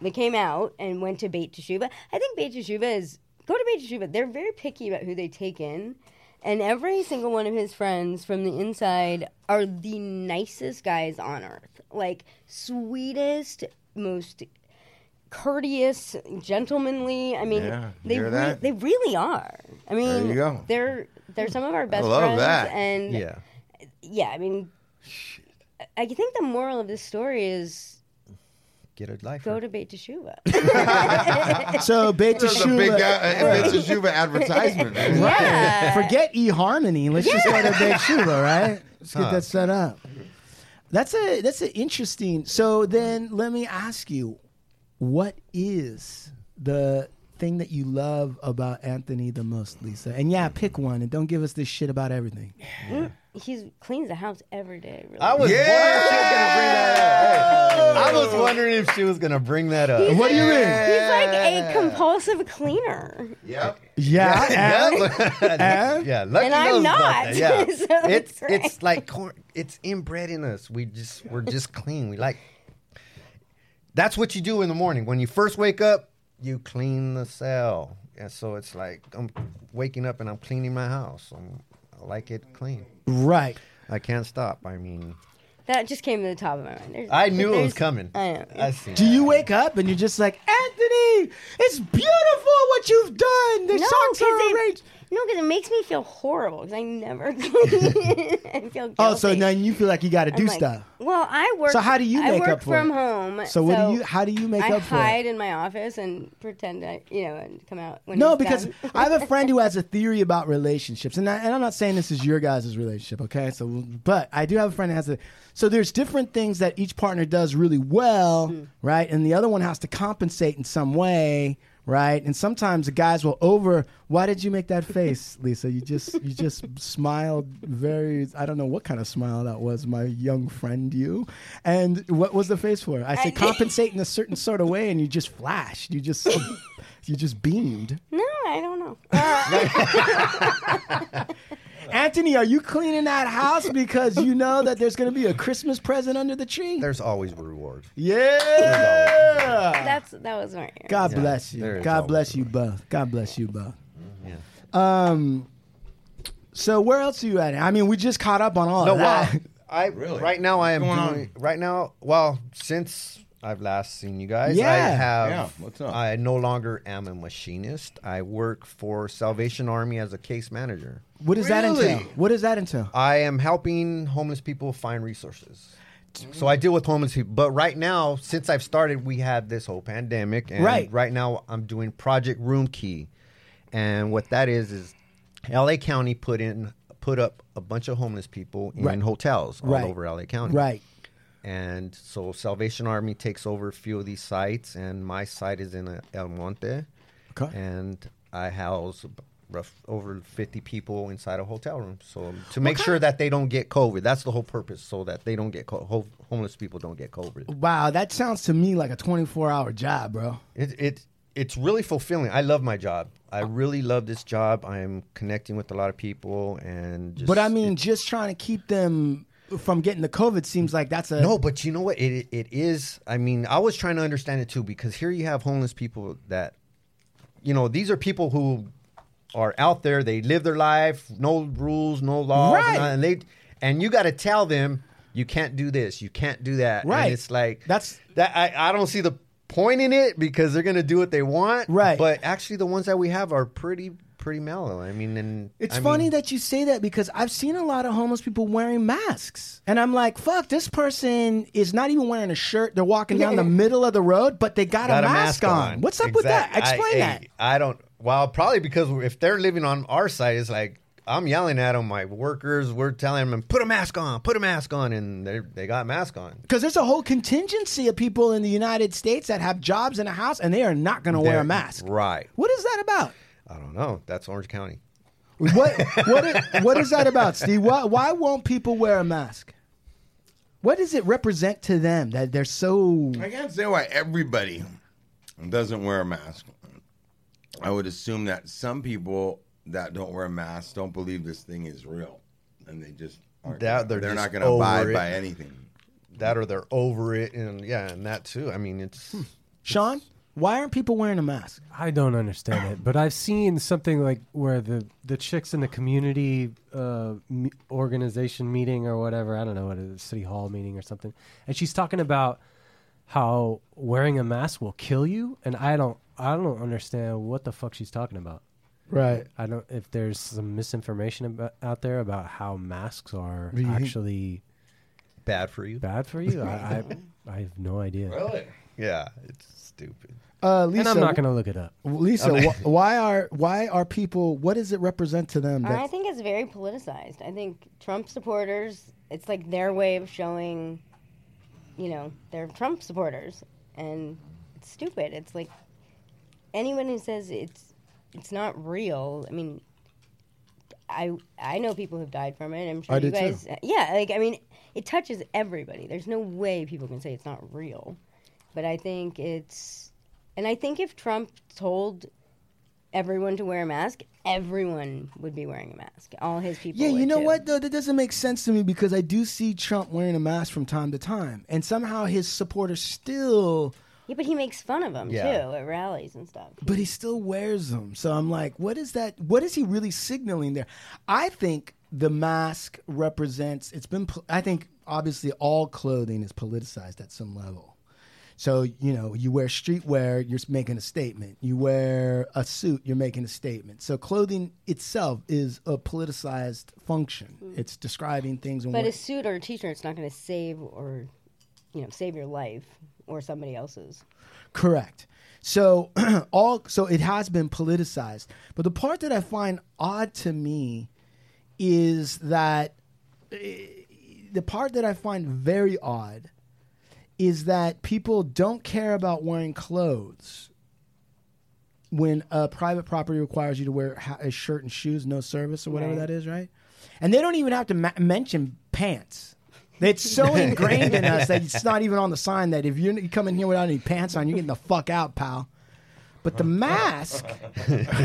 [SPEAKER 7] that came out and went to Beit Teshuva. I think Beit Teshuva is go to Beit Teshuva. They're very picky about who they take in, and every single one of his friends from the inside are the nicest guys on earth. Like sweetest, most courteous, gentlemanly. I mean,
[SPEAKER 2] Yeah, you
[SPEAKER 7] they
[SPEAKER 2] hear
[SPEAKER 7] re-
[SPEAKER 2] that?
[SPEAKER 7] they really are. I mean,
[SPEAKER 2] you go.
[SPEAKER 7] they're they're some of our best
[SPEAKER 2] I love
[SPEAKER 7] friends,
[SPEAKER 2] that.
[SPEAKER 7] and yeah, I mean, I I think the moral of this story is
[SPEAKER 6] Get a life.
[SPEAKER 7] go to Beit Teshuva.
[SPEAKER 3] so Beit
[SPEAKER 2] There's a big
[SPEAKER 3] Teshuva-
[SPEAKER 2] uh, Beit Teshuva advertisement. man.
[SPEAKER 3] Right.
[SPEAKER 7] Yeah.
[SPEAKER 3] Forget eHarmony. Let's just go to Big Shula, right? Let's get
[SPEAKER 2] Huh.
[SPEAKER 3] that set up. That's a that's an interesting. So then let me ask you, what is the thing that you love about Anthony the most, Lisa? And yeah, pick one and don't give us this shit about everything.
[SPEAKER 7] he cleans the house every day. Really.
[SPEAKER 6] I was wondering if she was gonna bring that up. Hey, I was wondering if she was gonna bring that up.
[SPEAKER 3] What do you mean?
[SPEAKER 7] He's like a compulsive cleaner.
[SPEAKER 2] Yep.
[SPEAKER 3] Yeah, and-
[SPEAKER 6] yeah, yeah, Lucky
[SPEAKER 7] And
[SPEAKER 6] knows
[SPEAKER 7] I'm
[SPEAKER 6] about
[SPEAKER 7] not.
[SPEAKER 6] that, Yeah,
[SPEAKER 7] So
[SPEAKER 6] it's
[SPEAKER 7] it's like-
[SPEAKER 6] it's like cor- it's inbred in us. We just we're just clean. We like. That's what you do in the morning when you first wake up. You clean the cell, and so it's like I'm waking up and I'm cleaning my house. I'm, I like it clean.
[SPEAKER 3] right.
[SPEAKER 6] I can't stop. I mean,
[SPEAKER 7] That just came to the top of my mind. There's-
[SPEAKER 6] I knew it was
[SPEAKER 7] there's-
[SPEAKER 6] coming.
[SPEAKER 7] I know.
[SPEAKER 6] I see.
[SPEAKER 3] Do you e- wake up and you're just like Anthony? It's beautiful what you've done. The
[SPEAKER 7] No,
[SPEAKER 3] songs
[SPEAKER 7] 'cause
[SPEAKER 3] are
[SPEAKER 7] they-
[SPEAKER 3] arranged.
[SPEAKER 7] No, because it makes me feel horrible because I never clean. I feel guilty.
[SPEAKER 3] Oh, so now you feel like you got to
[SPEAKER 7] I'm
[SPEAKER 3] do
[SPEAKER 7] like,
[SPEAKER 3] stuff.
[SPEAKER 7] Well, I work.
[SPEAKER 3] So how do you
[SPEAKER 7] I
[SPEAKER 3] make
[SPEAKER 7] work
[SPEAKER 3] up for
[SPEAKER 7] from
[SPEAKER 3] it?
[SPEAKER 7] home?
[SPEAKER 3] So what do you- how do you make
[SPEAKER 7] I
[SPEAKER 3] up for it?
[SPEAKER 7] hide in my office and pretend I, you know, and come out when.
[SPEAKER 3] No,
[SPEAKER 7] he's
[SPEAKER 3] because
[SPEAKER 7] done.
[SPEAKER 3] I have a friend who has a theory about relationships, and, I, and I'm not saying this is your guys' relationship, okay? So, but I do have a friend that has a. So there's different things that each partner does really well,
[SPEAKER 7] Hmm.
[SPEAKER 3] right? And the other one has to compensate in some way, right? And sometimes the guys will over. Why did you make that face, Lisa? You just you just smiled very. I don't know what kind of smile that was, my young friend. You and what was the face for? I say compensate in a certain sort of way, and you just flashed. You just. You just beamed.
[SPEAKER 7] no, I don't know. Uh,
[SPEAKER 3] Anthony, are you cleaning that house because you know that there's going to be a Christmas present under the tree?
[SPEAKER 6] There's always a reward.
[SPEAKER 3] Yeah.
[SPEAKER 7] that's that was my.
[SPEAKER 3] God bless
[SPEAKER 6] there Mm-hmm.
[SPEAKER 3] you.
[SPEAKER 6] is
[SPEAKER 3] God
[SPEAKER 6] always
[SPEAKER 3] bless you both. God bless you both. Um. So where else are you at? I mean, we just caught up on all
[SPEAKER 6] No,
[SPEAKER 3] of that.
[SPEAKER 6] well, I right now I am
[SPEAKER 2] going on?
[SPEAKER 6] doing right now. Well, since I've last seen you guys, I
[SPEAKER 3] Yeah.
[SPEAKER 6] have.
[SPEAKER 2] Yeah, what's up?
[SPEAKER 6] I no longer am a machinist. I work for Salvation Army as a case manager.
[SPEAKER 3] What does that
[SPEAKER 2] Really?
[SPEAKER 3] entail? What does that entail?
[SPEAKER 6] I am helping homeless people find resources. So I deal with homeless people, but right now, since I've started, we had this whole pandemic, and
[SPEAKER 3] Right.
[SPEAKER 6] now I'm doing Project Room Key, and what that is is, L.A. County put in put up a bunch of homeless people in
[SPEAKER 3] Right.
[SPEAKER 6] hotels all
[SPEAKER 3] Right.
[SPEAKER 6] over L.A. County,
[SPEAKER 3] Right.
[SPEAKER 6] and so Salvation Army takes over a few of these sites, and my site is in uh, El Monte.
[SPEAKER 3] Okay.
[SPEAKER 6] And I house ab- rough over 50 people inside a hotel room. So to make sure that they don't get COVID, that's the whole purpose, so that they don't get co- ho- homeless people don't get COVID.
[SPEAKER 3] Wow, that sounds to me like a 24-hour job, bro.
[SPEAKER 6] It, it it's really fulfilling. I love my job. I really love this job. I'm connecting with a lot of people, and just,
[SPEAKER 3] But I mean, just trying to keep them from getting the COVID seems like that's a
[SPEAKER 6] No, but you know what? It it is. I mean, I was trying to understand it too because here you have homeless people that, you know, these are people who are out there. They live their life, no rules, no laws,
[SPEAKER 3] Right.
[SPEAKER 6] and, they and you got to tell them you can't do this, you can't do that. And
[SPEAKER 3] Right.
[SPEAKER 6] it's like
[SPEAKER 3] that's
[SPEAKER 6] that. I I don't see the point in it because they're gonna do what they want. Right. But actually, the ones that we have are pretty pretty mellow. I mean, and
[SPEAKER 3] It's
[SPEAKER 6] I mean-
[SPEAKER 3] funny that you say that because I've seen a lot of homeless people wearing masks. And I'm like, fuck, this person is not even wearing a shirt. They're walking down the middle of the road, but they got, a, mask, on. What's up with that?
[SPEAKER 6] Exact- I-
[SPEAKER 3] Explain
[SPEAKER 6] hey,
[SPEAKER 3] that.
[SPEAKER 6] I don't. Well, probably because if they're living on our side, it's like I'm yelling at them. My workers, we're telling them, put a mask on, put a mask on, and they they got a mask on.
[SPEAKER 3] Because there's a whole contingency of people in the United States that have jobs and a house and they are not going to wear
[SPEAKER 6] They're-
[SPEAKER 3] a mask.
[SPEAKER 6] right?
[SPEAKER 3] What is that about?
[SPEAKER 6] I don't know. That's Orange County.
[SPEAKER 3] What what i- what is that about, Steve? Why, why won't people wear a mask? What does it represent to them that they're so
[SPEAKER 2] I can't say why everybody doesn't wear a mask. I would assume that some people that don't wear masks don't believe this thing is real, and they just aren't.
[SPEAKER 6] That
[SPEAKER 2] they're
[SPEAKER 6] they're
[SPEAKER 2] not
[SPEAKER 6] just
[SPEAKER 2] going to abide
[SPEAKER 6] over it.
[SPEAKER 2] by anything.
[SPEAKER 6] That or they're over it, and yeah, and that too. I mean, it's
[SPEAKER 3] Hmm. Sean, why aren't people wearing a mask?
[SPEAKER 12] I don't understand it, but I've seen something like where the the chicks in the community uh, me- organization meeting or whatever I don't know what it is, city hall meeting or something, and she's talking about how wearing a mask will kill you, and I don't I don't understand what the fuck she's talking about.
[SPEAKER 3] Right.
[SPEAKER 12] I don't if there's some misinformation about, out there about how masks are
[SPEAKER 6] Do you think-
[SPEAKER 12] actually
[SPEAKER 6] bad for you.
[SPEAKER 12] Bad for you. I, I I have no idea.
[SPEAKER 6] Yeah, it's stupid.
[SPEAKER 3] Uh, Lisa,
[SPEAKER 12] and I'm not gonna look it up.
[SPEAKER 3] Lisa,
[SPEAKER 12] Okay.
[SPEAKER 3] wh- why are why are people? What does it represent to them?
[SPEAKER 7] I
[SPEAKER 3] That,
[SPEAKER 7] think it's very politicized. I think Trump supporters, it's like their way of showing, you know, they're Trump supporters, and it's stupid. It's like anyone who says it's it's not real. I mean, I I know people who've died from it. I'm sure
[SPEAKER 3] I do
[SPEAKER 7] you
[SPEAKER 3] too.
[SPEAKER 7] guys. uh, Yeah, like I mean, it touches everybody. There's no way people can say it's not real, but I think it's, and I think if Trump told everyone to wear a mask, everyone would be wearing a mask. All his people.
[SPEAKER 3] yeah, you
[SPEAKER 7] would
[SPEAKER 3] know
[SPEAKER 7] too.
[SPEAKER 3] what though? That doesn't make sense to me because I do see Trump wearing a mask from time to time, and somehow his supporters still,
[SPEAKER 7] Yeah, but he makes fun of them
[SPEAKER 3] Yeah.
[SPEAKER 7] too at rallies and stuff.
[SPEAKER 3] but he still wears them. So I'm like, what is that? What is he really signaling there? I think the mask represents. It's been. pol- I think obviously all clothing is politicized at some level. So, you know, you wear streetwear, you're making a statement. You wear a suit, you're making a statement. So, clothing itself is a politicized function. It's describing things and
[SPEAKER 7] But a
[SPEAKER 3] what,
[SPEAKER 7] suit or a t-shirt's not going to save or, you know, save your life or somebody else's.
[SPEAKER 3] correct. So, all so it has been politicized. But the part that I find odd to me is that eh, the part that I find very odd is that people don't care about wearing clothes when a private property requires you to wear ha- a shirt and shoes, no service or whatever
[SPEAKER 13] Right.
[SPEAKER 3] that is, right? And they don't even have to ma- mention pants. It's so ingrained in us that it's not even on the sign that if you're, you come in here without any pants on, you're getting the fuck out, pal. But the mask,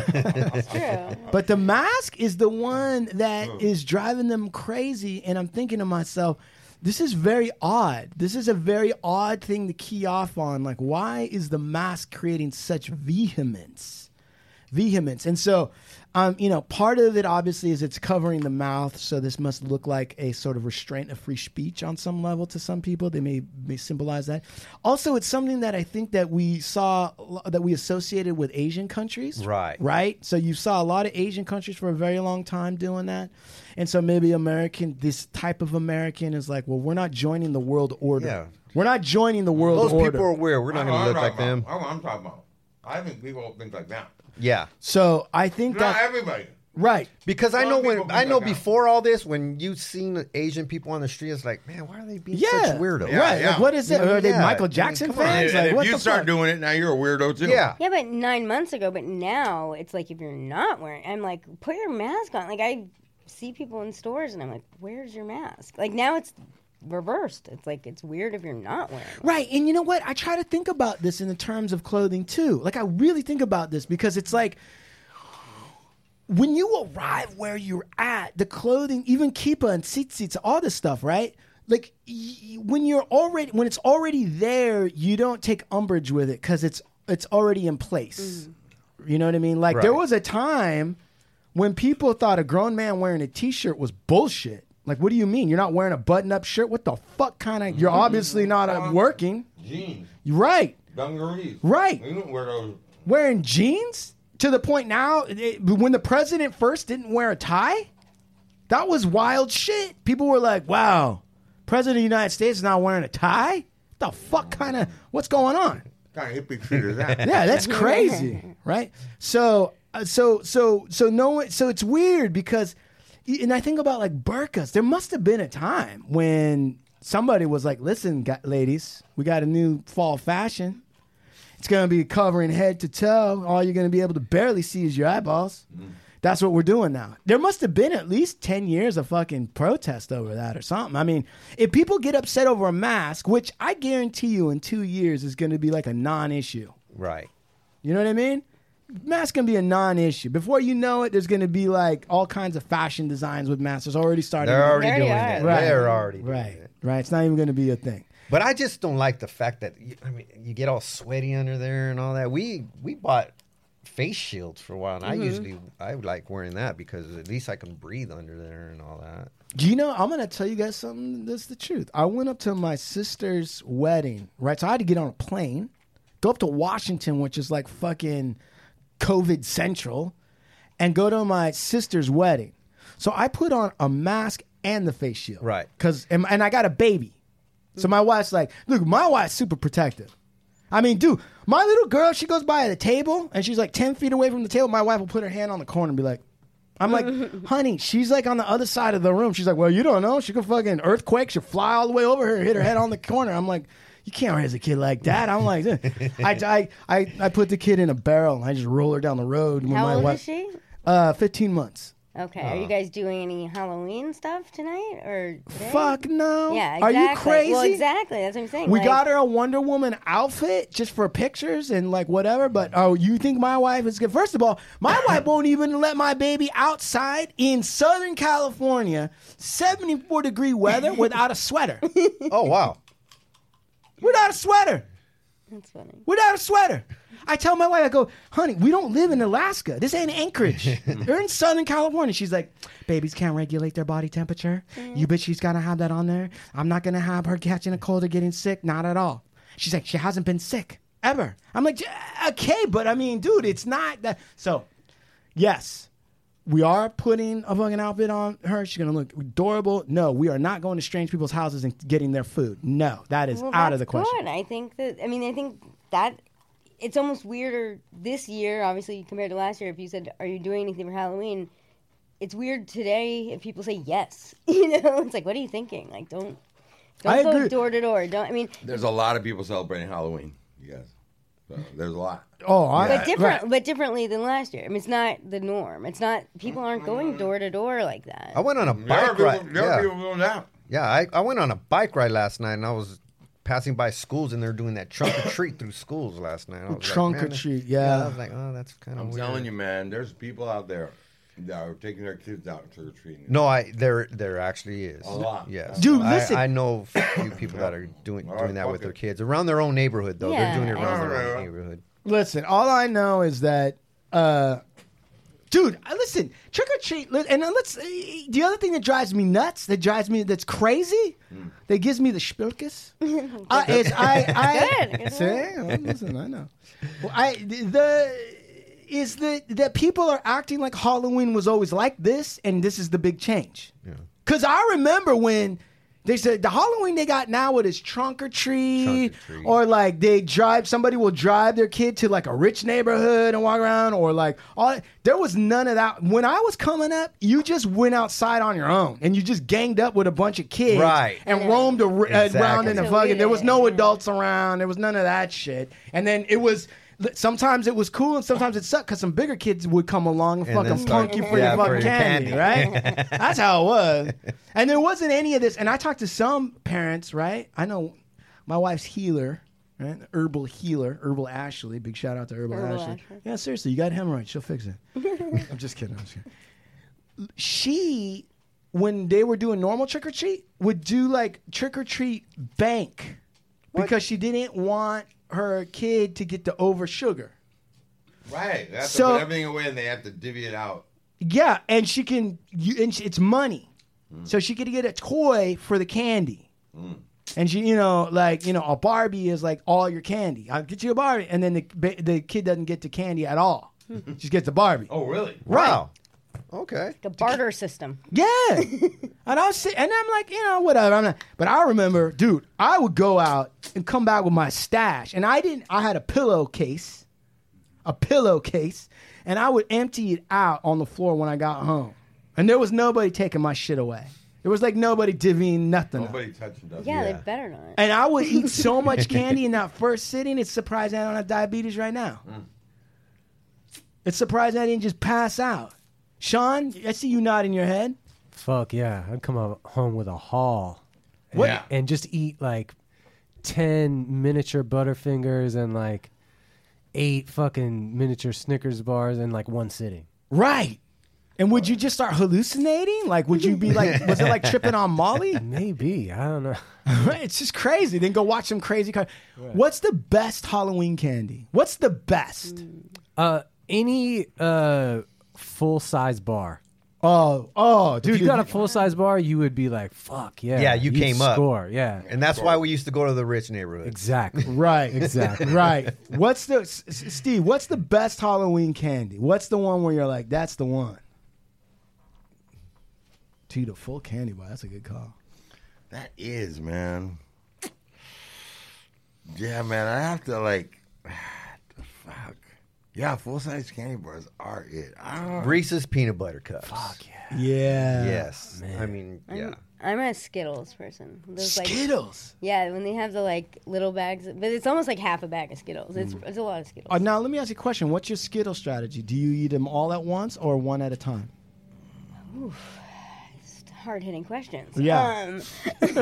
[SPEAKER 7] true.
[SPEAKER 3] but the mask is the one that is driving them crazy. And I'm thinking to myself, this is very odd. This is a very odd thing to key off on. Like, why is the mask creating such vehemence? Vehemence. And so, um, you know, part of it obviously is it's covering the mouth. So this must look like a sort of restraint of free speech on some level to some people. They may, may symbolize that. Also, it's something that I think that we saw, that we associated with Asian countries
[SPEAKER 6] Right.
[SPEAKER 3] right? So you saw a lot of Asian countries for a very long time doing that, and so maybe American, this type of American is like, well, we're not joining the world order.
[SPEAKER 6] Yeah.
[SPEAKER 3] We're not joining the world
[SPEAKER 6] Those
[SPEAKER 3] order.
[SPEAKER 6] people are weird. We're not
[SPEAKER 2] I know
[SPEAKER 6] going to
[SPEAKER 2] I'm talking
[SPEAKER 6] look like them.
[SPEAKER 2] about. I know Oh, I'm talking about. I think people think like that.
[SPEAKER 6] Yeah.
[SPEAKER 3] So I think
[SPEAKER 2] Not
[SPEAKER 3] that
[SPEAKER 2] everybody.
[SPEAKER 3] right
[SPEAKER 6] because I know
[SPEAKER 2] Some people
[SPEAKER 6] when
[SPEAKER 2] do
[SPEAKER 6] I know
[SPEAKER 2] that now.
[SPEAKER 6] before all this when you seen Asian people on the street, it's like, man, why are they being
[SPEAKER 2] Yeah.
[SPEAKER 6] such weirdos?
[SPEAKER 2] Yeah, Right, like, yeah. what
[SPEAKER 3] is it? Are they Michael Jackson
[SPEAKER 6] come on.
[SPEAKER 3] fans?
[SPEAKER 2] And,
[SPEAKER 3] Like,
[SPEAKER 2] if
[SPEAKER 3] what
[SPEAKER 2] you
[SPEAKER 3] the
[SPEAKER 2] start
[SPEAKER 3] fuck?
[SPEAKER 2] doing it now, you're a weirdo too.
[SPEAKER 7] Yeah, but nine months ago, but now it's like if you're not wearing, I'm like, put your mask on. Like I see people in stores, and I'm like, where's your mask? Like now it's reversed. It's like it's weird if you're not wearing.
[SPEAKER 3] Right. And you know what? I try to think about this in the terms of clothing too. Like I really think about this because it's like when you arrive where you're at, the clothing, even kippa and tzitzits, all this stuff, right? Like y- when you're already when it's already there, you don't take umbrage with it because it's it's already in place. You know what I mean? Like there
[SPEAKER 13] Right.
[SPEAKER 3] was a time when people thought a grown man wearing a t-shirt was bullshit. Like, what do you mean? You're not wearing a button-up shirt? What the fuck kind of? You're obviously not uh, working.
[SPEAKER 14] Mm-hmm. Jeans.
[SPEAKER 3] You're Right.
[SPEAKER 14] Dungarees.
[SPEAKER 3] Right.
[SPEAKER 14] You don't wear those.
[SPEAKER 3] Wearing jeans to the point now it- when the president first didn't wear a tie, that was wild shit. People were like, "Wow, president of the United States is not wearing a tie? The fuck kind of what's going on?"
[SPEAKER 2] Kind of hippie shit is that?
[SPEAKER 3] yeah, that's crazy, right? So, uh, so, so, so no one. So it's weird because, and I think about like burkas. There must have been a time when somebody was like, "Listen, gu- ladies, we got a new fall fashion. It's gonna be covering head to toe. All you're gonna be able to barely see is your eyeballs." That's what we're doing now. There must have been at least 10 years of fucking protest over that or something. I mean, if people get upset over a mask, which I guarantee you in two years is going to be like a non issue.
[SPEAKER 6] Right.
[SPEAKER 3] You know what I mean? Mask gonna be a non-issue. Before you know it, there's gonna be like all kinds of fashion designs with masks. It's already starting.
[SPEAKER 2] They're already They already doing are.
[SPEAKER 3] it.
[SPEAKER 2] that. They're already doing
[SPEAKER 3] right, right. It's not even gonna be a thing.
[SPEAKER 6] But I just don't like the fact that you- I mean you get all sweaty under there and all that. We we bought face shields for a while, and
[SPEAKER 2] Mm-hmm.
[SPEAKER 3] Mhm.
[SPEAKER 6] I usually I like wearing that because at least I can breathe under there and all that.
[SPEAKER 3] Do you know? I'm gonna tell you guys something. That's the truth. I went up to my sister's wedding, right? So I had to get on a plane, go up to Washington, which is like fucking COVID central, and go to my sister's wedding. So I put on a mask and the face shield, right? Because and, and I got a baby, so my wife's like, look, my wife's super protective. I mean, dude, my little girl, she goes by the table and she's like 10 feet away from the table. My wife will put her hand on the corner and be like, I'm like, honey, she's like on the other side of the room. She's like, well, you don't know. She could fucking earthquake. She'll fly all the way over here, hit her head on the corner. I'm like, you can't raise a kid like that. I'm like, eh. I, I, I, I put the kid in a barrel and I just roll her down the road. when
[SPEAKER 7] How
[SPEAKER 3] my
[SPEAKER 7] old
[SPEAKER 3] wife,
[SPEAKER 7] is she?
[SPEAKER 3] Uh, 15 months.
[SPEAKER 7] Okay. Are you
[SPEAKER 3] Uh.
[SPEAKER 7] guys doing any Halloween stuff tonight or? today?
[SPEAKER 3] Fuck no.
[SPEAKER 7] Yeah.
[SPEAKER 3] Are
[SPEAKER 7] Exactly.
[SPEAKER 3] you
[SPEAKER 7] Well,
[SPEAKER 3] crazy?
[SPEAKER 7] exactly. That's what I'm saying.
[SPEAKER 3] We
[SPEAKER 7] like-
[SPEAKER 3] got her a Wonder Woman outfit just for pictures and like whatever. But oh, you think my wife is good? First of all, my wife won't even let my baby outside in Southern California, seventy-four degree weather without a sweater.
[SPEAKER 6] oh wow!
[SPEAKER 3] Without a sweater.
[SPEAKER 7] That's funny.
[SPEAKER 3] Without a sweater. I tell my wife, I go, honey, we don't live in Alaska. This ain't Anchorage. They're in Southern California. She's like, babies can't regulate their body temperature. You bet she's gonna have that on there. I'm not gonna have her catching a cold or getting sick. Not at all. She's like, she hasn't been sick ever. I'm like, "Yeah, okay, but I mean, dude, it's not that. So, yes, we are putting a fucking outfit on her. She's gonna look adorable. No, we are not going to strange people's houses and getting their food. No, that is
[SPEAKER 7] Well,
[SPEAKER 3] out of
[SPEAKER 7] that's
[SPEAKER 3] the question.
[SPEAKER 7] Good. I think that I mean I think that it's almost weirder this year, obviously compared to last year. If you said, "Are you doing anything for Halloween?" It's weird today if people say yes. You know, it's like, what are you thinking? Like, don't don't
[SPEAKER 2] I
[SPEAKER 7] go
[SPEAKER 2] agree.
[SPEAKER 7] door to door. Don't. I mean,
[SPEAKER 2] There's a lot of people celebrating Halloween, you guys. So there's a lot.
[SPEAKER 3] Oh,
[SPEAKER 7] but different, but differently than last year. I mean, it's not the norm. It's not people aren't going door to door like that.
[SPEAKER 3] Oh.
[SPEAKER 6] I went on a
[SPEAKER 2] are
[SPEAKER 6] bike
[SPEAKER 2] people-
[SPEAKER 6] ride.
[SPEAKER 2] there are
[SPEAKER 6] yeah.
[SPEAKER 2] people
[SPEAKER 6] Yeah, I, I went on a bike ride last night, and I was passing by schools, and they're doing that trunk or treat through schools last night. I was like,
[SPEAKER 3] Trunk or
[SPEAKER 6] "Man,
[SPEAKER 3] treat,
[SPEAKER 6] I
[SPEAKER 3] yeah.
[SPEAKER 6] was like, oh, that's kind of
[SPEAKER 2] I'm
[SPEAKER 6] weird.
[SPEAKER 2] telling you, man, there's people out there that are taking their kids out trick or treating.
[SPEAKER 6] No, I there there actually is.
[SPEAKER 2] A lot.
[SPEAKER 6] Yes.
[SPEAKER 2] Dude,
[SPEAKER 6] I,
[SPEAKER 2] listen.
[SPEAKER 6] I know a few people that are doing doing that with their kids around their own neighborhood though.
[SPEAKER 3] Yeah.
[SPEAKER 6] They're doing it around their
[SPEAKER 3] Alright.
[SPEAKER 6] own neighborhood.
[SPEAKER 3] Listen, all I know is that, uh, dude. I- Listen, trick or treat, li- and then let's. uh, The other thing that drives me nuts, that drives me, that's crazy, that gives me the spilkes, uh, is I, I,
[SPEAKER 7] Good, good
[SPEAKER 3] See?
[SPEAKER 7] one.
[SPEAKER 3] Well, listen, I know. Well, I the is that that people are acting like Halloween was always like this, and this is the big change.
[SPEAKER 6] Yeah.
[SPEAKER 3] Cause I remember when they said the Halloween they got now it is trunk or treat, or like they drive somebody will drive their kid to like a rich neighborhood and walk around, or like all there was none of that. When I was coming up, you just went outside on your own and you just ganged up with a bunch of kids,
[SPEAKER 6] Right.
[SPEAKER 3] And roamed ar- around
[SPEAKER 6] Exactly.
[SPEAKER 3] in the
[SPEAKER 6] So
[SPEAKER 3] fucking. There was no adults around. There was none of that shit. And then it was. Sometimes it was cool and sometimes it sucked because some bigger kids would come along and,
[SPEAKER 6] And then
[SPEAKER 3] fucking
[SPEAKER 6] start-
[SPEAKER 3] punk you for
[SPEAKER 6] yeah,
[SPEAKER 3] your
[SPEAKER 6] for
[SPEAKER 3] fucking
[SPEAKER 6] your
[SPEAKER 3] candy,
[SPEAKER 6] candy.
[SPEAKER 3] right? That's how it was. And there wasn't any of this. And I talked to some parents, right? I know my wife's healer, right? Herbal healer, Herbal Ashley. Big shout out to Herbal,
[SPEAKER 5] Herbal
[SPEAKER 3] Ashley.
[SPEAKER 5] Ashley.
[SPEAKER 3] Yeah, seriously, you got hemorrhoids. She'll fix it. I'm just kidding. I'm just kidding. She, when they were doing normal trick or treat, would do like trick or treat bank because she didn't want her kid to get the over sugar.
[SPEAKER 2] Right. They have
[SPEAKER 3] So-
[SPEAKER 2] to put everything away and they have to divvy it out.
[SPEAKER 3] Yeah, and she can, you, and she, it's money, so she could get a toy for the candy. And she, you know, like you know, a Barbie is like all your candy. I'll get you a Barbie, and then the ba- the kid doesn't get the candy at all. she just gets the Barbie.
[SPEAKER 2] Oh, really?
[SPEAKER 3] Wow.
[SPEAKER 2] Okay.
[SPEAKER 7] The barter system.
[SPEAKER 3] Yeah. and I was, sit- and I'm like, you know, whatever. I'm not, but I remember, dude, I would go out and come back with my stash, and I didn't. I had a pillowcase, a pillowcase, and I would empty it out on the floor when I got home, and there was nobody taking my shit away. There was like nobody divvying nothing. up.
[SPEAKER 2] Nobody touching nothing.
[SPEAKER 7] Yeah, they better not.
[SPEAKER 3] And I would eat so much candy in that first sitting. It's surprising I don't have diabetes right now. It's surprising I didn't just pass out. Sean, I see you nodding your head.
[SPEAKER 12] Fuck yeah! I'd come out home with a haul, and,
[SPEAKER 3] What- Yeah.
[SPEAKER 12] and just eat like ten miniature Butterfingers and like eight fucking miniature Snickers bars in like one sitting.
[SPEAKER 3] Right. And would you just start hallucinating? Like, would you be like, was it like tripping on Molly?
[SPEAKER 12] Maybe I don't know.
[SPEAKER 3] it's just crazy. Then go watch some crazy. Car- What's the best Halloween candy? What's the best?
[SPEAKER 12] Uh, any uh full size bar.
[SPEAKER 3] Oh, oh,
[SPEAKER 12] If
[SPEAKER 6] dude,
[SPEAKER 12] you got a
[SPEAKER 6] if-
[SPEAKER 12] full size bar, you would be like, fuck yeah.
[SPEAKER 6] Yeah, you
[SPEAKER 12] you'd
[SPEAKER 6] came up.
[SPEAKER 12] score. Yeah.
[SPEAKER 6] And that's why we used to go to the rich neighborhood.
[SPEAKER 12] Exactly.
[SPEAKER 3] Right.
[SPEAKER 12] Exactly.
[SPEAKER 3] Right. What's the S- S- Steve? What's the best Halloween candy? What's the one where you're like, that's the one? To the full candy bar. That's a good call.
[SPEAKER 2] That is, man. Yeah, man, I have to like the fuck. Yeah, full size candy bars are it. I don't
[SPEAKER 6] Reese's peanut butter cups. Fuck
[SPEAKER 3] yeah. Yeah.
[SPEAKER 6] Yes. I mean,
[SPEAKER 7] I'm,
[SPEAKER 6] yeah.
[SPEAKER 7] I'm a Skittles person. Those, like-
[SPEAKER 3] Skittles?
[SPEAKER 7] yeah, when they have the like little bags, but it's almost like half a bag of Skittles. It's,
[SPEAKER 3] Mm.
[SPEAKER 7] it's a lot of Skittles.
[SPEAKER 3] Uh, now let me ask you a question. What's your Skittle strategy? Do you eat them all at once or one at a time?
[SPEAKER 7] Hard hitting questions.
[SPEAKER 3] Yeah.
[SPEAKER 7] Um,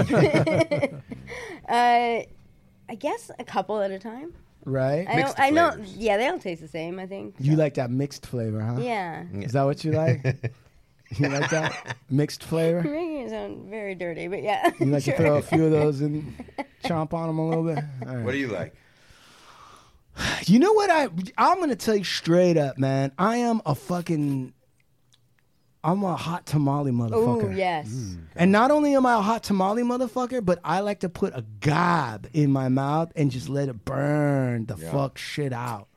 [SPEAKER 7] uh, I guess a couple at a time.
[SPEAKER 3] Right.
[SPEAKER 7] I don't. I know. Yeah, they all taste the same. I think.
[SPEAKER 3] You like that mixed flavor, huh?
[SPEAKER 7] Yeah.
[SPEAKER 3] Is that what you like? you like that mixed flavor?
[SPEAKER 7] You're making it sound very dirty, but yeah.
[SPEAKER 3] You like
[SPEAKER 7] sure.
[SPEAKER 3] to throw a few of those and chomp on them a little bit. All
[SPEAKER 2] know.
[SPEAKER 3] right.
[SPEAKER 2] What do you like?
[SPEAKER 3] You know what I? I'm gonna tell you straight up, man. I am a fucking. I'm a hot tamale motherfucker.
[SPEAKER 7] Ooh, yes.
[SPEAKER 2] Mm,
[SPEAKER 3] And not only am I a hot tamale motherfucker, but I like to put a gob in my mouth and just let it burn the
[SPEAKER 5] Yeah.
[SPEAKER 3] fuck shit out,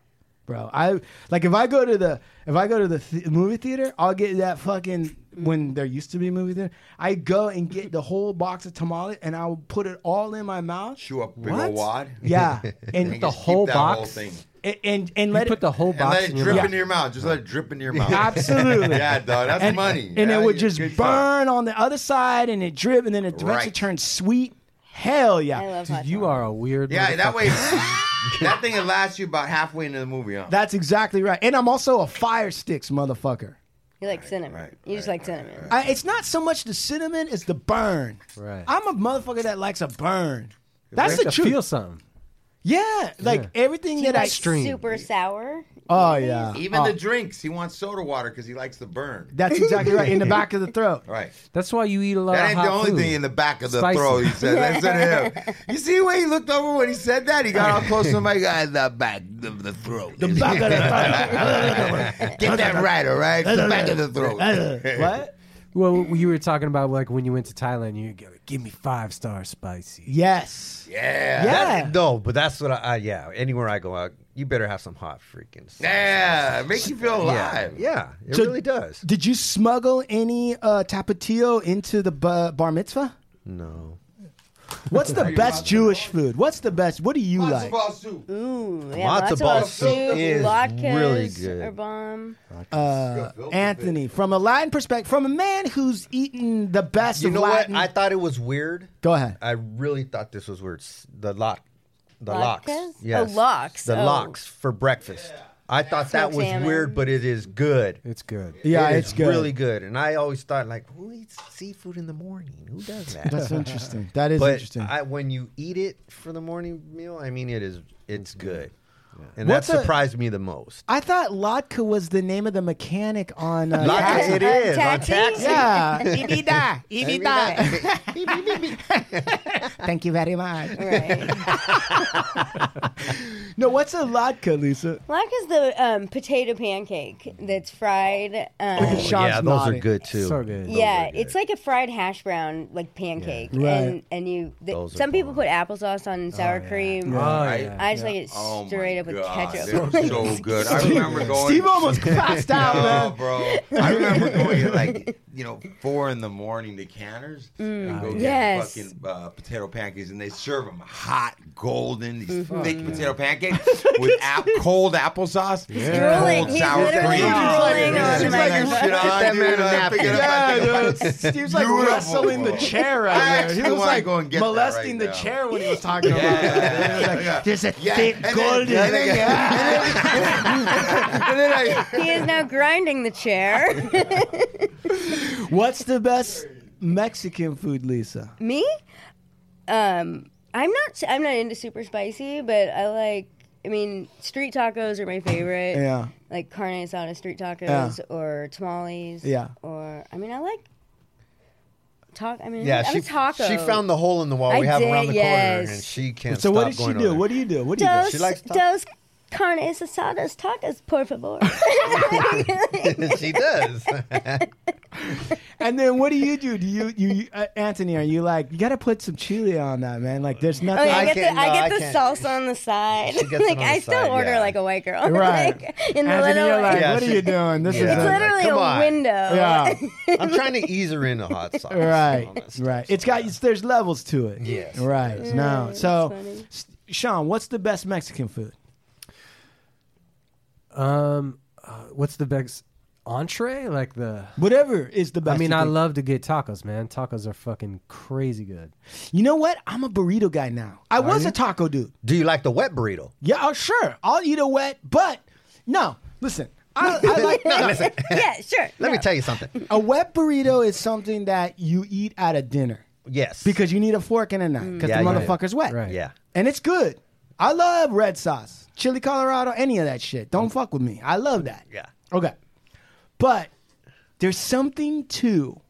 [SPEAKER 3] bro. I like if I go to the if I go to the th- movie theater, I'll get that fucking when there used to be a movie theater. I go and get the whole box of tamales and I will put it all in my mouth.
[SPEAKER 2] Chew up big old wad.
[SPEAKER 3] Yeah,
[SPEAKER 2] And
[SPEAKER 3] and
[SPEAKER 2] just The keep whole that whole box? thing.
[SPEAKER 3] and and, and
[SPEAKER 2] You
[SPEAKER 3] let
[SPEAKER 2] put
[SPEAKER 3] it,
[SPEAKER 2] the whole And box let it in your drip mouth. into your mouth. Just let it drip into your mouth.
[SPEAKER 3] Absolutely.
[SPEAKER 2] Yeah, dog, that's
[SPEAKER 3] and,
[SPEAKER 2] money.
[SPEAKER 3] And
[SPEAKER 2] Yeah,
[SPEAKER 3] it would
[SPEAKER 2] you-
[SPEAKER 3] just burn
[SPEAKER 2] good
[SPEAKER 3] on the other side, and it drip, and then it eventually
[SPEAKER 2] Right.
[SPEAKER 3] turns sweet. Hell yeah!
[SPEAKER 2] I love hot
[SPEAKER 3] you
[SPEAKER 12] are a weird.
[SPEAKER 2] Yeah, that way that thing will last you about halfway into the movie, huh?
[SPEAKER 3] That's exactly right. And I'm also a fire sticks motherfucker.
[SPEAKER 7] You like cinnamon. you just like cinnamon.
[SPEAKER 3] I, it's not so much the cinnamon; it's the burn.
[SPEAKER 12] Right.
[SPEAKER 3] I'm a motherfucker that likes a burn. That's
[SPEAKER 12] Like
[SPEAKER 3] the
[SPEAKER 12] to
[SPEAKER 3] truth.
[SPEAKER 12] Feel something.
[SPEAKER 3] Yeah, like
[SPEAKER 12] Yeah.
[SPEAKER 3] everything
[SPEAKER 7] Do you
[SPEAKER 3] that I
[SPEAKER 7] like super sour.
[SPEAKER 3] Oh yeah,
[SPEAKER 2] Even
[SPEAKER 3] Oh,
[SPEAKER 2] the drinks, he wants soda water because he likes the burn.
[SPEAKER 3] That's exactly right. In the back of the throat.
[SPEAKER 2] Right.
[SPEAKER 12] That's why you eat a lot.
[SPEAKER 2] That
[SPEAKER 12] of
[SPEAKER 2] ain't the
[SPEAKER 12] hot
[SPEAKER 2] only
[SPEAKER 12] food.
[SPEAKER 2] thing in the back of the
[SPEAKER 12] Spicy.
[SPEAKER 2] throat. He said, "Listen to him." You see the way he looked over when he said that? He got all close to my guy. The back of the throat. The
[SPEAKER 3] back of
[SPEAKER 2] the throat. Get that right, all right? The back of the throat.
[SPEAKER 3] what?
[SPEAKER 12] Well, you were talking about like when you went to Thailand, you go, give me five star spicy.
[SPEAKER 3] Yes.
[SPEAKER 2] Yeah.
[SPEAKER 6] That- no, but that's what I, I. Yeah. Anywhere I go out, you better have some hot freaking. Stuff.
[SPEAKER 2] Yeah, it makes you feel alive.
[SPEAKER 6] Yeah, it
[SPEAKER 3] So-
[SPEAKER 6] really does.
[SPEAKER 3] Did you smuggle any uh, tapatio into the ba- bar mitzvah?
[SPEAKER 6] No.
[SPEAKER 3] What's the
[SPEAKER 6] Are you
[SPEAKER 3] best
[SPEAKER 6] matzo
[SPEAKER 3] Jewish food? What's the best? What do you like?
[SPEAKER 7] Ooh, yeah,
[SPEAKER 3] Matzo
[SPEAKER 7] matzo
[SPEAKER 3] ball
[SPEAKER 7] ball
[SPEAKER 3] soup
[SPEAKER 7] soup,
[SPEAKER 3] is
[SPEAKER 7] latkes
[SPEAKER 3] really good.
[SPEAKER 7] are bomb.
[SPEAKER 3] Uh, Anthony, from a Latin perspective, from a man who's eaten the best
[SPEAKER 6] You
[SPEAKER 3] of
[SPEAKER 6] know what?
[SPEAKER 3] Latin.
[SPEAKER 6] I thought it was weird.
[SPEAKER 3] Go ahead.
[SPEAKER 6] I really thought this was weird. S- The lock, the locks.
[SPEAKER 7] Latkes?
[SPEAKER 6] Yes.
[SPEAKER 7] Oh, lox.
[SPEAKER 6] The
[SPEAKER 7] Oh.
[SPEAKER 6] locks for breakfast. I thought that
[SPEAKER 2] Smoked
[SPEAKER 6] was
[SPEAKER 2] salmon.
[SPEAKER 6] weird, but it is good.
[SPEAKER 12] It's good.
[SPEAKER 2] Yeah,
[SPEAKER 6] It is
[SPEAKER 2] it's good.
[SPEAKER 6] really good. And I always thought like, who eats seafood in the morning? Who does that?
[SPEAKER 3] That's interesting. That is
[SPEAKER 6] But
[SPEAKER 3] interesting.
[SPEAKER 6] I, when you eat it for the morning meal, I mean, it is it's good, and
[SPEAKER 3] What's
[SPEAKER 6] that
[SPEAKER 3] a-
[SPEAKER 6] surprised me the most.
[SPEAKER 3] I thought Lotka was the name of the mechanic on. Uh,
[SPEAKER 6] Lotka,
[SPEAKER 3] Taxi.
[SPEAKER 6] it is, on Taxi? Taxi.
[SPEAKER 3] Yeah.
[SPEAKER 6] Evita,
[SPEAKER 3] Thank you very much.
[SPEAKER 7] Right.
[SPEAKER 3] no, what's a Lotka, Lisa?
[SPEAKER 7] Black is the um, potato pancake that's fried. Um,
[SPEAKER 3] at Sean's
[SPEAKER 6] Oh, yeah, those
[SPEAKER 3] nodding.
[SPEAKER 6] are good too.
[SPEAKER 12] So good.
[SPEAKER 7] yeah, it's like a fried hash brown like pancake,
[SPEAKER 6] Right.
[SPEAKER 7] and and you. The,
[SPEAKER 6] Those are
[SPEAKER 7] some people put applesauce on sour cream.
[SPEAKER 2] Yeah. Oh,
[SPEAKER 7] I,
[SPEAKER 2] yeah.
[SPEAKER 7] just like it
[SPEAKER 2] Oh, my
[SPEAKER 7] straight up with
[SPEAKER 2] God,
[SPEAKER 7] ketchup.
[SPEAKER 2] they're so good. I remember going.
[SPEAKER 3] Steve almost passed out,
[SPEAKER 2] no,
[SPEAKER 3] man.
[SPEAKER 2] bro. I remember going at like you know four in the morning to Canners
[SPEAKER 7] Mm,
[SPEAKER 2] and go get
[SPEAKER 7] yes.
[SPEAKER 2] fucking uh, potato pancakes, and they serve them hot, golden, these
[SPEAKER 7] Mhm.
[SPEAKER 2] thick potato pancakes with ap- cold applesauce,
[SPEAKER 7] He's
[SPEAKER 2] and
[SPEAKER 7] drooling.
[SPEAKER 2] cold
[SPEAKER 7] He's
[SPEAKER 2] sour cream.
[SPEAKER 7] literally drooling on
[SPEAKER 2] Just
[SPEAKER 7] my
[SPEAKER 2] like,
[SPEAKER 7] mouth.
[SPEAKER 2] shit on,
[SPEAKER 3] Get that man
[SPEAKER 2] dude, uh,
[SPEAKER 3] a
[SPEAKER 2] I'm
[SPEAKER 3] napkin.
[SPEAKER 2] picking it up,
[SPEAKER 3] Yeah,
[SPEAKER 2] I think I'm-
[SPEAKER 3] dude. Steve's like
[SPEAKER 2] Beautiful.
[SPEAKER 3] wrestling the chair right
[SPEAKER 2] I
[SPEAKER 3] there. He
[SPEAKER 2] actually
[SPEAKER 3] was
[SPEAKER 2] wanna
[SPEAKER 3] like
[SPEAKER 2] go and get that
[SPEAKER 3] molesting
[SPEAKER 2] right
[SPEAKER 3] the
[SPEAKER 2] now.
[SPEAKER 3] chair when he was talking
[SPEAKER 2] Yeah.
[SPEAKER 3] about it. He was like,
[SPEAKER 2] Yeah.
[SPEAKER 3] There's a
[SPEAKER 2] Yeah,
[SPEAKER 3] thick
[SPEAKER 2] and then-
[SPEAKER 3] golden.
[SPEAKER 2] and then-
[SPEAKER 7] he is now grinding the chair.
[SPEAKER 3] What's the best Mexican food, Lisa?
[SPEAKER 7] Me? Um, I'm not. I'm not into super spicy, but I like. I mean, street tacos are my favorite.
[SPEAKER 3] Yeah.
[SPEAKER 7] Like carne asada street tacos or tamales.
[SPEAKER 6] Yeah.
[SPEAKER 7] Or I mean, I like. Talk. I mean,
[SPEAKER 6] Yeah,
[SPEAKER 7] I'm
[SPEAKER 6] she
[SPEAKER 7] a taco.
[SPEAKER 6] she found the hole in the wall
[SPEAKER 7] I
[SPEAKER 6] we have around
[SPEAKER 7] did,
[SPEAKER 6] the
[SPEAKER 7] yes.
[SPEAKER 6] corner, and she can't.
[SPEAKER 3] So what
[SPEAKER 6] stop
[SPEAKER 3] did she
[SPEAKER 6] going
[SPEAKER 3] do?
[SPEAKER 6] over
[SPEAKER 3] What do you do? What do you
[SPEAKER 7] Dos,
[SPEAKER 3] do?
[SPEAKER 7] she likes dos carnes asadas tacos, por favor.
[SPEAKER 6] she does.
[SPEAKER 3] and then what do you do? Do you you, you uh, Anthony? Are you like you got to put some chili on that man? Like there's
[SPEAKER 7] Oh,
[SPEAKER 3] nothing.
[SPEAKER 7] yeah, I get the, I get the salsa on the side.
[SPEAKER 3] She gets it
[SPEAKER 7] like
[SPEAKER 3] on
[SPEAKER 7] I
[SPEAKER 3] the
[SPEAKER 7] still
[SPEAKER 3] side,
[SPEAKER 7] order
[SPEAKER 3] yeah.
[SPEAKER 7] like a white girl.
[SPEAKER 3] Right.
[SPEAKER 7] like, in the
[SPEAKER 3] Anthony,
[SPEAKER 7] little
[SPEAKER 3] you're like,
[SPEAKER 6] Yeah,
[SPEAKER 3] what are
[SPEAKER 6] she-
[SPEAKER 3] you doing? This
[SPEAKER 6] Yeah.
[SPEAKER 3] is
[SPEAKER 7] It's
[SPEAKER 3] like-
[SPEAKER 7] literally
[SPEAKER 6] Come
[SPEAKER 7] a
[SPEAKER 6] on.
[SPEAKER 7] window.
[SPEAKER 3] Yeah.
[SPEAKER 6] I'm trying to ease her into hot sauce.
[SPEAKER 3] right, right. It's got it's, there's levels to it.
[SPEAKER 6] Yes.
[SPEAKER 3] Right.
[SPEAKER 6] Yes.
[SPEAKER 3] No.
[SPEAKER 6] Mm,
[SPEAKER 3] So,
[SPEAKER 6] that's funny.
[SPEAKER 3] S- Sean, what's the best Mexican food?
[SPEAKER 12] Um, uh, what's the best entree? Like the
[SPEAKER 3] whatever is the best
[SPEAKER 12] I mean,
[SPEAKER 3] you
[SPEAKER 12] I
[SPEAKER 3] can-
[SPEAKER 12] love to get tacos, man. Tacos are fucking crazy good.
[SPEAKER 3] You know what? I'm a burrito guy now. I was a taco dude.
[SPEAKER 6] Do you like the wet burrito?
[SPEAKER 3] Yeah. Oh, sure. I'll eat a wet, but no. Listen, I, I like
[SPEAKER 6] No, listen.
[SPEAKER 7] yeah, sure.
[SPEAKER 6] Let me tell you something.
[SPEAKER 3] A wet burrito is something that you eat at a dinner.
[SPEAKER 6] Yes. Mm.
[SPEAKER 3] Because you need a fork and a knife because
[SPEAKER 6] Yeah,
[SPEAKER 3] the
[SPEAKER 6] you do.
[SPEAKER 3] motherfucker's wet. Right.
[SPEAKER 6] Yeah.
[SPEAKER 3] And it's good. I love red sauce, chili Colorado, any of that shit. Don't fuck with me. I love that.
[SPEAKER 6] Mm. Yeah.
[SPEAKER 3] Okay. But there's something to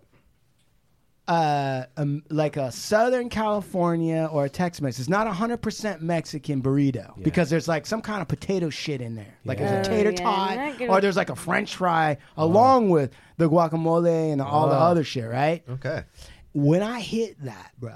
[SPEAKER 3] uh, um, like a Southern California or a Tex Mex. It's not 100% Mexican burrito because there's like some kind of potato shit in there. Like there's a
[SPEAKER 7] Oh,
[SPEAKER 3] tater
[SPEAKER 7] yeah,
[SPEAKER 3] tot
[SPEAKER 7] not good.
[SPEAKER 3] or there's like a french fry along with the guacamole and all the
[SPEAKER 6] Oh.
[SPEAKER 3] other shit, right?
[SPEAKER 6] Okay.
[SPEAKER 3] When I hit that, bro,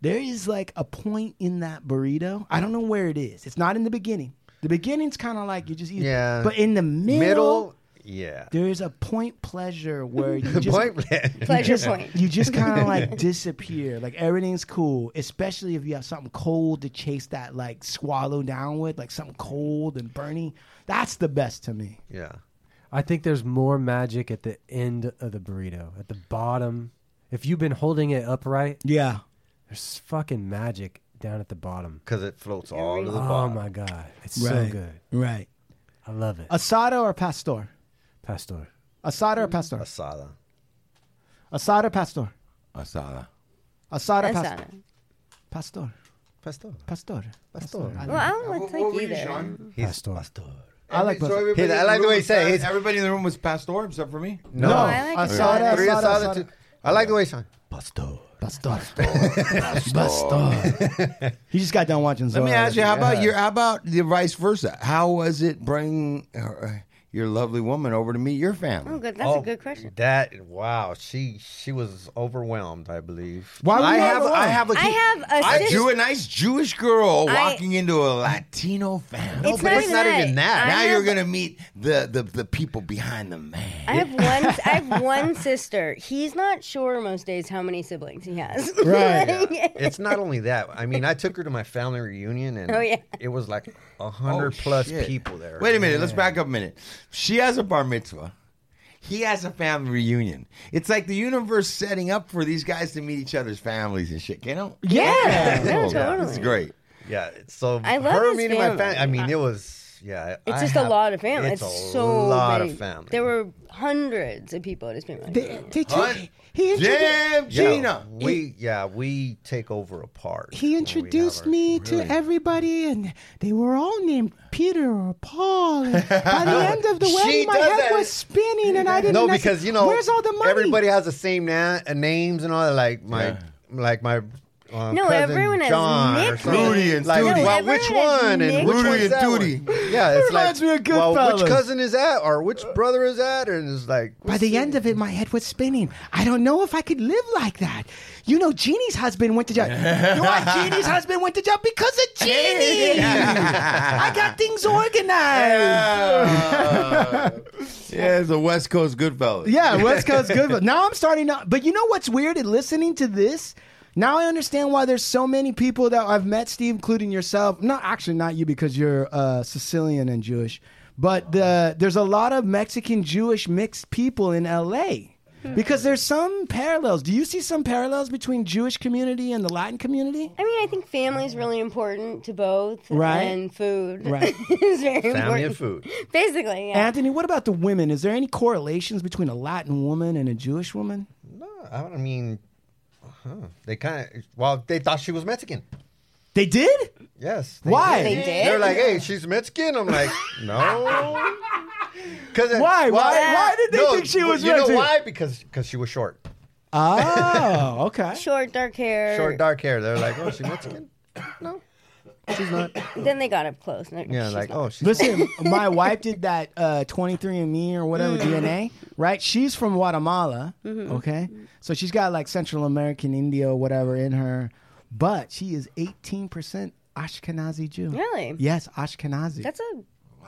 [SPEAKER 3] there is like a point in that burrito. I don't know where it is. It's not in the beginning. The beginning's kind of like you just eat,
[SPEAKER 6] Yeah.
[SPEAKER 3] but in the middle,
[SPEAKER 6] Middle, yeah.
[SPEAKER 3] there is a point pleasure where you just,
[SPEAKER 6] Point pleasure.
[SPEAKER 3] you
[SPEAKER 6] Pleasure
[SPEAKER 3] just-
[SPEAKER 6] point.
[SPEAKER 3] You just kind of like disappear. Like everything's cool, especially if you have something cold to chase that like swallow down with, like something cold and burning. That's the best to me.
[SPEAKER 6] Yeah.
[SPEAKER 12] I think there's more magic at the end of the burrito, at the bottom. If you've been holding it upright,
[SPEAKER 3] yeah,
[SPEAKER 12] there's fucking magic down at the bottom
[SPEAKER 6] because it floats all to the
[SPEAKER 12] oh
[SPEAKER 6] bottom.
[SPEAKER 12] my god, it's so
[SPEAKER 3] Right. Uh,
[SPEAKER 12] good.
[SPEAKER 3] Right.
[SPEAKER 12] I love it.
[SPEAKER 3] Asada or pastor?
[SPEAKER 12] Pastor.
[SPEAKER 3] Asada or pastor?
[SPEAKER 6] Asada.
[SPEAKER 3] Asada or pastor?
[SPEAKER 2] Asada.
[SPEAKER 3] Asada,
[SPEAKER 7] Asada.
[SPEAKER 3] pastor. Pastor.
[SPEAKER 6] Pastor.
[SPEAKER 3] Pastor. Pastor.
[SPEAKER 7] Well, I don't like
[SPEAKER 2] what were you,
[SPEAKER 7] either.
[SPEAKER 2] Sean?
[SPEAKER 6] He's pastor.
[SPEAKER 3] I like
[SPEAKER 2] So
[SPEAKER 3] pastor.
[SPEAKER 2] everybody
[SPEAKER 6] Hey, I
[SPEAKER 2] in
[SPEAKER 6] like the
[SPEAKER 2] room
[SPEAKER 6] way he
[SPEAKER 2] was
[SPEAKER 6] said it.
[SPEAKER 2] pas-
[SPEAKER 6] He's-
[SPEAKER 2] Everybody in the room was pastor except for me.
[SPEAKER 6] No. No,
[SPEAKER 3] I like Asada, asada,
[SPEAKER 6] Three asada,
[SPEAKER 3] asada.
[SPEAKER 6] two- I like the way Sean. Pastor.
[SPEAKER 3] Pastor. Pastor. he just got done watching.
[SPEAKER 2] Let me
[SPEAKER 3] Zoe.
[SPEAKER 2] ask you, how about your, how about the vice versa? How was it bringing her, your lovely woman over to meet your family?
[SPEAKER 7] Oh, good. That's
[SPEAKER 6] Oh,
[SPEAKER 7] a good question.
[SPEAKER 6] That wow, she she was overwhelmed, I believe.
[SPEAKER 7] Oh,
[SPEAKER 2] Why were
[SPEAKER 6] I
[SPEAKER 2] you
[SPEAKER 6] have
[SPEAKER 2] overwhelmed?
[SPEAKER 6] I have a
[SPEAKER 7] I have a
[SPEAKER 2] I
[SPEAKER 7] sis-
[SPEAKER 2] drew a nice Jewish girl
[SPEAKER 7] I-
[SPEAKER 2] walking into a Latino family.
[SPEAKER 7] It's not even that. I
[SPEAKER 2] Now
[SPEAKER 7] have-
[SPEAKER 2] you're gonna meet the, the the people behind the man.
[SPEAKER 7] I have one. I have one sister. He's not sure most days how many siblings he has. Like,
[SPEAKER 6] Yeah. It's not only that. I mean, I took her to my family reunion and
[SPEAKER 7] Oh, yeah.
[SPEAKER 6] it was like a hundred plus
[SPEAKER 2] Oh, shit.
[SPEAKER 6] people there.
[SPEAKER 2] Wait a minute. Let's back up a minute. She has a bar mitzvah. He has a family reunion. It's like the universe setting up for these guys to meet each other's families and shit. You know?
[SPEAKER 7] Yeah,
[SPEAKER 2] Cool.
[SPEAKER 7] no,
[SPEAKER 2] It's
[SPEAKER 7] totally.
[SPEAKER 2] great.
[SPEAKER 6] Yeah. So
[SPEAKER 7] I love
[SPEAKER 6] her
[SPEAKER 7] his
[SPEAKER 6] meeting my
[SPEAKER 7] family.
[SPEAKER 6] family. I mean, it was It's yeah.
[SPEAKER 7] It's
[SPEAKER 6] I
[SPEAKER 7] just a
[SPEAKER 6] have-
[SPEAKER 7] lot of family. It's,
[SPEAKER 6] It's, a
[SPEAKER 7] so
[SPEAKER 6] lot
[SPEAKER 7] many.
[SPEAKER 6] of family.
[SPEAKER 7] There were hundreds of people at his funeral.
[SPEAKER 6] Hun-
[SPEAKER 3] he
[SPEAKER 6] Damn,
[SPEAKER 3] introduced-
[SPEAKER 6] Gina.
[SPEAKER 3] He-
[SPEAKER 6] We yeah we take over a part.
[SPEAKER 3] He introduced me
[SPEAKER 6] really-
[SPEAKER 3] to everybody, and they were all named Peter or Paul. And by the end of the
[SPEAKER 6] She
[SPEAKER 3] wedding, my
[SPEAKER 6] does
[SPEAKER 3] head
[SPEAKER 6] that.
[SPEAKER 3] was spinning, and I didn't.
[SPEAKER 6] no
[SPEAKER 3] I said,
[SPEAKER 6] because you know
[SPEAKER 3] where's all the money?
[SPEAKER 6] Everybody has the same na- uh, names and all that. Like my like my. Um,
[SPEAKER 7] No,
[SPEAKER 6] cousin
[SPEAKER 7] everyone has
[SPEAKER 6] John or
[SPEAKER 7] nicknames.
[SPEAKER 6] something.
[SPEAKER 7] Rudy and
[SPEAKER 6] like,
[SPEAKER 7] Tootie.
[SPEAKER 6] Well,
[SPEAKER 7] No,
[SPEAKER 6] which
[SPEAKER 7] everyone has
[SPEAKER 6] one and which
[SPEAKER 7] nicknames.
[SPEAKER 6] one's
[SPEAKER 7] Rudy and
[SPEAKER 6] that one?
[SPEAKER 3] Tootie.
[SPEAKER 6] Yeah, it's
[SPEAKER 3] Reminds
[SPEAKER 6] like
[SPEAKER 3] me of
[SPEAKER 6] well, which
[SPEAKER 3] Goodfellas.
[SPEAKER 6] cousin is that or which brother is that? And it's like
[SPEAKER 3] By the end of it, my head was spinning. I don't know if I could live like that. You know, Jeannie's husband went to jail. you know why Jeannie's husband went to jail? Because of Jeannie. I got things organized.
[SPEAKER 13] yeah, it's a West Coast Goodfellas.
[SPEAKER 3] Yeah, West Coast good. But now I'm starting to. But you know what's weird? In listening to this, now I understand why there's so many people that I've met, Steve, including yourself. Not actually, not you because you're uh, Sicilian and Jewish. But the, there's a lot of Mexican Jewish mixed people in LA because there's some parallels. Do you see some parallels between Jewish community and the Latin community?
[SPEAKER 7] I mean, I think family's really important to both.
[SPEAKER 3] Right.
[SPEAKER 7] And food.
[SPEAKER 3] Right.
[SPEAKER 7] is very important.
[SPEAKER 6] food.
[SPEAKER 7] Basically, yeah.
[SPEAKER 3] Anthony, what about the women? Is there any correlations between a Latin woman and a Jewish woman?
[SPEAKER 6] I don't- I mean, huh, they kind of well, they thought she was Mexican.
[SPEAKER 3] They did?
[SPEAKER 6] Yes.
[SPEAKER 3] Why? They did?
[SPEAKER 6] They're like, hey, she's Mexican. I'm like, no. Cause
[SPEAKER 3] Why? Why- why did they think she
[SPEAKER 6] but
[SPEAKER 3] was
[SPEAKER 6] You
[SPEAKER 3] Mexican?
[SPEAKER 6] know why? Because because she was short,
[SPEAKER 3] Oh, okay.
[SPEAKER 7] Short dark hair.
[SPEAKER 6] short, dark hair. They're like, oh, she's Mexican. She's not.
[SPEAKER 7] Then they got up close. No,
[SPEAKER 6] Yeah,
[SPEAKER 7] she's
[SPEAKER 6] like,
[SPEAKER 7] not.
[SPEAKER 6] oh, she's
[SPEAKER 3] Listen, my wife did that uh, 23andMe or whatever
[SPEAKER 7] Mm.
[SPEAKER 3] DNA, right? She's from Guatemala,
[SPEAKER 7] Mhm.
[SPEAKER 3] okay? So she's got like Central American, India, or whatever in her, but she is 18% Ashkenazi Jew.
[SPEAKER 6] oh,
[SPEAKER 7] Really?
[SPEAKER 3] Yes, Ashkenazi.
[SPEAKER 7] That's a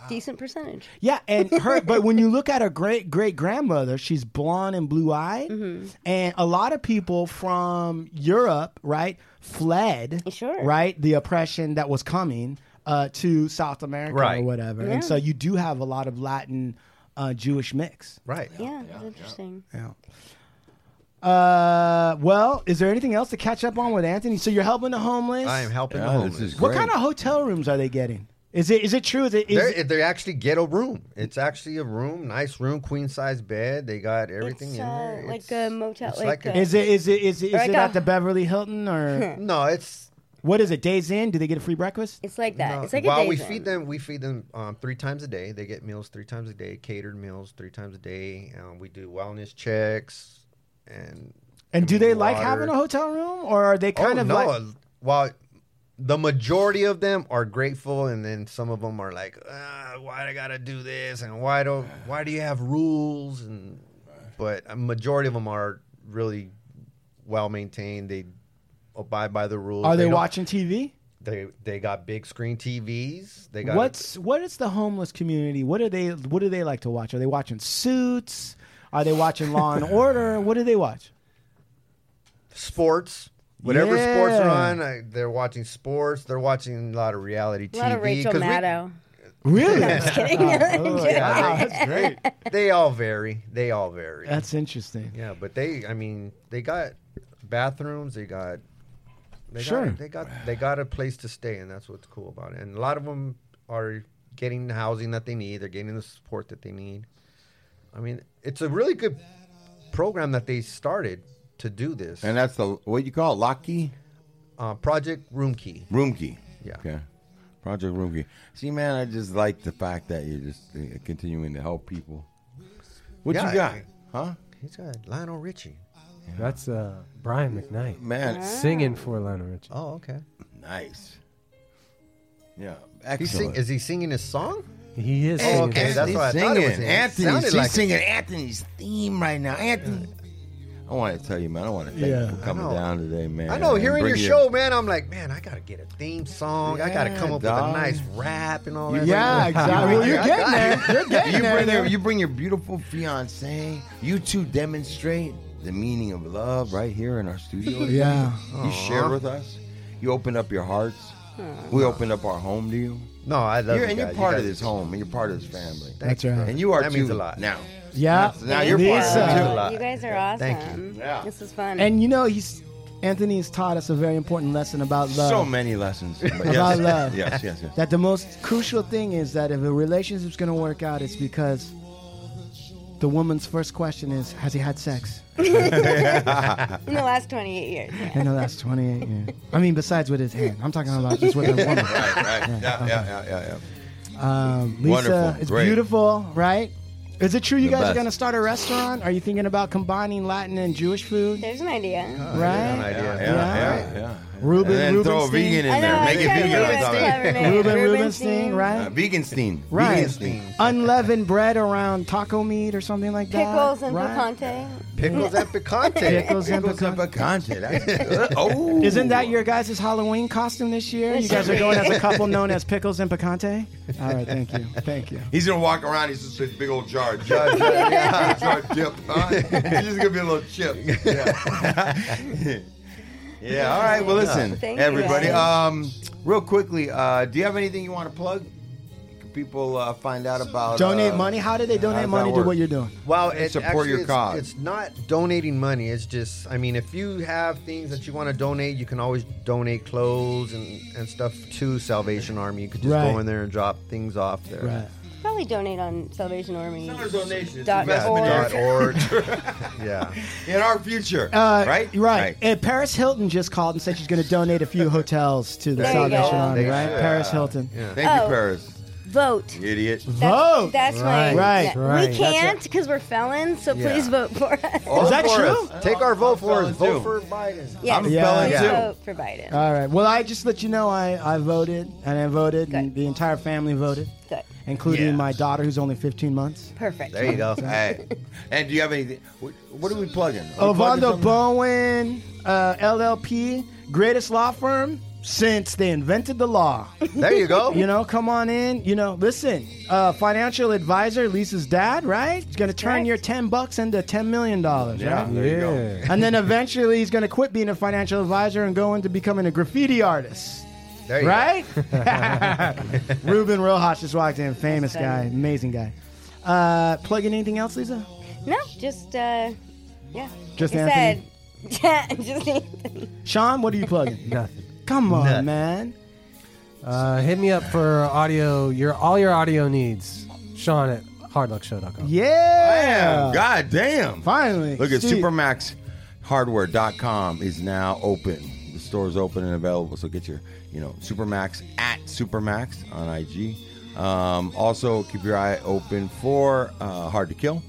[SPEAKER 7] decent percentage.
[SPEAKER 3] yeah, and her, but when you look at her great great grandmother, she's blonde and blue eyed.
[SPEAKER 7] Mm-hmm.
[SPEAKER 3] And a lot of people from Europe, right, fled,
[SPEAKER 7] sure.
[SPEAKER 3] right, the oppression that was coming uh, to South America
[SPEAKER 6] Right.
[SPEAKER 3] or whatever.
[SPEAKER 7] Yeah.
[SPEAKER 3] And so you do have a lot of Latin uh, Jewish mix.
[SPEAKER 6] Right.
[SPEAKER 7] Yeah, that's interesting.
[SPEAKER 3] Yeah. Uh, well, is there anything else to catch up on with Anthony? So you're helping the homeless.
[SPEAKER 6] I am helping the
[SPEAKER 13] Yeah, this
[SPEAKER 6] homeless.
[SPEAKER 13] is
[SPEAKER 3] What kind of hotel rooms are they getting? Is it is it true? Is it, is
[SPEAKER 6] They they actually get a room. It's actually a room, nice room, queen size bed. They got everything
[SPEAKER 7] It's
[SPEAKER 6] in there.
[SPEAKER 7] uh, like a motel.
[SPEAKER 6] it's
[SPEAKER 7] Like,
[SPEAKER 6] like
[SPEAKER 7] a,
[SPEAKER 6] a-
[SPEAKER 3] Is it is it is it, is
[SPEAKER 7] Or like
[SPEAKER 3] it
[SPEAKER 7] a-
[SPEAKER 3] at the Beverly Hilton or
[SPEAKER 6] no? It's
[SPEAKER 3] what is it? Days in? Do they get a free breakfast?
[SPEAKER 7] It's like that.
[SPEAKER 6] No,
[SPEAKER 7] It's like
[SPEAKER 6] Uh, while
[SPEAKER 7] a
[SPEAKER 6] we
[SPEAKER 7] days
[SPEAKER 6] feed
[SPEAKER 7] inn.
[SPEAKER 6] them, we feed them um, three times a day. They get meals three times a day, catered meals three times a day. Um, we do wellness checks, and
[SPEAKER 3] And do they like
[SPEAKER 6] Water.
[SPEAKER 3] having a hotel room or are they kind
[SPEAKER 6] oh,
[SPEAKER 3] of
[SPEAKER 6] no,
[SPEAKER 3] like?
[SPEAKER 6] while the majority of them are grateful, and then some of them are like, uh, "Why I gotta do this?" and "Why don't? Why do you have rules?" and but a majority of them are really well maintained. They abide by the rules.
[SPEAKER 3] Are they,
[SPEAKER 6] don't-
[SPEAKER 3] watching TV?
[SPEAKER 6] They they got big screen TVs. They got
[SPEAKER 3] What's what is the homeless community? What are they? What do they like to watch? Are they watching Suits? Are they watching Law and Order? What do they watch?
[SPEAKER 6] sports. Whatever sports are
[SPEAKER 3] Yeah.
[SPEAKER 6] on, I, they're watching sports. They're watching a lot of reality
[SPEAKER 7] A
[SPEAKER 6] TV.
[SPEAKER 7] lot of Rachel
[SPEAKER 6] 'cause we-
[SPEAKER 7] Maddow.
[SPEAKER 3] Really?
[SPEAKER 7] I'm just kidding. I'm
[SPEAKER 6] Oh,
[SPEAKER 7] joking.
[SPEAKER 6] yeah, they- They all vary. They all vary.
[SPEAKER 3] That's interesting.
[SPEAKER 6] yeah, but they, I mean, they got bathrooms. They got. They
[SPEAKER 3] Sure.
[SPEAKER 6] Got, they got they got a place to stay, and that's what's cool about it. And a lot of them are getting the housing that they need. They're getting the support that they need. I mean, it's a really good program that they started to do this.
[SPEAKER 13] And that's the what you call it, lock key,
[SPEAKER 6] uh, Project Room Key.
[SPEAKER 13] room key.
[SPEAKER 6] Yeah.
[SPEAKER 13] Okay. Project room key. See, man, I just like the fact that you're just uh, continuing to help people. What
[SPEAKER 6] Yeah,
[SPEAKER 13] you got,
[SPEAKER 6] I-
[SPEAKER 13] huh?
[SPEAKER 6] He's got Lionel Richie.
[SPEAKER 12] That's uh, Brian McKnight.
[SPEAKER 13] Man.
[SPEAKER 12] Singing for Lionel Richie.
[SPEAKER 6] Oh, okay.
[SPEAKER 13] Nice. Yeah.
[SPEAKER 6] He sing,
[SPEAKER 13] Excellent.
[SPEAKER 6] is he singing his song?
[SPEAKER 12] He is.
[SPEAKER 6] Oh, okay. That's what I thought it was. It
[SPEAKER 13] Anthony,
[SPEAKER 6] sounded
[SPEAKER 13] she's
[SPEAKER 6] like it.
[SPEAKER 13] singing Anthony's theme right now. Anthony. I want to tell you, man. I want to thank
[SPEAKER 3] Yeah.
[SPEAKER 13] you for coming
[SPEAKER 6] I know.
[SPEAKER 13] down today, man.
[SPEAKER 6] I know.
[SPEAKER 13] and
[SPEAKER 6] Hearing your
[SPEAKER 13] bringing
[SPEAKER 6] show, man, I'm like, man, I gotta get a theme song. I gotta
[SPEAKER 13] Yeah,
[SPEAKER 6] come up
[SPEAKER 13] dog.
[SPEAKER 6] with a nice rap and all
[SPEAKER 13] You
[SPEAKER 6] that.
[SPEAKER 13] bring-
[SPEAKER 3] Yeah, exactly. Well, you're
[SPEAKER 6] I got
[SPEAKER 3] getting there.
[SPEAKER 6] it.
[SPEAKER 3] You're getting
[SPEAKER 13] you
[SPEAKER 3] there.
[SPEAKER 13] bring your,
[SPEAKER 3] man.
[SPEAKER 13] you bring your beautiful fiance. You two demonstrate the meaning of love right here in our studio.
[SPEAKER 3] Yeah.
[SPEAKER 13] You share with us. You open up your hearts. We open up our home to you.
[SPEAKER 6] No, I love
[SPEAKER 13] You're, and
[SPEAKER 6] you guys.
[SPEAKER 13] you're
[SPEAKER 6] You
[SPEAKER 13] part
[SPEAKER 6] guys-
[SPEAKER 13] of this home, and you're part of this family.
[SPEAKER 3] That's right.
[SPEAKER 13] And you are
[SPEAKER 6] That means
[SPEAKER 13] too
[SPEAKER 6] a lot.
[SPEAKER 13] now.
[SPEAKER 3] Yeah.
[SPEAKER 13] Now you're
[SPEAKER 3] Lisa.
[SPEAKER 13] part of it too.
[SPEAKER 7] You guys are awesome.
[SPEAKER 6] Thank you.
[SPEAKER 7] This is fun.
[SPEAKER 3] And you know he's Anthony has taught us a very important lesson about love.
[SPEAKER 2] So many lessons. But yes.
[SPEAKER 3] about love.
[SPEAKER 2] Yes, yes, yes.
[SPEAKER 3] That the most crucial thing is that if a relationship's going to work out, it's because the woman's first question is, "Has he had sex?"
[SPEAKER 7] in the last 28 years. yeah.
[SPEAKER 3] I know that's 28 years. I mean, besides with his hand. I'm talking about just with a woman.
[SPEAKER 2] Right, right. Yeah, yeah, yeah, yeah,
[SPEAKER 3] Um, Lisa,
[SPEAKER 2] Wonderful.
[SPEAKER 3] it's
[SPEAKER 2] Great.
[SPEAKER 3] beautiful, right? Is it true you
[SPEAKER 2] The
[SPEAKER 3] guys are
[SPEAKER 2] best.
[SPEAKER 3] going to start a restaurant? Are you thinking about combining Latin and Jewish food?
[SPEAKER 7] There's an idea.
[SPEAKER 3] Right?
[SPEAKER 2] yeah. Yeah, yeah,
[SPEAKER 3] Yeah.
[SPEAKER 2] yeah, yeah.
[SPEAKER 3] Ruben,
[SPEAKER 2] and then throw a
[SPEAKER 3] Rubenstein.
[SPEAKER 2] vegan
[SPEAKER 3] I
[SPEAKER 2] in
[SPEAKER 3] know,
[SPEAKER 2] there.
[SPEAKER 3] I
[SPEAKER 2] Make
[SPEAKER 3] was
[SPEAKER 2] it
[SPEAKER 3] trying to
[SPEAKER 2] vegan on
[SPEAKER 3] think of
[SPEAKER 2] top.
[SPEAKER 3] his name. Ruben Rubenstein, right?
[SPEAKER 2] Uh, Veganstein.
[SPEAKER 3] Right.
[SPEAKER 2] Veganstein.
[SPEAKER 3] Unleavened bread around taco meat or something like that.
[SPEAKER 7] Pickles and
[SPEAKER 3] right?
[SPEAKER 7] picante.
[SPEAKER 3] Pickles and
[SPEAKER 7] picante.
[SPEAKER 3] Pickles and
[SPEAKER 2] picante. That's- oh.
[SPEAKER 3] Isn't that your guys' Halloween costume this year? You guys are going as a couple known as Pickles and Picante? All right, thank you. Thank you.
[SPEAKER 2] He's gonna walk around. He's just this big old jar, jar, jar, jar, jar chip. Huh? He's just gonna be a little chip. Yeah. yeah. All right. Well, listen,
[SPEAKER 15] Thank you,
[SPEAKER 2] everybody.
[SPEAKER 15] guys.
[SPEAKER 2] Um, real quickly, uh, do you have anything you want to plug? Can people uh, find out about
[SPEAKER 3] Donate
[SPEAKER 2] uh,
[SPEAKER 3] money? How do they
[SPEAKER 2] how
[SPEAKER 3] donate
[SPEAKER 2] does
[SPEAKER 3] money
[SPEAKER 2] that
[SPEAKER 3] to
[SPEAKER 2] work?
[SPEAKER 3] what you're doing?
[SPEAKER 6] Well,
[SPEAKER 2] And
[SPEAKER 6] it,
[SPEAKER 2] support
[SPEAKER 6] actually,
[SPEAKER 2] your
[SPEAKER 6] it's,
[SPEAKER 2] cause.
[SPEAKER 6] It's not donating money. It's just, I mean, if you have things that you want to donate, you can always donate clothes and, and stuff to Salvation Army. You could just go
[SPEAKER 7] Right.
[SPEAKER 6] in there and drop things off there.
[SPEAKER 7] Right. Probably donate on Salvation Army.
[SPEAKER 2] donations.
[SPEAKER 7] Dot org.
[SPEAKER 6] Dot org. yeah.
[SPEAKER 2] In our future,
[SPEAKER 3] Uh,
[SPEAKER 2] right?
[SPEAKER 3] Right? And Paris Hilton just called and said she's going to donate a few hotels to the
[SPEAKER 7] There you
[SPEAKER 3] Salvation
[SPEAKER 7] go.
[SPEAKER 3] Army,
[SPEAKER 2] They
[SPEAKER 3] right?
[SPEAKER 2] should.
[SPEAKER 3] Paris Hilton.
[SPEAKER 2] Yeah. Thank you,
[SPEAKER 7] Oh.
[SPEAKER 2] Paris.
[SPEAKER 7] Vote.
[SPEAKER 2] You idiot.
[SPEAKER 7] That's,
[SPEAKER 3] Vote.
[SPEAKER 7] That's
[SPEAKER 3] Right,
[SPEAKER 7] my
[SPEAKER 3] right,
[SPEAKER 7] yeah.
[SPEAKER 3] right. Oh. That's
[SPEAKER 7] We can't because we're felons, so
[SPEAKER 2] Yeah.
[SPEAKER 7] please vote for us.
[SPEAKER 2] Vote
[SPEAKER 3] that
[SPEAKER 2] for
[SPEAKER 3] true?
[SPEAKER 2] us.
[SPEAKER 6] Take our vote for
[SPEAKER 2] I'm
[SPEAKER 6] us. Vote
[SPEAKER 2] too.
[SPEAKER 6] for Biden.
[SPEAKER 7] Yes,
[SPEAKER 2] I'm
[SPEAKER 3] Yeah.
[SPEAKER 2] felon
[SPEAKER 3] Yeah.
[SPEAKER 2] too.
[SPEAKER 7] vote for Biden.
[SPEAKER 3] All right. Well, I just let you know I, I voted and I voted and the entire family voted,
[SPEAKER 7] Good.
[SPEAKER 3] including
[SPEAKER 2] Yeah.
[SPEAKER 3] my daughter who's only 15 months.
[SPEAKER 7] Perfect.
[SPEAKER 2] There you go. Hey, and do you have anything? What, what are we plugging? Are we plugging
[SPEAKER 3] Ovando
[SPEAKER 2] something?
[SPEAKER 3] Bowen, uh, LLP, greatest law firm since they invented the law.
[SPEAKER 6] There you go.
[SPEAKER 3] You know, come on in. You know, listen, uh, financial advisor, Lisa's dad, right? He's going to turn your 10 bucks into $10 million,
[SPEAKER 2] Yeah,
[SPEAKER 3] right?
[SPEAKER 2] there you go.
[SPEAKER 3] and then eventually he's going to quit being a financial advisor and go into becoming a graffiti artist.
[SPEAKER 6] There you go.
[SPEAKER 3] right? Ruben Rojas just walked in. Famous guy. Amazing guy. Uh, plug in anything else, Lisa?
[SPEAKER 7] No, just uh, yeah.
[SPEAKER 3] Just
[SPEAKER 7] like I
[SPEAKER 3] Anthony?
[SPEAKER 7] Said, yeah, just Anthony.
[SPEAKER 3] Sean, what are you plugging?
[SPEAKER 12] Nothing.
[SPEAKER 3] Come on,
[SPEAKER 12] Nothing.
[SPEAKER 3] man.
[SPEAKER 12] Uh, hit me up for audio. Your all your audio needs. Sean at hardluckshow.com.
[SPEAKER 3] Yeah.
[SPEAKER 2] Damn, God damn.
[SPEAKER 3] Finally.
[SPEAKER 2] Look at
[SPEAKER 3] Steve.
[SPEAKER 2] supermaxhardware.com is now open. The store is open and available, so get your, you know, supermax at supermax on IG. Um, also, keep your eye open for uh, Hard to Kill.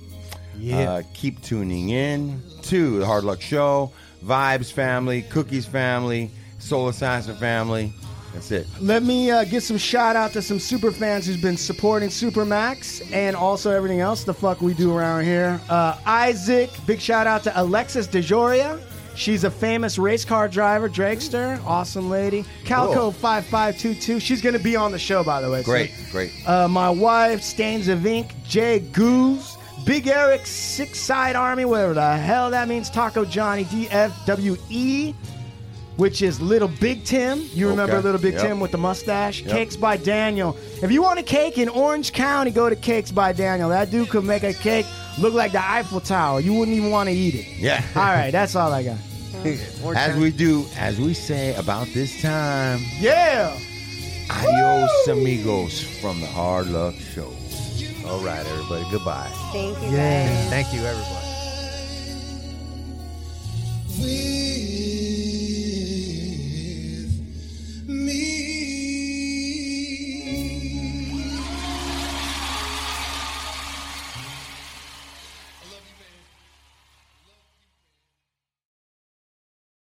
[SPEAKER 12] Yeah.
[SPEAKER 2] Uh, keep tuning in to the Hard Luck Show, Vibes Family, Cookies Family, Soul Assassin Family. That's it.
[SPEAKER 3] Let me uh, give some shout out to some super fans who's been supporting Supermax and also everything else the fuck we do around here. Uh, Isaac, big shout out to Alexis DeJoria. She's a famous race car driver, dragster, awesome lady.
[SPEAKER 2] Cool.
[SPEAKER 3] Calco5522. She's going to be on the show, by the way. so-
[SPEAKER 2] Great, great.
[SPEAKER 3] Uh, my wife, Stains of Ink, Jay Goose, Big Eric, Six Side Army, whatever the hell that means, Taco Johnny, DFWE, E, which is Little Big Tim. You remember
[SPEAKER 2] Okay,
[SPEAKER 3] Little Big
[SPEAKER 2] yep.
[SPEAKER 3] Tim with the mustache?
[SPEAKER 2] Yep.
[SPEAKER 3] Cakes by Daniel. If you want a cake in Orange County, go to Cakes by Daniel. That dude could make a cake look like the Eiffel Tower. You wouldn't even want to eat it.
[SPEAKER 2] Yeah.
[SPEAKER 3] All right, that's all I got.
[SPEAKER 2] As we do, as we say about this time.
[SPEAKER 3] Yeah.
[SPEAKER 2] Adios, amigos, from the Hard Luck Show. All right, everybody. Goodbye.
[SPEAKER 7] Thank you.
[SPEAKER 2] Yeah.
[SPEAKER 7] Guys.
[SPEAKER 6] Thank you, everybody.
[SPEAKER 16] me.